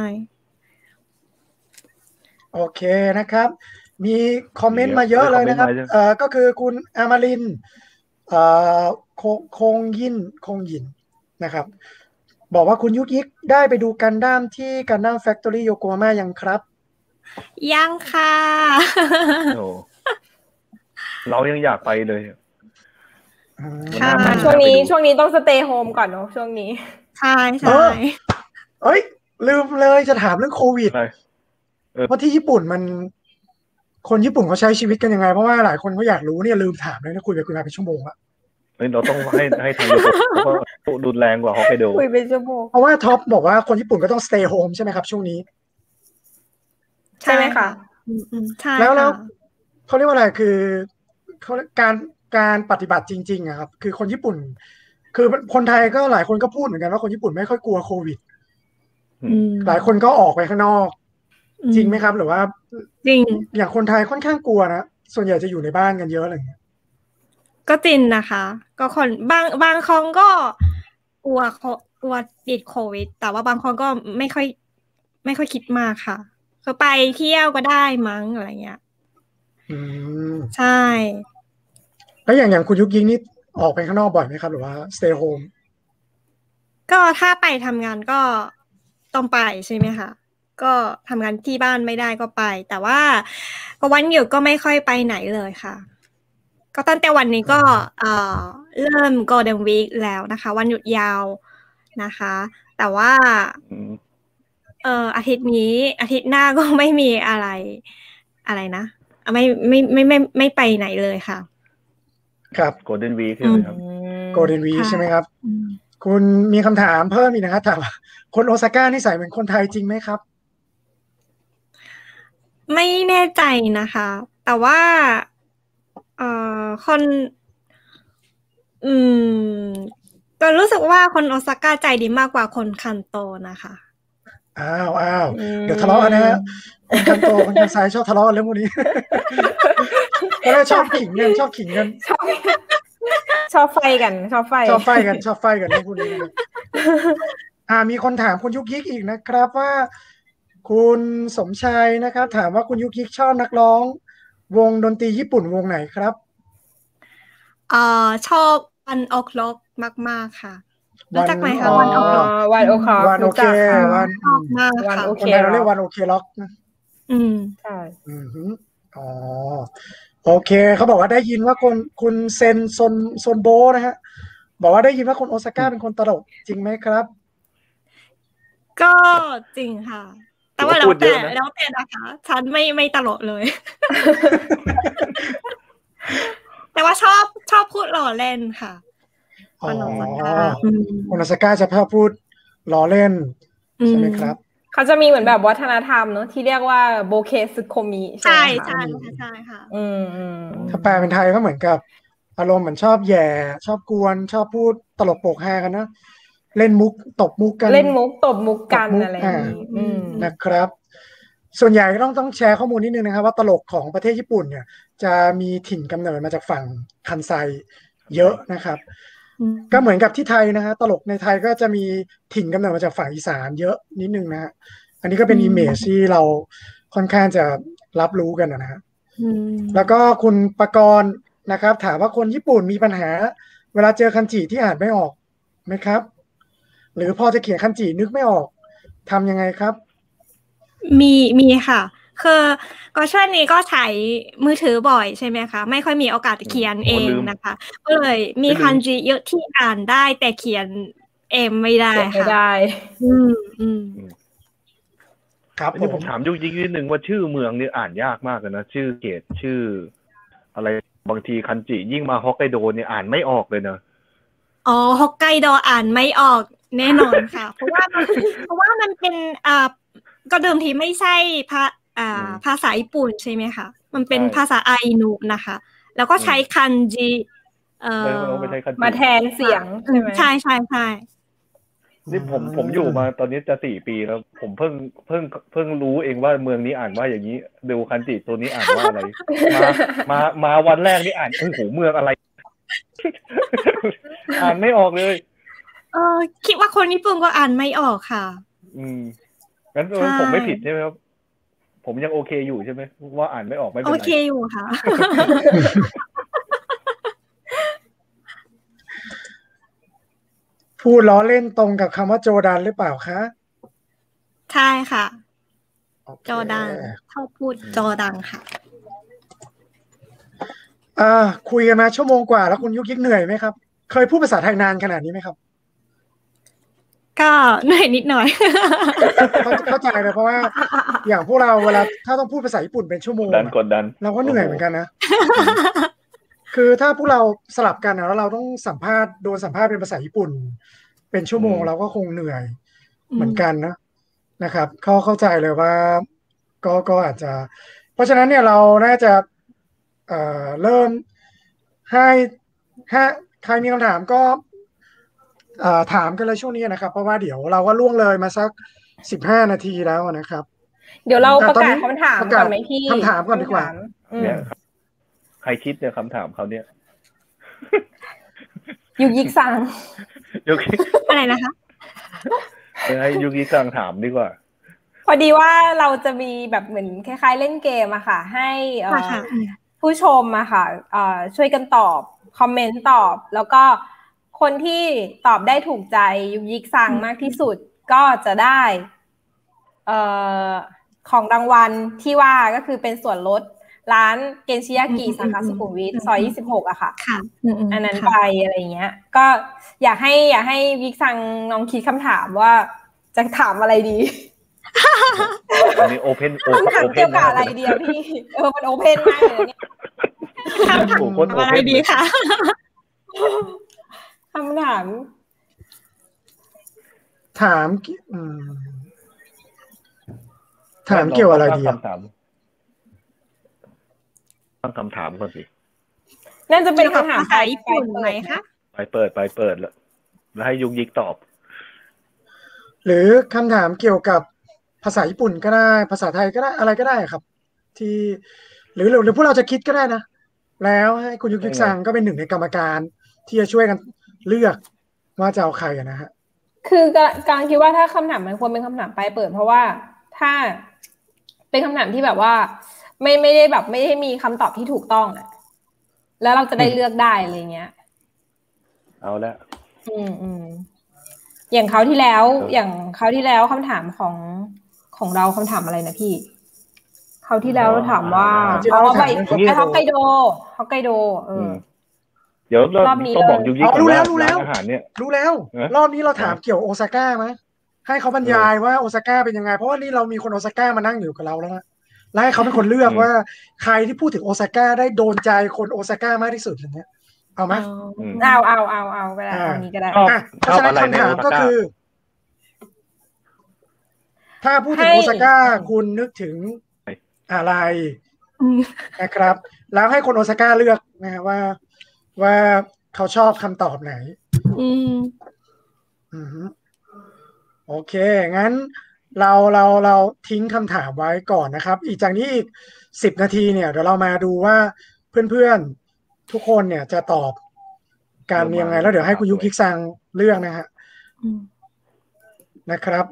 Speaker 1: โอเคนะครับ มีคอมเมนต์มาเยอะเลยนะครับเอ่อก็คือคุณอามารินทร์เอ่อคงคงยินคงยินนะครับ บอกว่าคุณยุกยิกได้ไปดูกันด้ามที่กันด้ามแฟคทอรี่โยโกฮาม่ายังครับ
Speaker 4: ยังค่ะ
Speaker 3: โอ้เรายังอยากไปเลย
Speaker 4: ค่ะ
Speaker 2: ช่วงนี้ช่วงนี้ต้องสเตย์โฮมก่อนเนาะช่วงนี้
Speaker 4: ใช่
Speaker 1: เอ
Speaker 4: ใช่
Speaker 1: อ เอ้ย ลืมเลยจะถามเรื่องโควิด
Speaker 3: อะไร
Speaker 1: ว่าที่ญี่ปุ่นมัน คนญี่ปุ่นเขาใช้ชีวิตกันยังไง เพราะว่าหลายคนเขาอยากรู้เนี่ยลืมถามเลยนะคุยไปคุยมาเป็นชั่วโมงอะ
Speaker 3: เฮ้ยเราต้องให้ให้ทางญี่ปุ่นเพราะว่ารุนแรงกว่าฮอกไกโด
Speaker 2: คุยเป็นชั่วโมง
Speaker 1: เพราะว่าท็อปบอกว่าคนญี่ปุ่นก็ต้อง stay home ใช่ไหมครับช่วงนี้
Speaker 2: ใช่ไหมคะ
Speaker 4: อืมอืมใช่
Speaker 1: แล้วแล้ว
Speaker 4: ค่ะ
Speaker 1: เขาเรียกว่าอะไรคือเขาเรียกการการปฏิบัติจริงๆอะครับ คือคนญี่ปุ่น คือคนไทยก็หลายคนก็พูดเหมือนกันว่าคนญี่ปุ่นไม่ค่อยกลัวโควิด
Speaker 4: อืม
Speaker 1: หลายคนก็ออกไปข้างนอก จริงไหมครับ หรือว่า
Speaker 4: จริง
Speaker 1: อย่างคนไทยค่อนข้างกลัวนะส่วนใหญ่จะอยู่ในบ้านกันเยอะอะไรอย่างเงี้ย
Speaker 4: ก็จริงนะคะ ก็คนบางบางครั้งก็กลัวโคกลัวติดโควิด แต่ว่าบางครั้งก็ไม่ค่อย ไม่ค่อยคิดมากค่ะ ก็ไปเที่ยวก็ได้มั้งอะไรเงี้ย
Speaker 1: อืม
Speaker 4: ใช่
Speaker 1: แล้วอย่างอย่างคุณยุกยิงนี่ออกไปข้างนอกบ่อยไหมครับ หรือว่า stay home
Speaker 4: ก็ถ้าไปทำงานก็ต้องไปใช่ไหมคะ ก็ทำงานที่บ้านไม่ได้ก็ไป แต่ว่าวันหยุดก็ไม่ค่อยไปไหนเลยค่ะ ก็ตั้งแต่วันนี้ก็เอ่อเริ่ม Golden Week แล้วนะคะ วันหยุดยาวนะคะ แต่ว่า
Speaker 3: อืม
Speaker 4: เอ่ออาทิตย์นี้อาทิตย์หน้าก็ ไม่มีอะไรอะไรนะไม่ไม่ไม่ไมไม่ไม่ไปไหนเลยค่ะ
Speaker 1: ครับ
Speaker 3: โกลเด้นวีคใช่ไหมครับ
Speaker 1: โกลเด้นวี
Speaker 4: ค่ะ
Speaker 1: ใช่ไหมครับ คุณมีคำถามเพิ่มอีกนะครับถามว่าคนโอซาก้านี่ใส่เหมือนคนไทยจริงไหมครับ
Speaker 4: ไม่แน่ใจนะคะ แต่ว่าเอ่อคนอืมก็รู้สึกว่าคนโอซาก้าใจดีมากกว่าคนคันโตนะคะ
Speaker 1: อ้าวอ้าวเดี๋ยวทะเลาะกันนะฮะคนคันโตคนคันซ้ายชอบทะเลาะกันเรื่องพวกนี้ เพราะเราชอบขิงกันชอบขิงกัน
Speaker 2: ชอบชอบไฟกันชอบไฟ
Speaker 1: ชอบไฟกันชอบไฟกันเรื่องพวกนี้นะอ่า มีคนถามคุณยุกยิกอีกนะครับว่า คุณสมชายนะครับ ถามว่าคุณยุกยิกชอบนักร้อง วงดนตรีญี่ปุ่นวงไหนครับ
Speaker 4: เอ่อชอบวันออกล็อกมาก ๆค่ะ รู้จักไหมคะ
Speaker 2: อ๋อ
Speaker 4: วันออกล็อก
Speaker 2: วันโอเค
Speaker 1: วันโอเควัน
Speaker 4: ชอบมาก
Speaker 2: วัน
Speaker 4: ค่ะ
Speaker 2: โอ
Speaker 1: ค
Speaker 2: เคน
Speaker 1: ไทยเราเรียกวันโอเคล็อกนะ
Speaker 4: อืม
Speaker 2: ใช่
Speaker 1: อืมฮึอ๋อโอเคเขาบอกว่าได้ยินว่าคนคุณเซนซนซนโบนะฮะ บอกว่าได้ยินว่าคนโอซาก้าเป็นคนตลกจริงไหมครับ
Speaker 4: ก็จริงค่ะ แต่ว่า
Speaker 3: โอ้
Speaker 4: แล้ว
Speaker 3: พูดเย
Speaker 4: แต่
Speaker 3: อะนะ
Speaker 4: แล้วแต่นะคะ ฉันไม่ไม่ตลกเลย แต่ว่าชอบชอบพูดหล่อเล่นค่ะ
Speaker 1: อ๋อ
Speaker 4: คนของสังกัด
Speaker 1: คนโอซาก้าจะพาพูดล้อเล่นใช่ไหมครับ
Speaker 2: เขาจะมีเหมือนแบบวัฒนธรรมเนอะที่เรียกว่าโบเคซึโคมิ
Speaker 4: ใช่
Speaker 2: ใช่
Speaker 4: ใช่
Speaker 2: ไหมคะ
Speaker 4: ค่ะใช่ค่ะ
Speaker 2: อืมอืม
Speaker 1: ถ้าแปลเป็นไทยก็เหมือนกับ อารมณ์เหมือนชอบแย่ ชอบกวน ชอบพูดตลกโปกฮากันนะ เล่นมุกตบมุกกัน
Speaker 2: เล่นมุกตบมุกกัน
Speaker 1: ตบมุก
Speaker 2: อะไรอย่างนี้อืม
Speaker 1: นะครับ ส่วนใหญ่ก็ต้องต้องแชร์ข้อมูลนิดนึงนะครับ ว่าตลกของประเทศญี่ปุ่นเนี่ย จะมีถิ่นกำเนิดมาจากฝั่งคันไซเยอะนะครับ ก็เหมือนกับที่ไทยนะฮะตลกในไทยก็จะมีถิ่นกำเนิดมาจากฝั่งอีสานเยอะนิดนึงนะฮะอันนี้ก็เป็น
Speaker 4: อืม
Speaker 1: อิมเมจที่เราค่อนข้างจะรับรู้กันนะฮะ
Speaker 4: อืม
Speaker 1: แล้วก็คุณประกรณ์นะครับ ถามว่าคนญี่ปุ่นมีปัญหา เวลาเจอคันจิที่อ่านไม่ออกไหมครับ หรือพอจะเขียนคันจินึกไม่ออกทำยังไงครับ
Speaker 4: มีมีค่ะ คือก็ช่วงนี้ก็ใช้มือถือบ่อยใช่ไหมคะ ไม่ค่อยมีโอกาสเขียนเองนะคะ ก็เลยมีคันจิเยอะที่อ่านได้แต่เขียนเองไม่ได้
Speaker 2: เก็บไม่
Speaker 4: ค่ะ
Speaker 2: ได้
Speaker 4: อืมอืม
Speaker 1: ครับ
Speaker 3: อั
Speaker 1: ผ
Speaker 3: นนี้ผม มถามยุกยิกนิดนึงว่าชื่อเมืองเนี่ยอ่านยากมากเลยนะชื่อเขตชื่อ อะไรบางทีคันจิยิ่งมาฮอกไกโดเนี่ยอ่านไม่ออกเลยเนอะ
Speaker 4: อ๋อฮอกไกโดอ่านไม่ออก แน่นอนค่ะ เพราะว่ามันเพราะว่ามันเป็นอ่าก็เดิมทีไม่ใช่ภาอ่าภาษาญี่ปุ่นใช่ไหมคะมันเป็น
Speaker 3: ใช่
Speaker 4: ภาษาอาอินุนะคะ แล้วก็ใช้คันจิเอ่อ
Speaker 3: ไม่ต้องไปใช้คันจิ
Speaker 2: มาแทนเสียงใช่ไหม
Speaker 4: ใช่ใช่ใช่
Speaker 3: นี่ผมผมอยู่มาตอนนี้จะสี่ปีแล้ว ผมเพิ่งเพิ่งเพิ่งรู้เองว่าเมืองนี้อ่านว่าอย่างนี้ดูคันจิตัวนี้อ่าน ว่าอะไร มามามาวันแรกนี่อ่านโอ้โหเมืองอะไร อ่านไม่ออกเลย
Speaker 4: เออคิดว่าคนญี่ปุ่นก็อ่านไม่ออกค่ะ
Speaker 3: อืมงั้น
Speaker 4: ใช่
Speaker 3: ผมไม่ผิดใช่ไหมครับ ผมยังโอเคอยู่ใช่ไหมว่าอ่านไม่ออกไม่เป็
Speaker 4: โอน เค
Speaker 3: ไร
Speaker 4: อยู่ค่ะ
Speaker 1: พูดล้อเล่นตรงกับคำว่าโจดันหรือเปล่าคะ
Speaker 4: ใช่ค่ะ
Speaker 1: โเค
Speaker 4: จอดังชอบพูดจอดังค่ะ
Speaker 1: อ่าคุยกันมาชั่วโมงกว่าแล้วคุณยุกยิกเหนื่อยไหมครับ เคยพูดภาษาไทยนานขนาดนี้ไหมครับ
Speaker 4: ก็เหนื่อยนิดหน่อย
Speaker 1: เข้าเข้าใจเลยเพราะว่าอย่างพวกเราเวลาถ้าต้องพูดภาษาญี่ปุ่นเป็นชั่วโมง
Speaker 3: ดัน
Speaker 1: อะ
Speaker 3: กดดัน
Speaker 1: เราก็เหนื่อยเหมือนกันนะ คือถ้าพวกเราสลับกันอะแล้วเราต้องสัมภาษณ์โดนสัมภาษณ์เป็นภาษาญี่ปุ่น เป็นชั่วโมง
Speaker 3: อืม
Speaker 1: เราก็คงเหนื่อยเหมือนกันนะนะครับ เขาเข้าใจเลยว่าก็ก็อาจจะ เพราะฉะนั้นเนี่ยเราน่าจะเอ่อเริ่มให้ให้ใครมีคำถามก็เอ่อถามกันเลยช่วงนี้นะครับ เพราะว่าเดี๋ยวเราก็ล่วงเลยมาสักสิบห้านาทีแล้วนะครับ
Speaker 2: เดี๋ยวเราประ
Speaker 1: แต่ตอน
Speaker 2: กา
Speaker 1: นี้
Speaker 2: ศคำถาม
Speaker 1: ประกา
Speaker 2: ก่
Speaker 1: ศ
Speaker 2: อนไหมพี่
Speaker 1: คำถามก่อนดีกว่า
Speaker 2: คำถมอืม
Speaker 3: เนี่ยครับใครคิดเนี่ยคำถามเขาเนี่ย
Speaker 2: ยูยิกซัง
Speaker 3: ยุกิ
Speaker 4: อะไรนะคะ
Speaker 3: ให้ยุกิกลางถามดีกว่า
Speaker 2: พอดีว่าเราจะมีแบบเหมือนคล้ายๆเล่นเกมอะค่ะ ให้เอ่อ
Speaker 4: ค่ะ
Speaker 2: ผู้ชมอะค่ะเอ่อช่วยกันตอบ คอมเมนต์ตอบ แล้วก็คนที่ตอบได้ถูกใจยุกยิกสั่งมากที่สุดก็จะได้เอ่อของรางวัลที่ว่าก็คือเป็นส่วนลดร้านเกนชิยากิสาขาสุขุมวิทซอย 26อะค่ะ
Speaker 4: ค่ะ
Speaker 2: อันนั้น
Speaker 4: ค่ะ
Speaker 2: ไปอะไรเงี้ย ก็อยากให้อยากให้วิกซังลองคิดคำถามว่าจะถามอะไรดี
Speaker 3: อันนี้โอเพนโอ
Speaker 2: คำถาม
Speaker 3: เพ
Speaker 2: เกี่ย
Speaker 3: น
Speaker 2: วกับอะไรเดียวพี่ เออมันโอเพนมากเลยเนี่ย
Speaker 4: คำถามอะไรดีคะ
Speaker 2: คำถาม
Speaker 1: ถามกิอืมถามเกี่ยวอะไรดีอะ
Speaker 3: คำถามตั้งคำถามก่อนสิ
Speaker 2: น่าจะเป็น
Speaker 4: เกี่ยวกับ
Speaker 2: คำถาม
Speaker 4: ภาษาญี่ปุ่นไหมคะ
Speaker 3: ไปเปิดไปเปิดแล้วแล้วให้ยุกยิกตอบ
Speaker 1: หรือคำถามเกี่ยวกับภาษาญี่ปุ่นก็ได้ ภาษาไทยก็ได้อะไรก็ได้ครับ ที่หรือหรือหรือพวกเราจะคิดก็ได้นะ แล้วให้คุณยุกยิกซังก็เป็นหนึ่งในกรรมการ ที่จะช่วยกันเลือกว่าจะเอาใครอะนะฮะ
Speaker 2: คือกำลังกำลังคิดว่าถ้าคำถามมันควรเป็นคำถามปลายเปิด เพราะว่าถ้าเป็นคำถามที่แบบว่า ไม่ไม่ได้แบบไม่ได้มีคำตอบที่ถูกต้องอะแล้วเราจะได้เลือกได้อะไรเงี้ย
Speaker 3: เอาละ
Speaker 2: อืมอืมอย่างเขาวที่แล้ว
Speaker 3: ครับ
Speaker 2: อย่างเขาวที่แล้วคำถามของของเราคำถามอะไรนะพี่เขาวที่แล้วเราถามว่า
Speaker 1: ที่
Speaker 2: อ๋
Speaker 1: เรา
Speaker 2: อ
Speaker 1: ถาม
Speaker 2: ไป
Speaker 1: เรื่อง
Speaker 2: ไปฮอกไกโดฮอกไกโดเอออ
Speaker 3: มเดี๋ยวเรา
Speaker 2: รอบนี้
Speaker 3: ต้องบอก
Speaker 2: เลย
Speaker 3: ยุกยิกก่
Speaker 1: อ๋อรู้
Speaker 3: อน
Speaker 1: แล้ว
Speaker 3: ว่า
Speaker 1: รู้แล้ว
Speaker 3: ร้านอาหารเนี่ย
Speaker 1: รู้แล้ว
Speaker 3: เอ๊ะ
Speaker 1: รอบนี้เราถามเกี่ยวโอซาก้าไหมให้เขาบรรยายว่าโอซาก้าเป็นยังไง เพราะว่านี่เรามีคนโอซาก้ามานั่งอยู่กับเราแล้วนะแล้วให้เขาเป็นคนเลือก
Speaker 3: อืม
Speaker 1: ว่า ใครที่พูดถึงโอซาก้าได้โดนใจคนโอซาก้ามากที่สุดอย่างเงี้ยเอาไหม
Speaker 3: อืม
Speaker 2: เอาเอาเอาเอาก็ได้
Speaker 1: อ่า
Speaker 2: อันนี้ก็ได้
Speaker 3: ชอบ
Speaker 1: อ่ะเพ
Speaker 3: ช
Speaker 1: ราะฉะ
Speaker 3: อบ
Speaker 1: นั้
Speaker 3: อะ
Speaker 1: น
Speaker 3: ไรใน
Speaker 1: คำถาม
Speaker 3: โอซา
Speaker 1: ก็
Speaker 3: ก้า
Speaker 1: คือ ถ้าพูดถึง
Speaker 2: ให้
Speaker 1: โอซาก้าคุณนึกถึงอะไร
Speaker 4: อืม
Speaker 1: นะครับ แล้วให้คนโอซาก้าเลือกนะฮะว่า ว่าเขาชอบคำตอบไหน
Speaker 4: อืม
Speaker 1: อือฮึโอเค งั้นเราเราเราทิ้งคำถามไว้ก่อนนะครับ อีกจากนี้อีกสิบนาทีเนี่ยเดี๋ยวเรามาดูว่าเพื่อนๆทุกคนเนี่ยจะตอบการยังไง แล้วเดี๋ยวให้คุณยุคคิกซังเลือกนะฮะ
Speaker 4: อืม
Speaker 1: นะครับ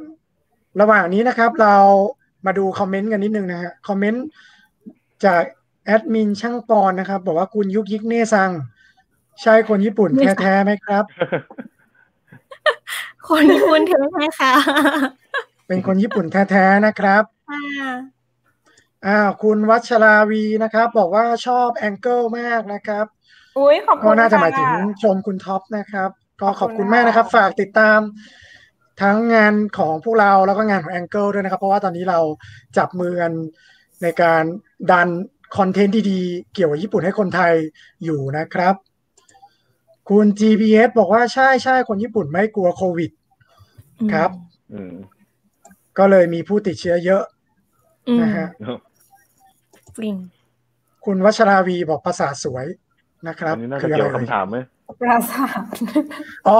Speaker 1: ระหว่างนี้นะครับเรามาดูคอมเมนต์กันนิดนึงนะฮะคอมเมนต์จากแอดมินช่างปอนนะครับ บอกว่าคุณยุกยิกเน่ซัง ใช่คนญี่ปุ่นแท้ๆไหมครับ
Speaker 4: คนญี่ปุ่นเธอไหมคะ
Speaker 1: เป็นคนญี่ปุ่นแท้ๆนะครับ
Speaker 4: อ่า
Speaker 1: อ้าวคุณวัชราวีนะครับ บอกว่าชอบแองเกิลมากนะครับ
Speaker 2: อุ้ยขอบคุ
Speaker 1: ก็
Speaker 2: ณ
Speaker 1: น่าจะหมายถึง
Speaker 2: ค่
Speaker 1: ชมคุณท็อปนะครับ ก็ข
Speaker 2: ข
Speaker 1: อ
Speaker 2: อ
Speaker 1: บบ
Speaker 2: คุ
Speaker 1: คุณ
Speaker 2: ณ
Speaker 1: มากนะครับ
Speaker 2: ค่ะ
Speaker 1: ฝากติดตามทั้งงานของพวกเราแล้วก็งานของแองเกิลด้วยนะครับ เพราะว่าตอนนี้เราจับมือกันในการดันคอนเทนต์ดีๆ เกี่ยวกับญี่ปุ่นให้คนไทยอยู่นะครับ คุณ GPS บอกว่าใช่ใช่คนญี่ปุ่นไม่กลัวโควิด ครับ
Speaker 3: อืม
Speaker 1: ก็เลยมีผู้ติดเชื้อเยอะ
Speaker 4: อืม
Speaker 1: นะฮะ
Speaker 4: จริง
Speaker 1: คุณวัชราวีบอกภาษาสวยนะครับ
Speaker 3: อันนี้น่า
Speaker 1: คื
Speaker 3: จะ
Speaker 1: ออะ
Speaker 3: เกี่
Speaker 1: ไร
Speaker 3: ยว
Speaker 1: เอ่ย
Speaker 3: คำถามไหม
Speaker 2: ปราสาท
Speaker 1: อ๋อ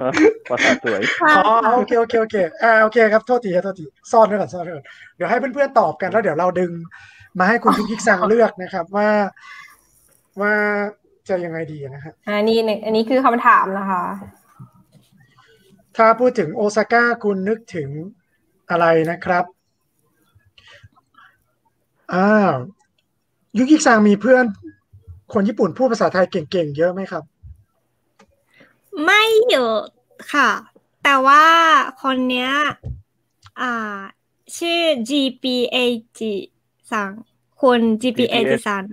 Speaker 3: ฮะภาษาสวย
Speaker 1: อ๋อโอเคโอเคโอเคอ่าโอเคครับโทษทีครับโทษทีซ่อนไว้ก่อนซ่อนไว้ก่อนเดี๋ยวให้เพื่อนๆตอบกันแล้วเดี๋ยวเราดึง มาให้คุณพิกิกซังเลือกนะครับ ว่าว่าจะยังไงดีนะครับ
Speaker 2: อันนี้หนึ่งอันนี้คือคำถามนะคะ
Speaker 1: ถ้าพูดถึงโอซาก้าคุณนึกถึงอะไรนะครับอ้าวยุกิกซังมีเพื่อน คนญี่ปุ่นพูดภาษาไทยเก่งๆเยอะไหมครับ
Speaker 4: ไม่เยอะค่ะ แต่ว่าคนเนี้ยอ่า ชื่อ GPAG สังคน GPAG สัง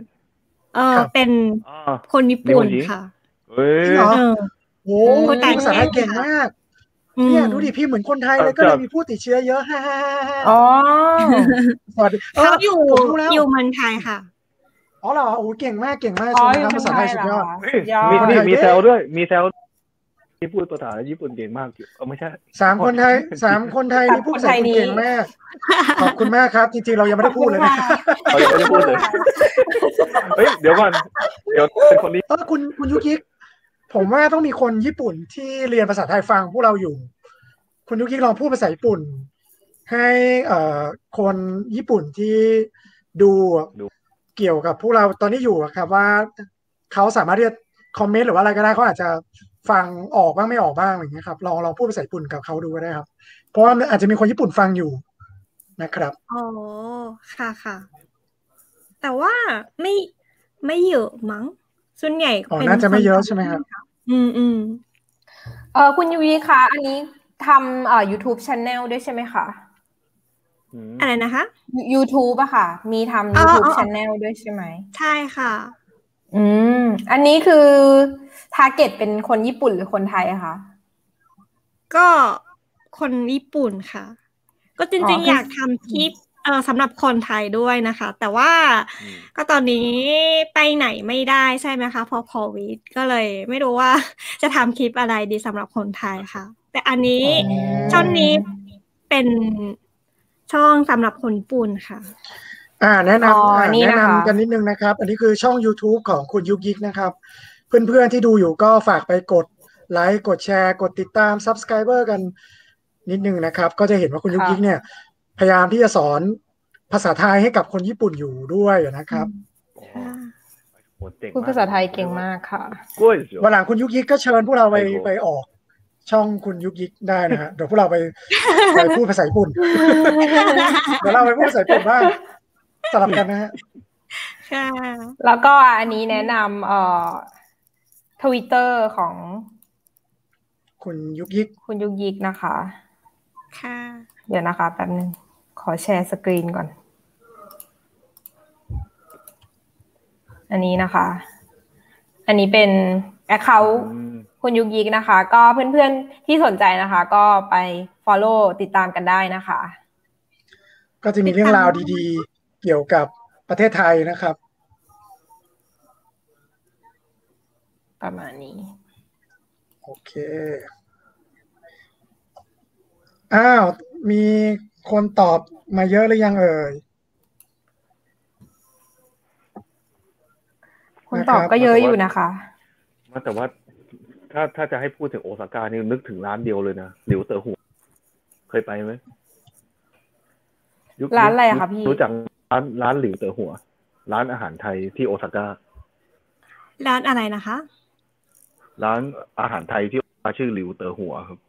Speaker 4: เออ
Speaker 1: ครับ
Speaker 4: เป็น
Speaker 3: อ่า
Speaker 4: คนญี่ปุ่น
Speaker 3: นิวจิ
Speaker 4: ค่ะ
Speaker 3: เฮ้ย
Speaker 1: จริงเหร
Speaker 4: เออ
Speaker 1: โอ้
Speaker 4: พูดไทย
Speaker 1: ภาษาไทยเก่งมาก
Speaker 4: อืม
Speaker 1: เนี่ยดูดิพี่เหมือนคนไทยเลยก็เลยมีผู้ติดเชื้อเยอะ ฮ่าฮ่าฮ่าฮ่า
Speaker 2: อ๋อ
Speaker 1: สวัสดีเอ
Speaker 4: เขา
Speaker 1: อ
Speaker 4: อยู่
Speaker 1: ผมรู้แล้ว
Speaker 4: อยู่เมืองไทยค่ะ
Speaker 1: อ๋อเหรอโอ้เก่งมากเก่งมาก ช
Speaker 2: อ๋อ
Speaker 1: ม
Speaker 2: อยู่
Speaker 1: นะ
Speaker 2: เมื
Speaker 1: ภา
Speaker 2: อง
Speaker 1: ษา
Speaker 2: ไท
Speaker 1: ไท
Speaker 2: ย
Speaker 1: ย
Speaker 2: เห
Speaker 1: สุ
Speaker 2: ร
Speaker 1: ด
Speaker 2: อย
Speaker 1: อด
Speaker 2: คะยอ
Speaker 3: มี
Speaker 2: ด
Speaker 3: นี่
Speaker 1: ใช่
Speaker 3: มีแซวด้วย มีแซวที่พูดภาษาญี่ปุ่นเก่งมากอยู่เออไม่ใช่
Speaker 1: สามคนไทยสามคนไทยนี่พูดภาษาญี่ปุ่นเก่งมาก ขอบคุณมากครับจริงๆเรายังไม่ได้พูดเลยนะ
Speaker 3: เขายังไม่ได้พูด เลยเฮ้ยเดี๋ยวก่อนเดี๋ยวเป็นคนนี้
Speaker 1: เออคุณคุณยุกิกผมว่าต้องมีคนญี่ปุ่นที่เรียนภาษาไทยฟังพวกเราอยู่ คุณยุกิกลองพูดภาษาญี่ปุ่น ให้เอ่อคนญี่ปุ่นที่ดูเกี่ยวกับพวกเราตอนนี้อยู่อะครับว่าเขาสามารถที่จะคอมเมนต์หรือว่าอะไรก็ได้เขาอาจจะฟังออกบ้างไม่ออกบ้างอะไรอย่างเงี้ยครับลองลองพูดภาษาญี่ปุ่นกับเขาดูก็ได้ครับ เพราะว่าอาจจะมีคนญี่ปุ่นฟังอยู่นะครับ
Speaker 4: อ๋อ ค่ะค่ะ แต่ว่าไม่ไม่เยอะมั้ง ส่วนใหญ่
Speaker 1: อ๋อ
Speaker 4: ป็
Speaker 1: น่าจะไม่เยอะ
Speaker 4: คน
Speaker 1: ใช่ไหมครับ
Speaker 4: อืมอืม
Speaker 2: เออคุณยูริคะ อันนี้ทำเอ่อ YouTube Channel ด้วยใช่ไหมคะ
Speaker 3: อืม
Speaker 4: อะไรนะคะ
Speaker 2: You- YouTube อะค่ะ มีทำ
Speaker 4: อ๋อ
Speaker 2: YouTube
Speaker 4: อ๋อ
Speaker 2: Channel ด้วยใช่ไหม
Speaker 4: ใช่ค่ะ
Speaker 2: อืม อันนี้คือ Target เป็นคนญี่ปุ่นหรือคนไทยอะคะ
Speaker 4: ก็คนญี่ปุ่นค่ะ ก็จ
Speaker 2: อ๋
Speaker 4: ริ
Speaker 2: อง คือ
Speaker 4: ๆ
Speaker 2: อ
Speaker 4: อยากทำคลิปเออสำหรับคนไทยด้วยนะคะ แต่ว่า
Speaker 3: อืม
Speaker 4: ก็ตอนนี้ไปไหนไม่ได้ใช่ไหมคะเพราะโควิดก็เลยไม่รู้ว่า จะทำคลิปอะไรดีสำหรับคนไทยค่ะ แต่อันนี้ ช่องนี้เป็นช่องสำหรับคนญี่ปุ่นค่ะ
Speaker 1: อ่าแนะนำ
Speaker 2: อ๋อ
Speaker 1: อ่า
Speaker 2: นี่
Speaker 1: แนะ
Speaker 2: นะคะ
Speaker 1: นำกันนิดนึงนะครับ อันนี้คือช่อง YouTube ของคุณยุกยิกนะครับ เพื่อนๆที่ดูอยู่ก็ฝากไปกดไลค์กดแชร์ กดติดตาม Subscriber กันนิดนึงนะครับ ก็จะเห็นว่าคุณยุกยิกเนี่ย พยายามที่จะสอนภาษาไทยให้กับคนญี่ปุ่นอยู่ด้วยนะครับ
Speaker 3: โอ้โหเจ๋งมก
Speaker 2: พูดภาษาไทยเก่งมากค่ะ
Speaker 3: กล้วยเสียว
Speaker 1: วันหลังคุณยุกยิกก็เชิญพวกเราไป
Speaker 3: ไปดู
Speaker 1: ไปออก ช่องคุณยุกยิกได้นะฮะเดี๋ยวพวกเราไป ไปพูดภาษาญี่ ปุ่นเดี๋ยวเราไปพูดภาษาญี่ปุ่นบ้างสลับกันนะฮะ
Speaker 4: ค่ะ
Speaker 2: แล้วก็อันนี้แนะนำเอ่อทวิตเตอร์ของ
Speaker 1: คุณยุกยิก
Speaker 2: คุณยุกยิกนะคะ
Speaker 4: ค่ะ
Speaker 2: เดี๋ยวนะคะแป๊บนึง ขอแชร์สกรีนก่อน อันนี้นะคะ อันนี้เป็น Account
Speaker 3: อืม
Speaker 2: คุณยุกยิกนะคะ ก็เพื่อนๆที่สนใจนะคะ ก็ไป Follow ติดตามกันได้นะคะ
Speaker 1: ก็จะมีเรื่องราวดีๆ เกี่ยวกับประเทศไทยนะครับ
Speaker 2: ประมาณนี้
Speaker 1: โอเค อ้าว มีคนตอบมาเยอะหรือยังเอ่ย
Speaker 2: คุณตอบก็เยอะอยู่นะคะ
Speaker 3: ว่าแต่ว่า ถ้าถ้าจะให้พูดถึงโอซาก้านี่นึกถึงร้านเดียวเลยนะหลิวเต๋อหัว เคยไปไหมยุค
Speaker 2: ร้านอะไรอะคะพี่
Speaker 3: รู้จักร้านร้านหลิวเต๋อหัว ร้านอาหารไทยที่โอซาก้า
Speaker 4: ร้านอะไรนะคะ
Speaker 3: ร้านอาหารไทยที่ชื่อหลิวเต๋อหัวครับ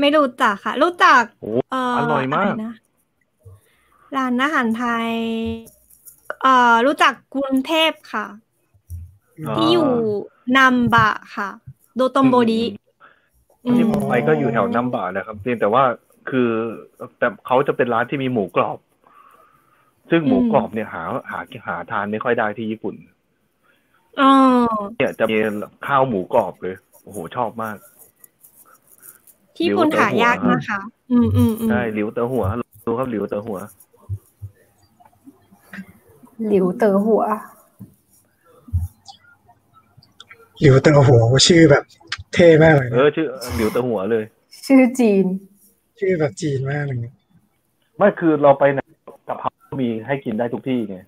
Speaker 4: ไม่รู้จักค่ะ รู้จัก
Speaker 3: โอ้
Speaker 4: เอ
Speaker 3: อร่อยมาก
Speaker 4: ะไนะร้านอาหารไทย เอ่อ รู้จักกรุงเทพค่ะ
Speaker 3: อ่า
Speaker 4: ที่อยู่นัมบะค่ะ โดโตมโบริ
Speaker 3: อืมที่ผมไป
Speaker 4: อืม
Speaker 3: ก็อยู่แถวน้ำบาทนะครับเพียงแต่ว่าคือแต่เขาจะเป็นร้านที่มีหมูกรอบ ซึ่งหมูกรอบเนี่ยหาหาหาทานไม่ค่อยได้ที่ญี่ปุ่น
Speaker 4: อ๋อ
Speaker 3: เนี่ยจะมีข้าวหมูกรอบเลยโอ้โหชอบมาก
Speaker 4: ที่ญี่ปุ่นหายากนะคะ อืมอืมอืม
Speaker 3: ใช่หลิวเตอหัวรู้ครับหลิวเตอหัว
Speaker 2: หลิวเต๋อหัว
Speaker 1: หลิวเตอร์หัวชื่อแบบ เท่มากเลย
Speaker 3: เออชื่อหลิวตะหัวเลย
Speaker 2: ชื่อจีน
Speaker 1: ชื่อแบบจีนมากเลย
Speaker 3: ไม่คือเราไปไหนกะเพรามีให้กินได้ทุกที่ไง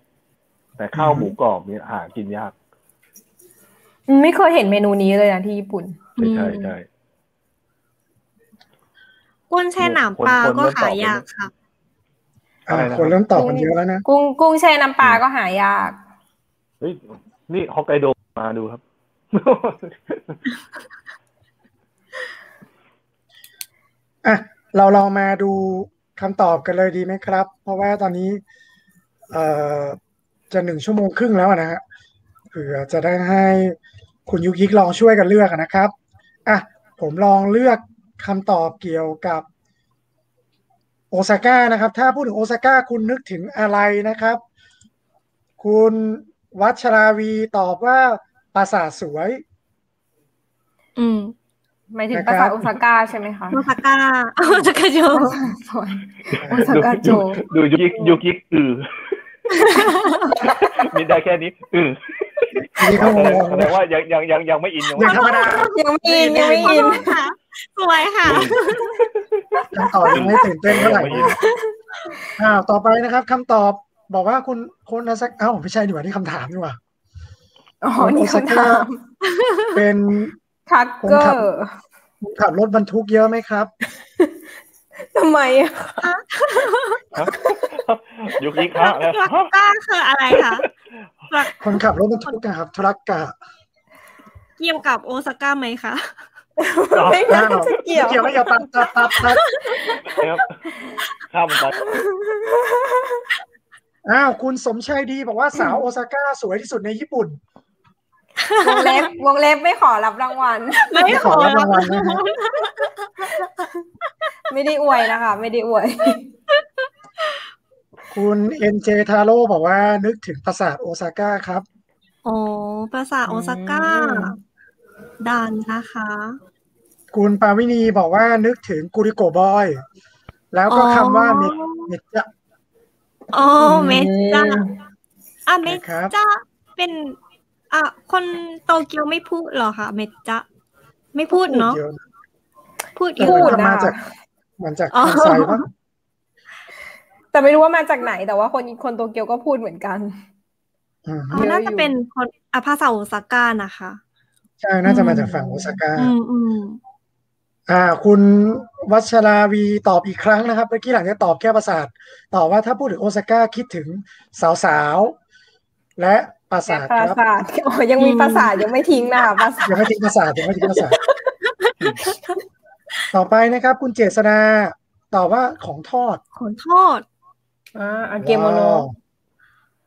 Speaker 3: แต่ข้าวหมูกรอบเนี่ยหากินยาก
Speaker 2: ไม่เคยเห็นเมนูนี้เลยนะที่ญี่ปุ่น
Speaker 3: ใช่ใช่ใช่
Speaker 4: กุ้นแช่หนามปลา
Speaker 3: คนๆ
Speaker 4: ก็
Speaker 3: ไม่ตอบ
Speaker 4: หา
Speaker 3: เลยนะ
Speaker 4: ยากครับ
Speaker 1: อ่า
Speaker 3: อะไรนะครับ
Speaker 1: คนเริ่มตอบกันเยอะแล้วนะ
Speaker 2: กุ้งกุ้งแช่น้ำปลาก็หายาก
Speaker 3: เฮ้ยนี่ฮอกไกโดมาดูครับ
Speaker 1: อ่ะเราลองมาดูคำตอบกันเลยดีไหมครับ เพราะว่าตอนนี้ เอ่อจะหนึ่งชั่วโมงครึ่งแล้วนะฮะเผื่อจะได้ให้คุณยุกยิกลองช่วยกันเลือกนะครับอ่ะผมลองเลือกคำตอบเกี่ยวกับโอซาก้านะครับ ถ้าพูดถึงโอซาก้าคุณนึกถึงอะไรนะครับ คุณวัชราวีตอบว่าปราสาทสวย
Speaker 4: อืม
Speaker 2: หมายถึง
Speaker 1: นะค
Speaker 2: ป
Speaker 1: รับ
Speaker 2: ราสาทโอซาก้าใช่ไหมคะ
Speaker 4: โอซาก้า โอซาก้าโจ
Speaker 2: ปราสาทสวย โอซาก้าโจ
Speaker 3: ดูยุกยิกยุกยิกอือมีได้แค่นี้อือ
Speaker 1: นี่ก็งง
Speaker 3: แสดงว่ายังยังยังยังไม่อินยัง
Speaker 1: อ
Speaker 3: ไม่
Speaker 1: ย่างธรรมดา
Speaker 2: ยังไม่อินยังไม่
Speaker 4: ขอ
Speaker 2: อิน
Speaker 4: โทษค่ะสวยค่ะ
Speaker 1: คำตอบยังไม่ตื่นเต้นเท่าไหร่
Speaker 3: ยังไม่อิน
Speaker 1: นะอ่าต่อไปนะครับคำตอบบอกว่าคุณคุณอาซากเอ้าไม่ใช่ดีกว่านี่คำถามดีกว่า
Speaker 2: อ๋อนี่คำถาม
Speaker 1: เป็น
Speaker 2: ทักเกอร์
Speaker 1: คุณขับรถบรรทุกเยอะไหมครับ
Speaker 2: ทำไมอะ
Speaker 3: ยุกยิกฮะแล้ว
Speaker 4: ลักก้าคืออะไรคะลัก
Speaker 1: คนขับรถบรรทุกนะครับทุรักกะ
Speaker 4: เกี่ยวกับโอซาก้าไหมคะ
Speaker 2: ไม่น่าจะเกี่ยว
Speaker 1: เกี่ยวไม่เกี่ยวปั๊บปั๊บปั๊บปั๊บ
Speaker 3: ครับข้ามไป
Speaker 1: อ้าวคุณสมชัยดีบอกว่าสาวโอซาก้าสวยที่สุดในญี่ปุ่น
Speaker 2: วงเล็บวงเล็บไม่ขอรับรางวัล
Speaker 4: ไม่
Speaker 1: ไม่ขอรับรางวัลนะฮะ
Speaker 2: ไม่ได้อวยนะคะ ไม่ได้อวย
Speaker 1: คุณเอ็นเจทาโร่บอกว่านึกถึงปราสาทโอซาก้าครับ
Speaker 4: โอ้ปราสาทโอซาก้า
Speaker 2: อืม
Speaker 4: ดันนะคะ
Speaker 1: คุณปาวินีบอกว่านึกถึงกุริโกะบอย แล้วก็คำว่าเมเมจะ
Speaker 4: โอ้เมจ้าอ่ะเม
Speaker 1: นะครับ
Speaker 4: จ้าเป็นอ่ะคนโตเกียวไม่พูดเหรอคะเมจ้าไม่พูดเนาะ
Speaker 1: เยอะ
Speaker 4: พูดเย
Speaker 1: แต่
Speaker 4: อะ
Speaker 2: พูด
Speaker 1: มันมาจากมันจากทางไซด์ปะ
Speaker 2: แต่ไม่รู้ว่ามาจากไหนแต่ว่าคนคนโตเกียวก็พูดเหมือนกัน
Speaker 1: อืม
Speaker 4: อ๋อน่าจะเป็นคนอ่ะภาษาโอซาก้านะคะ
Speaker 1: ใช่น่าจะมาจากฝั่งโอซาก้า
Speaker 4: อืมอืม
Speaker 1: อ่า คุณวัชราวีตอบอีกครั้งนะครับเมื่อกี้หลังจากตอบแค่ประสาทตอบว่าถ้าพูดถึงโอซาก้าคิดถึงสาวๆ และปราสาท
Speaker 2: ปรา
Speaker 1: ครับ
Speaker 2: สาทอ๋อยังมีปราสาทยังไม่ทิ้งนะคะปราสาท
Speaker 1: ยังไม่ทิ้งปราสาทยังไม่ทิ้งปราสาทต่อไปนะครับ คุณเจษดาตอบว่าของทอด
Speaker 4: ขนโทษ
Speaker 2: อ่าอาเกโมโน
Speaker 1: ว้าว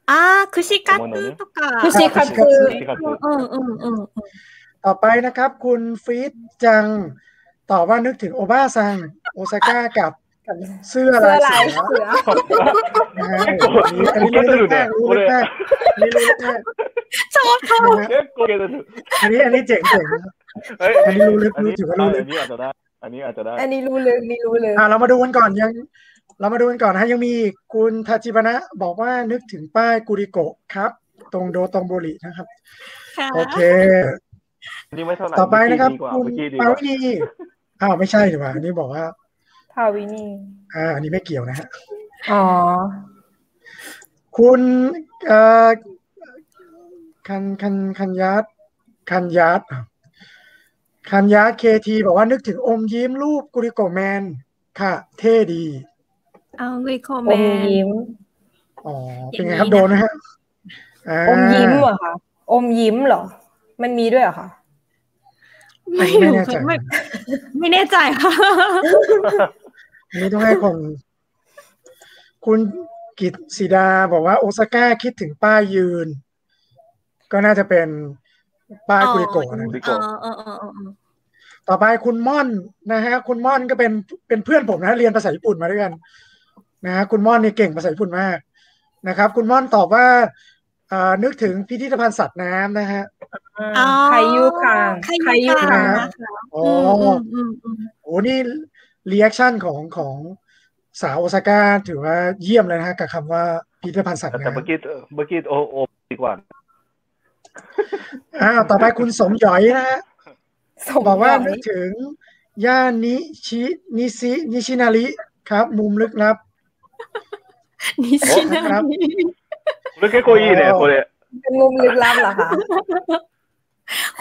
Speaker 4: อ่าคุชิกัตสึとか
Speaker 2: คุชิคัตสึ
Speaker 3: ที่ขัด
Speaker 4: เอ
Speaker 3: ขื
Speaker 4: อน เออเออเออเออ
Speaker 1: ต่อไปนะครับ คุณฟีดจังตอบว่านึกถึงโอบ้าซังโอซาก้ากับเสื้อลา
Speaker 2: เสื้อย ลา
Speaker 1: เสือ
Speaker 2: ยเสือ
Speaker 1: นะฮะอันนี้รู้ลึกมากรู้ลึกมากนี่รู้ลึกมาก
Speaker 4: ชอบชอบ
Speaker 1: นะฮะ
Speaker 3: เอ๊ะกูเกลียดเลย
Speaker 1: อันนี้อันนี้เจ๋งเจ๋งนะ
Speaker 3: เฮ้ย
Speaker 1: อันนี้รู้ลึกรู้ถือว่ารู้ลึก
Speaker 3: อันนี้อาจจะได้ อันนี้อาจจะได้
Speaker 2: อันนี้รู้เลยนี่รู้เลย
Speaker 1: อ่ะเรามาดูกันก่อนยัง เรามาดูกันก่อนนะฮะยังมีอีกคุณทาจิบะนะบอกว่านึกถึงป้ายกุริโกะครับ ตรงโดตองโบรินะครับ
Speaker 4: ค่ะ
Speaker 1: โอเค
Speaker 3: อันนี้ไม่เท่าไหร่
Speaker 1: ต่อไปนะครับ
Speaker 3: เมื่อกี้ดีกว่า
Speaker 1: คุณ
Speaker 3: เมื่อกี้ดีก
Speaker 1: ปาวินีอ้าว
Speaker 3: ว่า
Speaker 1: ไม่ใช่ดีกว่าอันนี้บอกว่า
Speaker 2: ทาวินี่
Speaker 1: อ่าอันนี้ไม่เกี่ยวนะฮะ
Speaker 2: อ๋อ
Speaker 1: คุณเอ่อคันคันคันยัดคันยัดคันยัดเคทีบอกว่านึกถึงอมยิ้มรูปกุริโกะแมนค่ะ เท่ดี
Speaker 4: เอาวิโค
Speaker 2: อ
Speaker 4: แม
Speaker 2: ม
Speaker 4: น
Speaker 2: ยิ้ม
Speaker 1: อ๋อ
Speaker 4: อ
Speaker 1: เป็น
Speaker 4: ย่า
Speaker 1: ไง
Speaker 4: งนี้
Speaker 1: ครับ
Speaker 4: นะ
Speaker 1: โดนนะฮะา
Speaker 2: อมยิ้มเหรอคะอมยิ้มเหรอ มันมีด้วยเหรอคะ
Speaker 1: อันนี้
Speaker 4: ไม่
Speaker 1: ไม่
Speaker 4: รู้
Speaker 1: แน่ใจ
Speaker 4: ค่ะไม่ไม่แน่ ใจค่ะ
Speaker 1: อันนี้ต้องให้คน คุณกิตศิดาบอกว่าโอซาก้าคิดถึงป้ายยืน ก็น่าจะเป็นป้าย
Speaker 4: อ๋อ
Speaker 1: คุริโกะนะ
Speaker 3: ดิ
Speaker 4: อ๋
Speaker 3: โกะ
Speaker 4: อเออเออเออเออ
Speaker 1: ต่อไปคุณม่อนนะฮะ คุณม่อนก็เป็นเป็นเพื่อนผมนะเรียนภาษาญี่ปุ่นมาด้วยกัน นะฮะคุณม่อนนี่เก่งภาษาญี่ปุ่นมากนะครับ คุณม่อนตอบว่าเอ่อนึกถึงพิพิธภัณฑ์สัตว์น้ำนะฮะ
Speaker 4: อ๋อ
Speaker 2: ใครยุคาง
Speaker 4: ใครยุ
Speaker 1: ใครยุ
Speaker 4: คาง
Speaker 1: คาง
Speaker 4: นะคะ
Speaker 1: อ๋อ
Speaker 4: อืม
Speaker 1: อ
Speaker 4: อืมอืมอืม
Speaker 1: โอ้นี่รีแอคชั่นของของสาวโอซาก้าถือว่าเยี่ยมเลยนะฮะกับคำว่าพิพิธภัณฑ์สัตว์
Speaker 3: แต่
Speaker 1: นะ
Speaker 3: เมื่อกี้เมื่อกี้โอโอดีกว่า
Speaker 1: อ้าวต่อไปคุณสมหยอยนะฮะ
Speaker 2: ส่ง
Speaker 1: บอกว่า
Speaker 2: ห
Speaker 1: นึ
Speaker 2: น่
Speaker 1: ก
Speaker 2: ย
Speaker 1: ถึงย่านนิชินิซินิชินาริครับ มุมลึกลับ
Speaker 4: นิชินา
Speaker 1: ครับ
Speaker 4: มิ
Speaker 3: นึกแค่โคอีเนี่ยคนเนี่ย
Speaker 2: เป็นมุมลึกลับเหรอคะ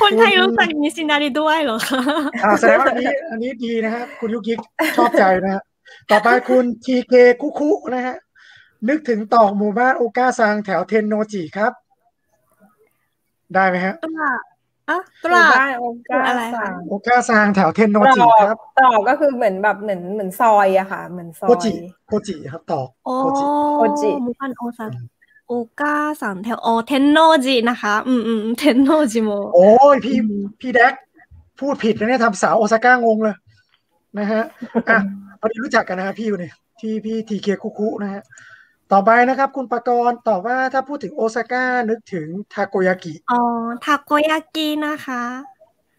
Speaker 4: คนไทยรู้จักนิชินาริด้วยเหรอคะ
Speaker 1: อ่าแสดงว่าอันนี้อันนี้ดีนะฮะคุณยุกิกชอบใจนะฮะต่อไปคุณทีเคคุคุนะฮะนึกถึงตอกหมู่บ้านโอกาซังแถวเทนโนจิครับ ได้ไหมฮะ
Speaker 4: ตราดอ่ะต
Speaker 2: หมู่
Speaker 4: ราด
Speaker 2: บ้านองค์กา
Speaker 4: อะไรคะ
Speaker 2: สาม
Speaker 1: โอกาซังแถวเทนโน
Speaker 2: ตร
Speaker 1: จิ
Speaker 2: อก
Speaker 1: ครับ
Speaker 2: ตรอกก็คือเหมือนแบบเหมือนเหมือนซอยอะค่ะ เหมือนซอ
Speaker 1: โค
Speaker 2: ย
Speaker 1: จิโคจิครับตอก
Speaker 4: โอ้
Speaker 1: โคจิ
Speaker 2: โอจิ
Speaker 4: หมู่บ้านโอซาโอกาสามแถวโอเทนโนจินะคะ อืมอืมเทนโนจิโม
Speaker 1: โอ้ยพี่พี่แดกพูดผิดนะเนี่ยทำสาวโอซาก้างงเลยนะฮะอ่ะพอดีรู้จักกันนะฮะพี่อยู่เนี่ยที่พี่ทีเคคุคุนะฮะต่อไปนะครับ คุณปากรณ์ตอบว่าถ้าพูดถึงโอซาก้านึกถึงทาโกยากิ
Speaker 4: อ๋อ ทาโกยากินะคะ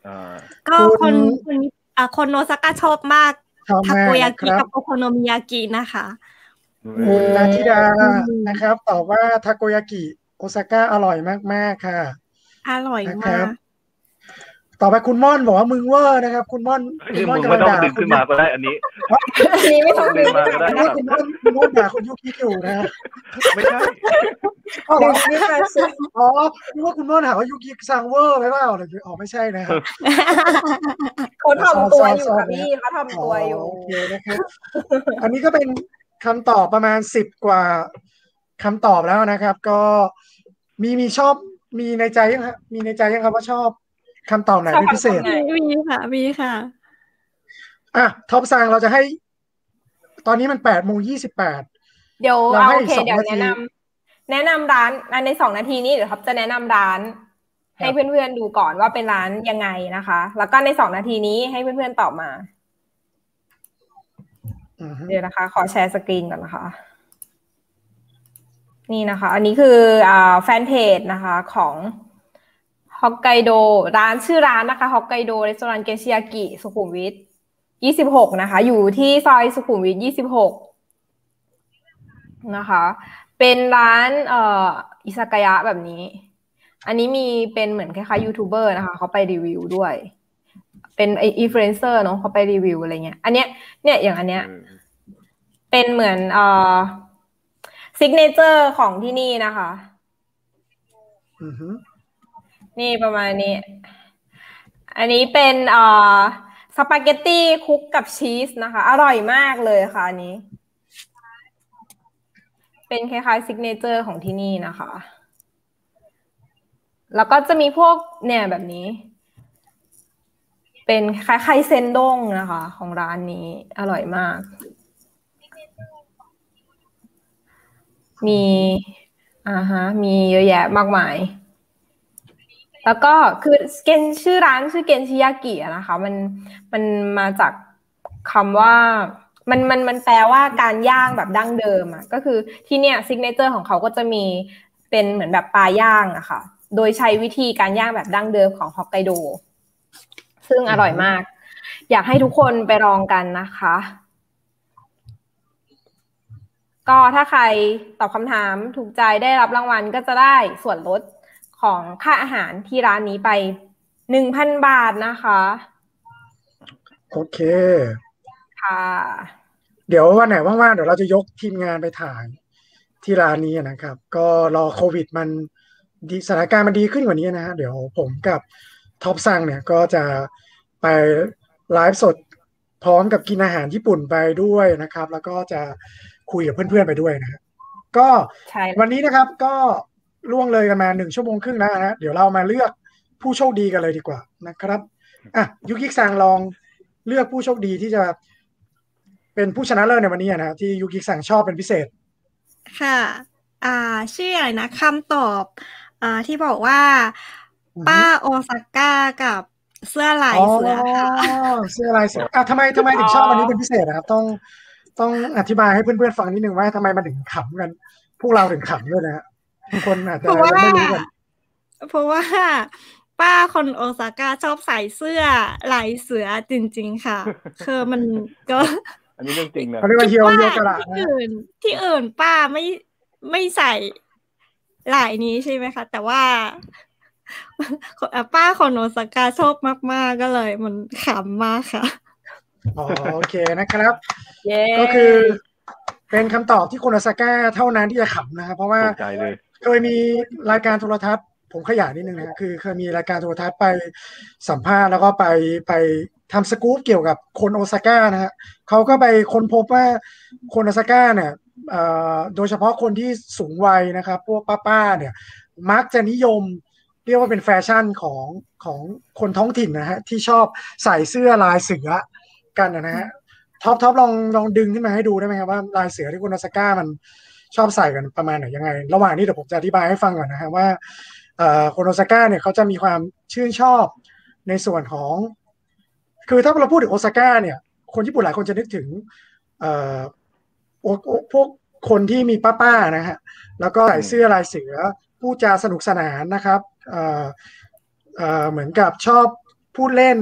Speaker 3: อ่า
Speaker 4: ก็
Speaker 1: คุ
Speaker 4: ค
Speaker 1: ณ
Speaker 4: นคนอ่ะคนโนซากะชอบมาก
Speaker 1: ชอบ
Speaker 4: ทาม
Speaker 1: าก
Speaker 4: โกยา
Speaker 1: นะค
Speaker 4: กิ
Speaker 1: รับ
Speaker 4: กับโอโคโนมิยากินะคะ
Speaker 1: อืมนาธิดานะครับตอบว่าทาโกยากิโอซาก้าอร่อยมากๆค่ะ
Speaker 4: อร่อย
Speaker 1: นะครั
Speaker 4: มาก
Speaker 1: บ ต่อไปคุณม่อนบอกว่ามึงเวอร์นะครับ คุณม่อน
Speaker 3: คือมึง
Speaker 1: กำ
Speaker 3: ไม่
Speaker 1: ลั
Speaker 3: ต้อง
Speaker 1: ด่า
Speaker 3: ดึง
Speaker 1: คุ
Speaker 3: ขึ้
Speaker 1: ณ
Speaker 3: นมาก็ได้อันนี้
Speaker 2: อันนี้ไม่ต้องดึง
Speaker 3: ไม่มาก็ได้
Speaker 1: ยุคุณม่อนคุณม่อนด่าคุณยุกิอยู่นะฮะ
Speaker 3: ไม่ใช่
Speaker 2: ดึงนี่มาสิ
Speaker 1: อ๋อนึกว่าคุณโนนหาว่ายุกิซังเวอร์ไปเปล่าอะไรอย่างเงี้ยอ๋อไม่ใช่นะครับ
Speaker 2: เขาทำตัวอยู่ค่ะพี่เขาทำตัวอยู่
Speaker 1: โอเคนะครับ อันนี้ก็เป็นคำตอบประมาณสิบกว่าคำตอบแล้วนะครับ ก็มีมีชอบมีในใจยังครับมีในใจยังครับว่าชอบคำตอบไหนเป็นพิเศษ
Speaker 2: ชอบคำตอบไหน
Speaker 4: มีค่ะ มีค่ะ
Speaker 1: อ่ะท็อปซังเราจะให้ ตอนนี้มันแปดโมงยี่สิบแปด
Speaker 2: เดี๋ยว
Speaker 1: เรา
Speaker 2: เอา
Speaker 1: ให้
Speaker 2: โอเค
Speaker 1: สอง
Speaker 2: เดี๋ยว
Speaker 1: นาที
Speaker 2: แนะนำแนะนำร้านอ่ะในสองนาทีนี้เดี๋ยวท็อปจะแนะนำร้าน ให้
Speaker 1: ครับ
Speaker 2: เพื่อนๆดูก่อนว่าเป็นร้านยังไงนะคะ แล้วก็ในสองนาทีนี้ให้เพื่อนๆตอบมา
Speaker 1: อือฮึ
Speaker 2: เดี๋ยวนะคะ ขอแชร์สกรีนก่อนนะคะ นี่นะคะ อันนี้คืออ่าแฟนเพจนะคะของฮอกไกโดร้านชื่อร้านนะคะฮอกไกโดรีสอร์ทเกชิยากิสุขุมวิท26 นะคะ อยู่ที่ซอยสุขุมวิท26 นะคะ เป็นร้านเอ่ออิซากายะแบบนี้ อันนี้มีเป็นเหมือนคล้ายๆยูทูบเบอร์นะคะเขาไปรีวิวด้วย เป็นไอินฟลูเอนเซอร์เนาะเขาไปรีวิวอะไรเงี้ย อันเนี้ยเนี่ยอย่างอันเนี้ย เป็นเหมือนเอ่อซิกเนเจอร์ของที่นี่นะคะ
Speaker 1: อือฮึ
Speaker 2: นี่ประมาณนี้ อันนี้เป็นเอ่อสปาเกตตี้คลุกกับชีสนะคะ อร่อยมากเลยค่ะอันนี้ เป็นคล้ายๆซิกเนเจอร์ของที่นี่นะคะ แล้วก็จะมีพวกเนี่ยแบบนี้ เป็นคล้ายๆไข่เซนด้งนะคะ ของร้านนี้อร่อยมาก มีอ่าฮะมีเยอะแยะมากมาย แล้วก็คือเกนชื่อร้านชื่อเกนชิยากิอะนะคะ มันมันมาจากคำว่ามันมันมันแปลว่าการย่างแบบดั้งเดิมอะก็คือที่เนี่ยซิกเนเจอร์ของเขาก็จะมีเป็นเหมือนแบบปลาย่างอะค่ะ โดยใช้วิธีการย่างแบบดั้งเดิมของฮอกไกโด ซึ่งอร่อยมาก อยากให้ทุกคนไปลองกันนะคะ ก็ถ้าใครตอบคำถามถูกใจได้รับรางวัลก็จะได้ส่วนลดของค่าอาหารที่ร้านนี้ไปหนึ่งพันบาทนะคะ
Speaker 1: โอเค
Speaker 2: ค่ะ
Speaker 1: เดี๋ยววันไหนว่างๆเดี๋ยวเราจะยกทีมงานไปถ่ายที่ร้านนี้นะครับ ก็รอโควิดมันดีสถานการณ์มันดีขึ้นกว่านี้นะฮะเดี๋ยวผมกับท็อปซังเนี่ยก็จะไปไลฟ์สดพร้อมกับกินอาหารญี่ปุ่นไปด้วยนะครับ แล้วก็จะคุยกับเพื่อนๆไปด้วยนะฮะก็
Speaker 2: ใช่
Speaker 1: วันนี้นะครับก็ล่วงเลยกันมาหนึ่งชั่วโมงครึ่งแล้วนะฮะเดี๋ยวเรามาเลือกผู้โชคดีกันเลยดีกว่านะครับอ่ะยุกิซังลองเลือกผู้โชคดีที่จะ เป็นผู้ชนะเลิศในวันนี้อะนะที่ยูกิสั่งชอบเป็นพิเศษ
Speaker 4: ค่ะ อ่า ชื่ออะไรนะคำตอบ อ่า ที่บอกว่า ป้าโอซาก้ากับเสื้อลายเสือค่ะ
Speaker 1: อเสื้อลายเสืออ่ะทำไมทำไมถึงชอบวันนี้เป็นพิเศษนะครับ ต้องต้องอธิบายให้เพื่อนๆฟังนิดนึงว่าทำไมมันถึงขำกัน พวกเราถึงขำด้วยนะฮะบางคนอาจจะ
Speaker 4: เพราะว่า
Speaker 1: ยังไม่รู้กัน
Speaker 4: เพราะว่า ป้าคนโอซาก้าชอบใส่เสื้อลายเสือจริง ๆ ค่ะ คือมันก็
Speaker 3: อันนี้เรื่องจริงนะ
Speaker 1: เขาเรียกว่าเฮียวเฮียวกระดาษ
Speaker 4: ที่
Speaker 1: นะ
Speaker 4: อื่นที่อื่นป้าไม่ไม่ใส่ลายนี้ใช่ไหมคะ แต่ว่า ป้าของโนสกาชอบมาก ๆ ก็เลยมันขำมากค่ะ
Speaker 1: อ๋อโอเคนะครับ
Speaker 2: เย้
Speaker 1: ก็คือเป็นคำตอบที่คนโอซาก้าเท่านั้นที่จะขำนะครับเพราะว่า
Speaker 3: ตกใจเลย
Speaker 1: เคยมีรายการโทรทัศน์ ผมขยายนิดนึงนะคือเคยมีรายการโทรทัศน์ไปสัมภาษณ์แล้วก็ไปไปทำสกู๊ปเกี่ยวกับคนโอซาก้านะฮะเขาก็ไปค้นพบว่าคนโอซาก้าเนี่ยเอ่อโดยเฉพาะคนที่สูงวัยนะครับ พวกป้าๆเนี่ย มักจะนิยมเรียกว่าเป็นแฟชั่นของของคนท้องถิ่นนะฮะที่ชอบใส่เสื้อลายเสือกันนะฮะท็อปท็อปลองลองดึงขึ้นมาให้ดูได้ไหมครับว่าลายเสือที่คนโอซาก้ามัน ชอบใส่กันประมาณไหนยังไง ระหว่างนี้เดี๋ยวผมจะอธิบายให้ฟังก่อนนะฮะว่าเอ่อคนโอซาก้าเนี่ยเขาจะมีความชื่นชอบในส่วนของ คือถ้าเราพูดถึงโอซาก้าเนี่ย คนญี่ปุ่นหลายคนจะนึกถึงเอ่อโอโอพวกคนที่มีป้าๆนะฮะ แล้วก็ใส่เสื้อลายเสือพูดจาสนุกสนานนะครับเอ่อเอ่อเหมือนกับชอบพูดเล่น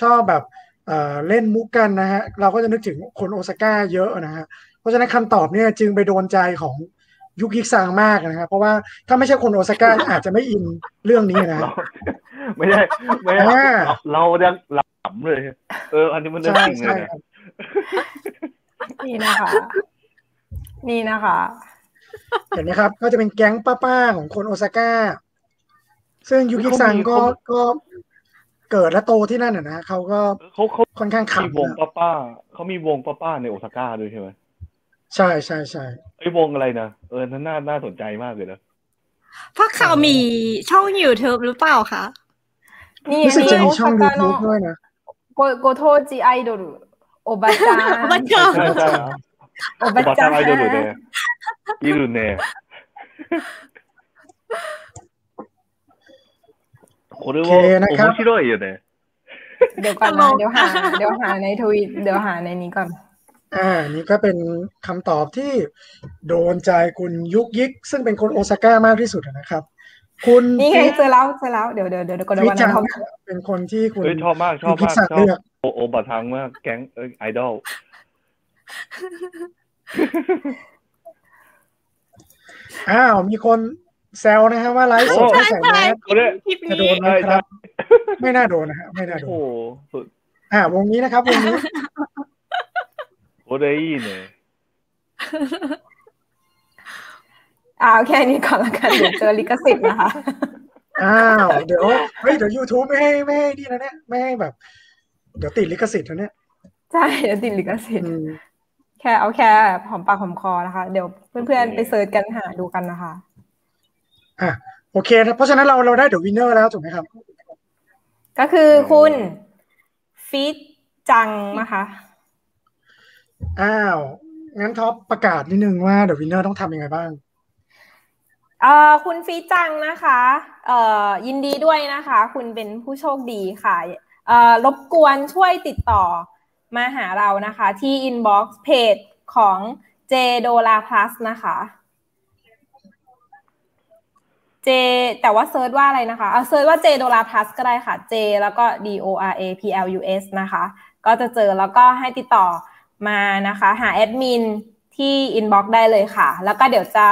Speaker 1: ชอบแบบเอ่อเล่นมุกกันนะฮะ เราก็จะนึกถึงคนโอซาก้าเยอะนะฮะ เพราะฉะนั้นคำตอบเนี่ยจึงไปโดนใจของยุคยิกซังมากนะครับ เพราะว่าถ้าไม่ใช่คนโอซาก้า อาจจะไม่อินเรื่องนี้นะ
Speaker 3: เรา ไม่ได้ไม่ได้
Speaker 1: อ่า
Speaker 3: เรายังหลับเลย เออ อันนี้มันเรื่อง
Speaker 1: ใช่
Speaker 3: จริง
Speaker 1: ใช่
Speaker 3: เลยนะครับ
Speaker 2: นี่นะคะ นี่นะคะ
Speaker 1: เห็นไหมครับ ก็จะเป็นแก๊งป้าๆของคนโอซาก้า ซึ่งยุคยิกซังก็ก็เกิดและโตที่นั่นนะนะเขาก็
Speaker 3: เขาเขา
Speaker 1: ค่อนข้าง
Speaker 3: มี
Speaker 1: ขำ
Speaker 3: วง
Speaker 1: นะ
Speaker 3: ป้าป้าเขามีวงป้าป้าในโอซาก้าด้วยใช่ไหม
Speaker 1: ใช่ใช่ใช่
Speaker 3: ไอ้ยวงอะไรนะเออนั่นน่าน่าสนใจมากเลยนะ
Speaker 4: พวกเขามีช่อง YouTube หรือเปล่าคะ
Speaker 2: นี่
Speaker 1: รู้สึก
Speaker 2: นี่
Speaker 1: จะมี
Speaker 2: โอ
Speaker 1: ช่อ
Speaker 2: ซาง
Speaker 1: ยู
Speaker 2: ก้า
Speaker 1: ทูบ
Speaker 2: โนะ
Speaker 1: ด้วยนะ
Speaker 2: โกโกโทจิไอดอลโอบาจา
Speaker 4: โอบาจา
Speaker 3: ใช่ใช่นะ
Speaker 2: โอบา
Speaker 3: โอบา
Speaker 2: จา
Speaker 3: จาไอโดรุเน่ยิรุเน่โอ้โหเรียกว่าโอ้โหชิโร่อยู่เนี่ย
Speaker 2: เดี๋ยวก่อนนะเดี๋ยวหาเดี๋ยวหาในทวีตเดี๋ยวหาในนี้ก่อน
Speaker 1: อ่านี่ก็เป็นคำตอบที่โดนใจคุณยุกยิก ซึ่งเป็นคนโอซาก้ามากที่สุดนะครับ คุณ
Speaker 2: นี่ไง
Speaker 1: ฟิต
Speaker 2: เจอแล้วเจอแล้วเดี๋ยวเดี๋ยวเดี๋ยวกด
Speaker 1: ฟิ
Speaker 2: วัน
Speaker 1: จั
Speaker 2: นั้
Speaker 1: ง
Speaker 2: นเขา
Speaker 1: เป็นคนที่คุณ
Speaker 3: เฮ้ยชอบมาก ชอบมาก
Speaker 1: คุณคิดสัตว์
Speaker 3: ชอบ
Speaker 1: เลือก
Speaker 3: โอโอบะทังมากแก๊งเอ้ยไอดอล
Speaker 1: อ้าวมีคนแซวนะฮะว่าไลฟ์สดไม่ใส่แมส
Speaker 3: ก็เนี่ย
Speaker 4: คลิป
Speaker 1: จะโด
Speaker 4: นี้
Speaker 1: นไหมครับ
Speaker 3: ใช่
Speaker 1: ไม่น่าโดนนะฮะไม่น่าโด
Speaker 3: โอ้โห
Speaker 1: น
Speaker 3: สุด
Speaker 1: อ่าวงนี้นะครับวงนี้
Speaker 3: โอเดอีเนี่ย
Speaker 2: อ่าเอาแค่นี้ก่อนละกันเดี๋ยวเจอลิขสิทธิ์นะคะ
Speaker 1: อ้าวเดี๋ยวเฮ้ยเดี๋ยว YouTube ไม่ให้ไม่ให้นี่นะเนี่ยไม่ให้แบบ เดี๋ยวติดลิขสิทธิ์นะเนี่ย
Speaker 2: ใช่เดี๋ยวติดลิขสิท
Speaker 1: อื
Speaker 2: ธิ์
Speaker 1: ม
Speaker 2: แค่เอาแค่หอมปากหอมคอนะคะ เดี๋ยวเพื่อนๆไปเสิร์ชกันหาดูกันนะคะ
Speaker 1: โอเคนะเพราะฉะนั้นเราเราได้เดี๋ยววินเนอร์แล้วถูกไหมครับ
Speaker 2: ก็คือคุณฟีดจังนะคะ
Speaker 1: อ้าวงั้นท็อปประกาศนิดนึงว่าเดี๋ยววินเนอร์ต้องทำยังไงบ้าง
Speaker 2: เอ่อคุณฟีจังนะคะเอ่อยินดีด้วยนะคะ คุณเป็นผู้โชคดีค่ะเอ่อรบกวนช่วยติดต่อมาหาเรานะคะ ที่ inbox เพจของ j d o l a plus นะคะ J แต่ว่าเซิร์ชว่าอะไรนะคะเอาเซิร์ชว่า J d o l a plus ก็ได้ค่ะ J แล้วก็ D O R A P L U S นะคะ ก็จะเจอแล้วก็ให้ติดต่อมานะคะ หาแอดมินที่ inbox ได้เลยค่ะ แล้วก็เดี๋ยวจะ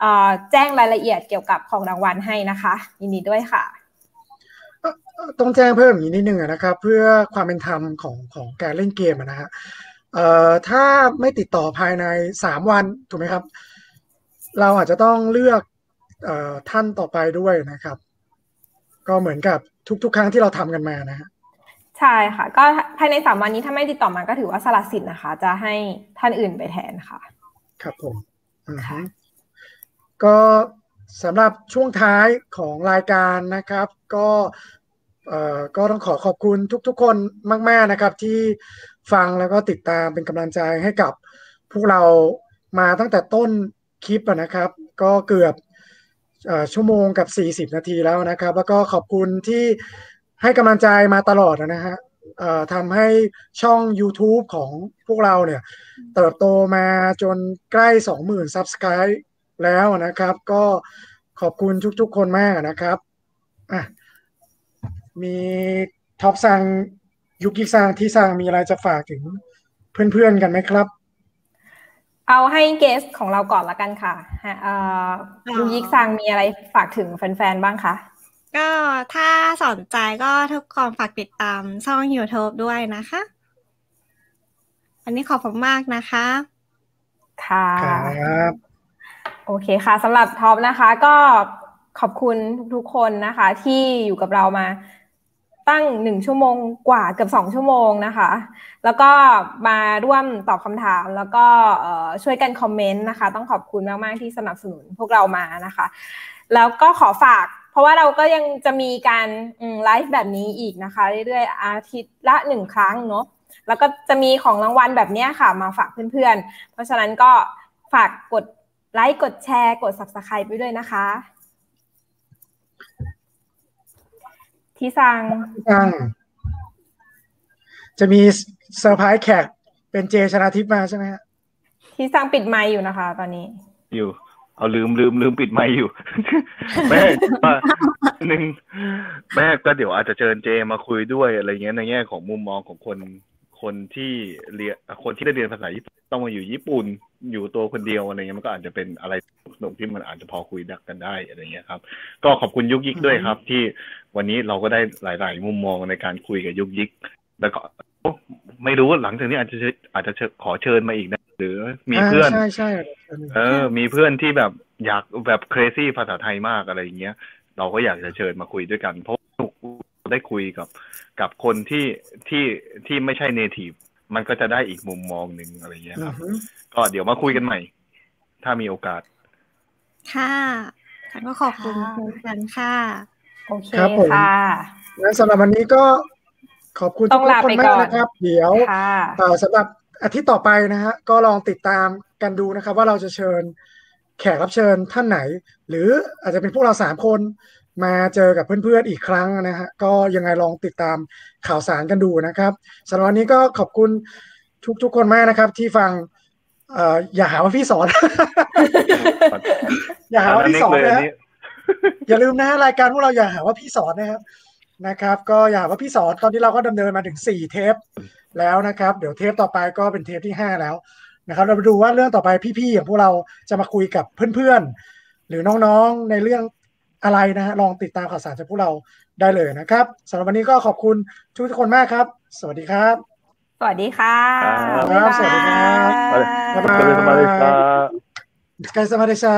Speaker 2: เอ่อแจ้งรายละเอียดเกี่ยวกับของรางวัลให้นะคะ ยินดีด้วยค่ะ
Speaker 1: ต้องแจ้งเพิ่มอีกนิดนึงอะนะครับ เพื่อความเป็นธรรมของของการเล่นเกมอะนะฮะเอ่อถ้าไม่ติดต่อภายในสามวันถูกไหมครับ เราอาจจะต้องเลือกเอ่อท่านต่อไปด้วยนะครับ ก็เหมือนกับทุก ๆ ครั้งที่เราทำกันมานะฮะ
Speaker 2: ใช่ค่ะ ก็ภายในสามวันนี้ถ้าไม่ติดต่อมาก็ถือว่าสละสิทธิ์นะคะ จะให้ท่านอื่นไปแทนค่ะ
Speaker 1: ครับผมอือฮึก็สำหรับช่วงท้ายของรายการนะครับ ก็เอ่อก็ต้องขอขอบคุณทุก ๆ คนมาก ๆนะครับ ที่ฟังแล้วก็ติดตามเป็นกำลังใจให้กับ พวกเรามาตั้งแต่ต้นคลิปอะนะครับ ก็เกือบเอ่อชั่วโมงกับ 40 นาทีแล้วนะครับ แล้วก็ขอบคุณที่ให้กำลังใจมาตลอดนะฮะเอ่อทำให้ช่อง YouTube ของพวกเราเนี่ยเติบโตมาจนใกล้ 20,000 Subscribe แล้วนะครับ ก็ขอบคุณทุกๆคนมากนะครับอ่ะมีท็อปซังยุกิซังที่ซังมีอะไรจะฝากถึงเพื่อนๆกันไหมครับ
Speaker 2: เอาให้เกสของเราก่อนละกันค่ะฮะเอ่อคุณยิกซังมีอะไรฝากถึงแฟนๆบ้างคะ
Speaker 4: ก็ถ้าสนใจก็ทุกคนฝากติดตามช่อง YouTube ด้วยนะคะ วันนี้ขอบคุณมากนะคะ
Speaker 2: ค่ะ
Speaker 1: ครับ
Speaker 2: โอเคค่ะสำหรับท็อปนะคะก็ขอบคุณทุกๆคนนะคะ ที่อยู่กับเรามาตั้งหนึ่งชั่วโมงกว่าเกือบสองชั่วโมงนะคะ แล้วก็มาร่วมตอบคำถามแล้วก็เอ่อช่วยกันคอมเมนต์นะคะ ต้องขอบคุณมาก ๆ ที่สนับสนุนพวกเรามานะคะ แล้วก็ขอฝาก เพราะว่าเราก็ยังจะมีการอืมไลฟ์แบบนี้อีกนะคะ เรื่อย ๆ อาทิตย์ละหนึ่งครั้งเนาะแล้วก็จะมีของรางวัลแบบเนี้ยค่ะ มาฝากเพื่อน ๆ เพราะฉะนั้นก็ฝากกดไลค์กดแชร์กด subscribe ไปด้วยนะคะ ที่สั่ง
Speaker 1: ตั้งจะมีเซอร์ไพรส์แขกเป็นเจชนาทิพย์มาใช่ไหมฮะ
Speaker 2: ที่สร้างปิดไมค์อยู่นะคะ ตอนนี้
Speaker 3: อยู่ เอาลืมลืมลืมปิดไมค์อยู่ แม่ว่าหนึ่งแม่ก็เดี๋ยวอาจจะเชิญเจมาคุยด้วยอะไรเงี้ยในแง่ของมุมมองของคนคนที่เรียนคนที่ได้เรียนภาษาญี่ปุ่นต้องมาอยู่ญี่ปุ่น อยู่ตัวคนเดียวอะไรเงี้ยมันก็อาจจะเป็นอะไรสนุกที่มันอาจจะพอคุยดักกันได้อะไรเงี้ยครับ ก็ขอบคุณยุกยิกด้วยครับ ที่วันนี้เราก็ได้หลาย ๆ มุมมองในการคุยกับยุกยิก แล้วก็ไม่รู้หลังจากนี้อาจจะเชิญอาจจะเชิญขอเชิญมาอีกนะหรือมีเพื่อน
Speaker 1: าใช่ใช่
Speaker 3: เออ มีเพื่อนที่แบบอยากแบบเครซี่ภาษาไทยมากอะไรอย่างเงี้ย เราก็อยากจะเชิญมาคุยด้วยกัน เพราะได้คุยกับกับคนที่ที่ที่ไม่ใช่เนทีฟมันก็จะได้อีกมุมมองหนึ่งอะไรอย่างเงี้ยครับ ก็เดี๋ยวมาคุยกันใหม่ ถ้ามีโอกาส
Speaker 4: ค่ะฉันก็ขอบคุณ
Speaker 2: ค่ะ
Speaker 4: คุณกันค่ะ
Speaker 2: โอเค
Speaker 1: ครับผม
Speaker 2: ค่ะ
Speaker 1: งั้นสำหรับวันนี้ก็ขอบคุณทุ
Speaker 2: ต้อก งลา
Speaker 1: ๆคน
Speaker 2: ไป
Speaker 1: มา
Speaker 2: ก่
Speaker 1: ก
Speaker 2: อน
Speaker 1: นะครับ เดี๋ยว
Speaker 2: ค่ะ
Speaker 1: เอ่อสำหรับอาทิตย์ต่อไปนะฮะก็ลองติดตามกันดูนะครับ ว่าเราจะเชิญแขกรับเชิญท่านไหน หรืออาจจะเป็นพวกเราสามคนมาเจอกับเพื่อนๆอีกครั้งนะฮะก็ยังไงลองติดตามข่าวสารกันดูนะครับสำหรับวันนี้ก็ขอบคุณทุกๆคนมากนะครับ ที่ฟังเอ่ออย่าหาว่าพี่สอน อย่าหาว่าพี่สอนนะฮะ อย่าลืมนะรายการพวกเราอย่าหาว่าพี่สอนนะครับนะครับ ก็อย่าหาว่าพี่สอนตอนนี้เราก็ดำเนินมาถึงสี่เทปแล้วนะครับ เดี๋ยวเทปต่อไปก็เป็นเทปที่ห้าแล้วนะครับ เราไปดูว่าเรื่องต่อไปพี่ๆอย่างพวกเราจะมาคุยกับเพื่อนๆ หรือน้องๆในเรื่องอะไรนะฮะลองติดตามข่าวสารจากพวกเราได้เลยนะครับสำหรับวันนี้ก็ขอบคุณทุกๆคนมากครับ สวัสดีครับ
Speaker 2: สวัสดีค่ะ
Speaker 3: ครับ
Speaker 1: สวัสดีครับ
Speaker 2: บ๊ายบาย
Speaker 3: สวัสดีครับ
Speaker 1: สกายสมาเดชา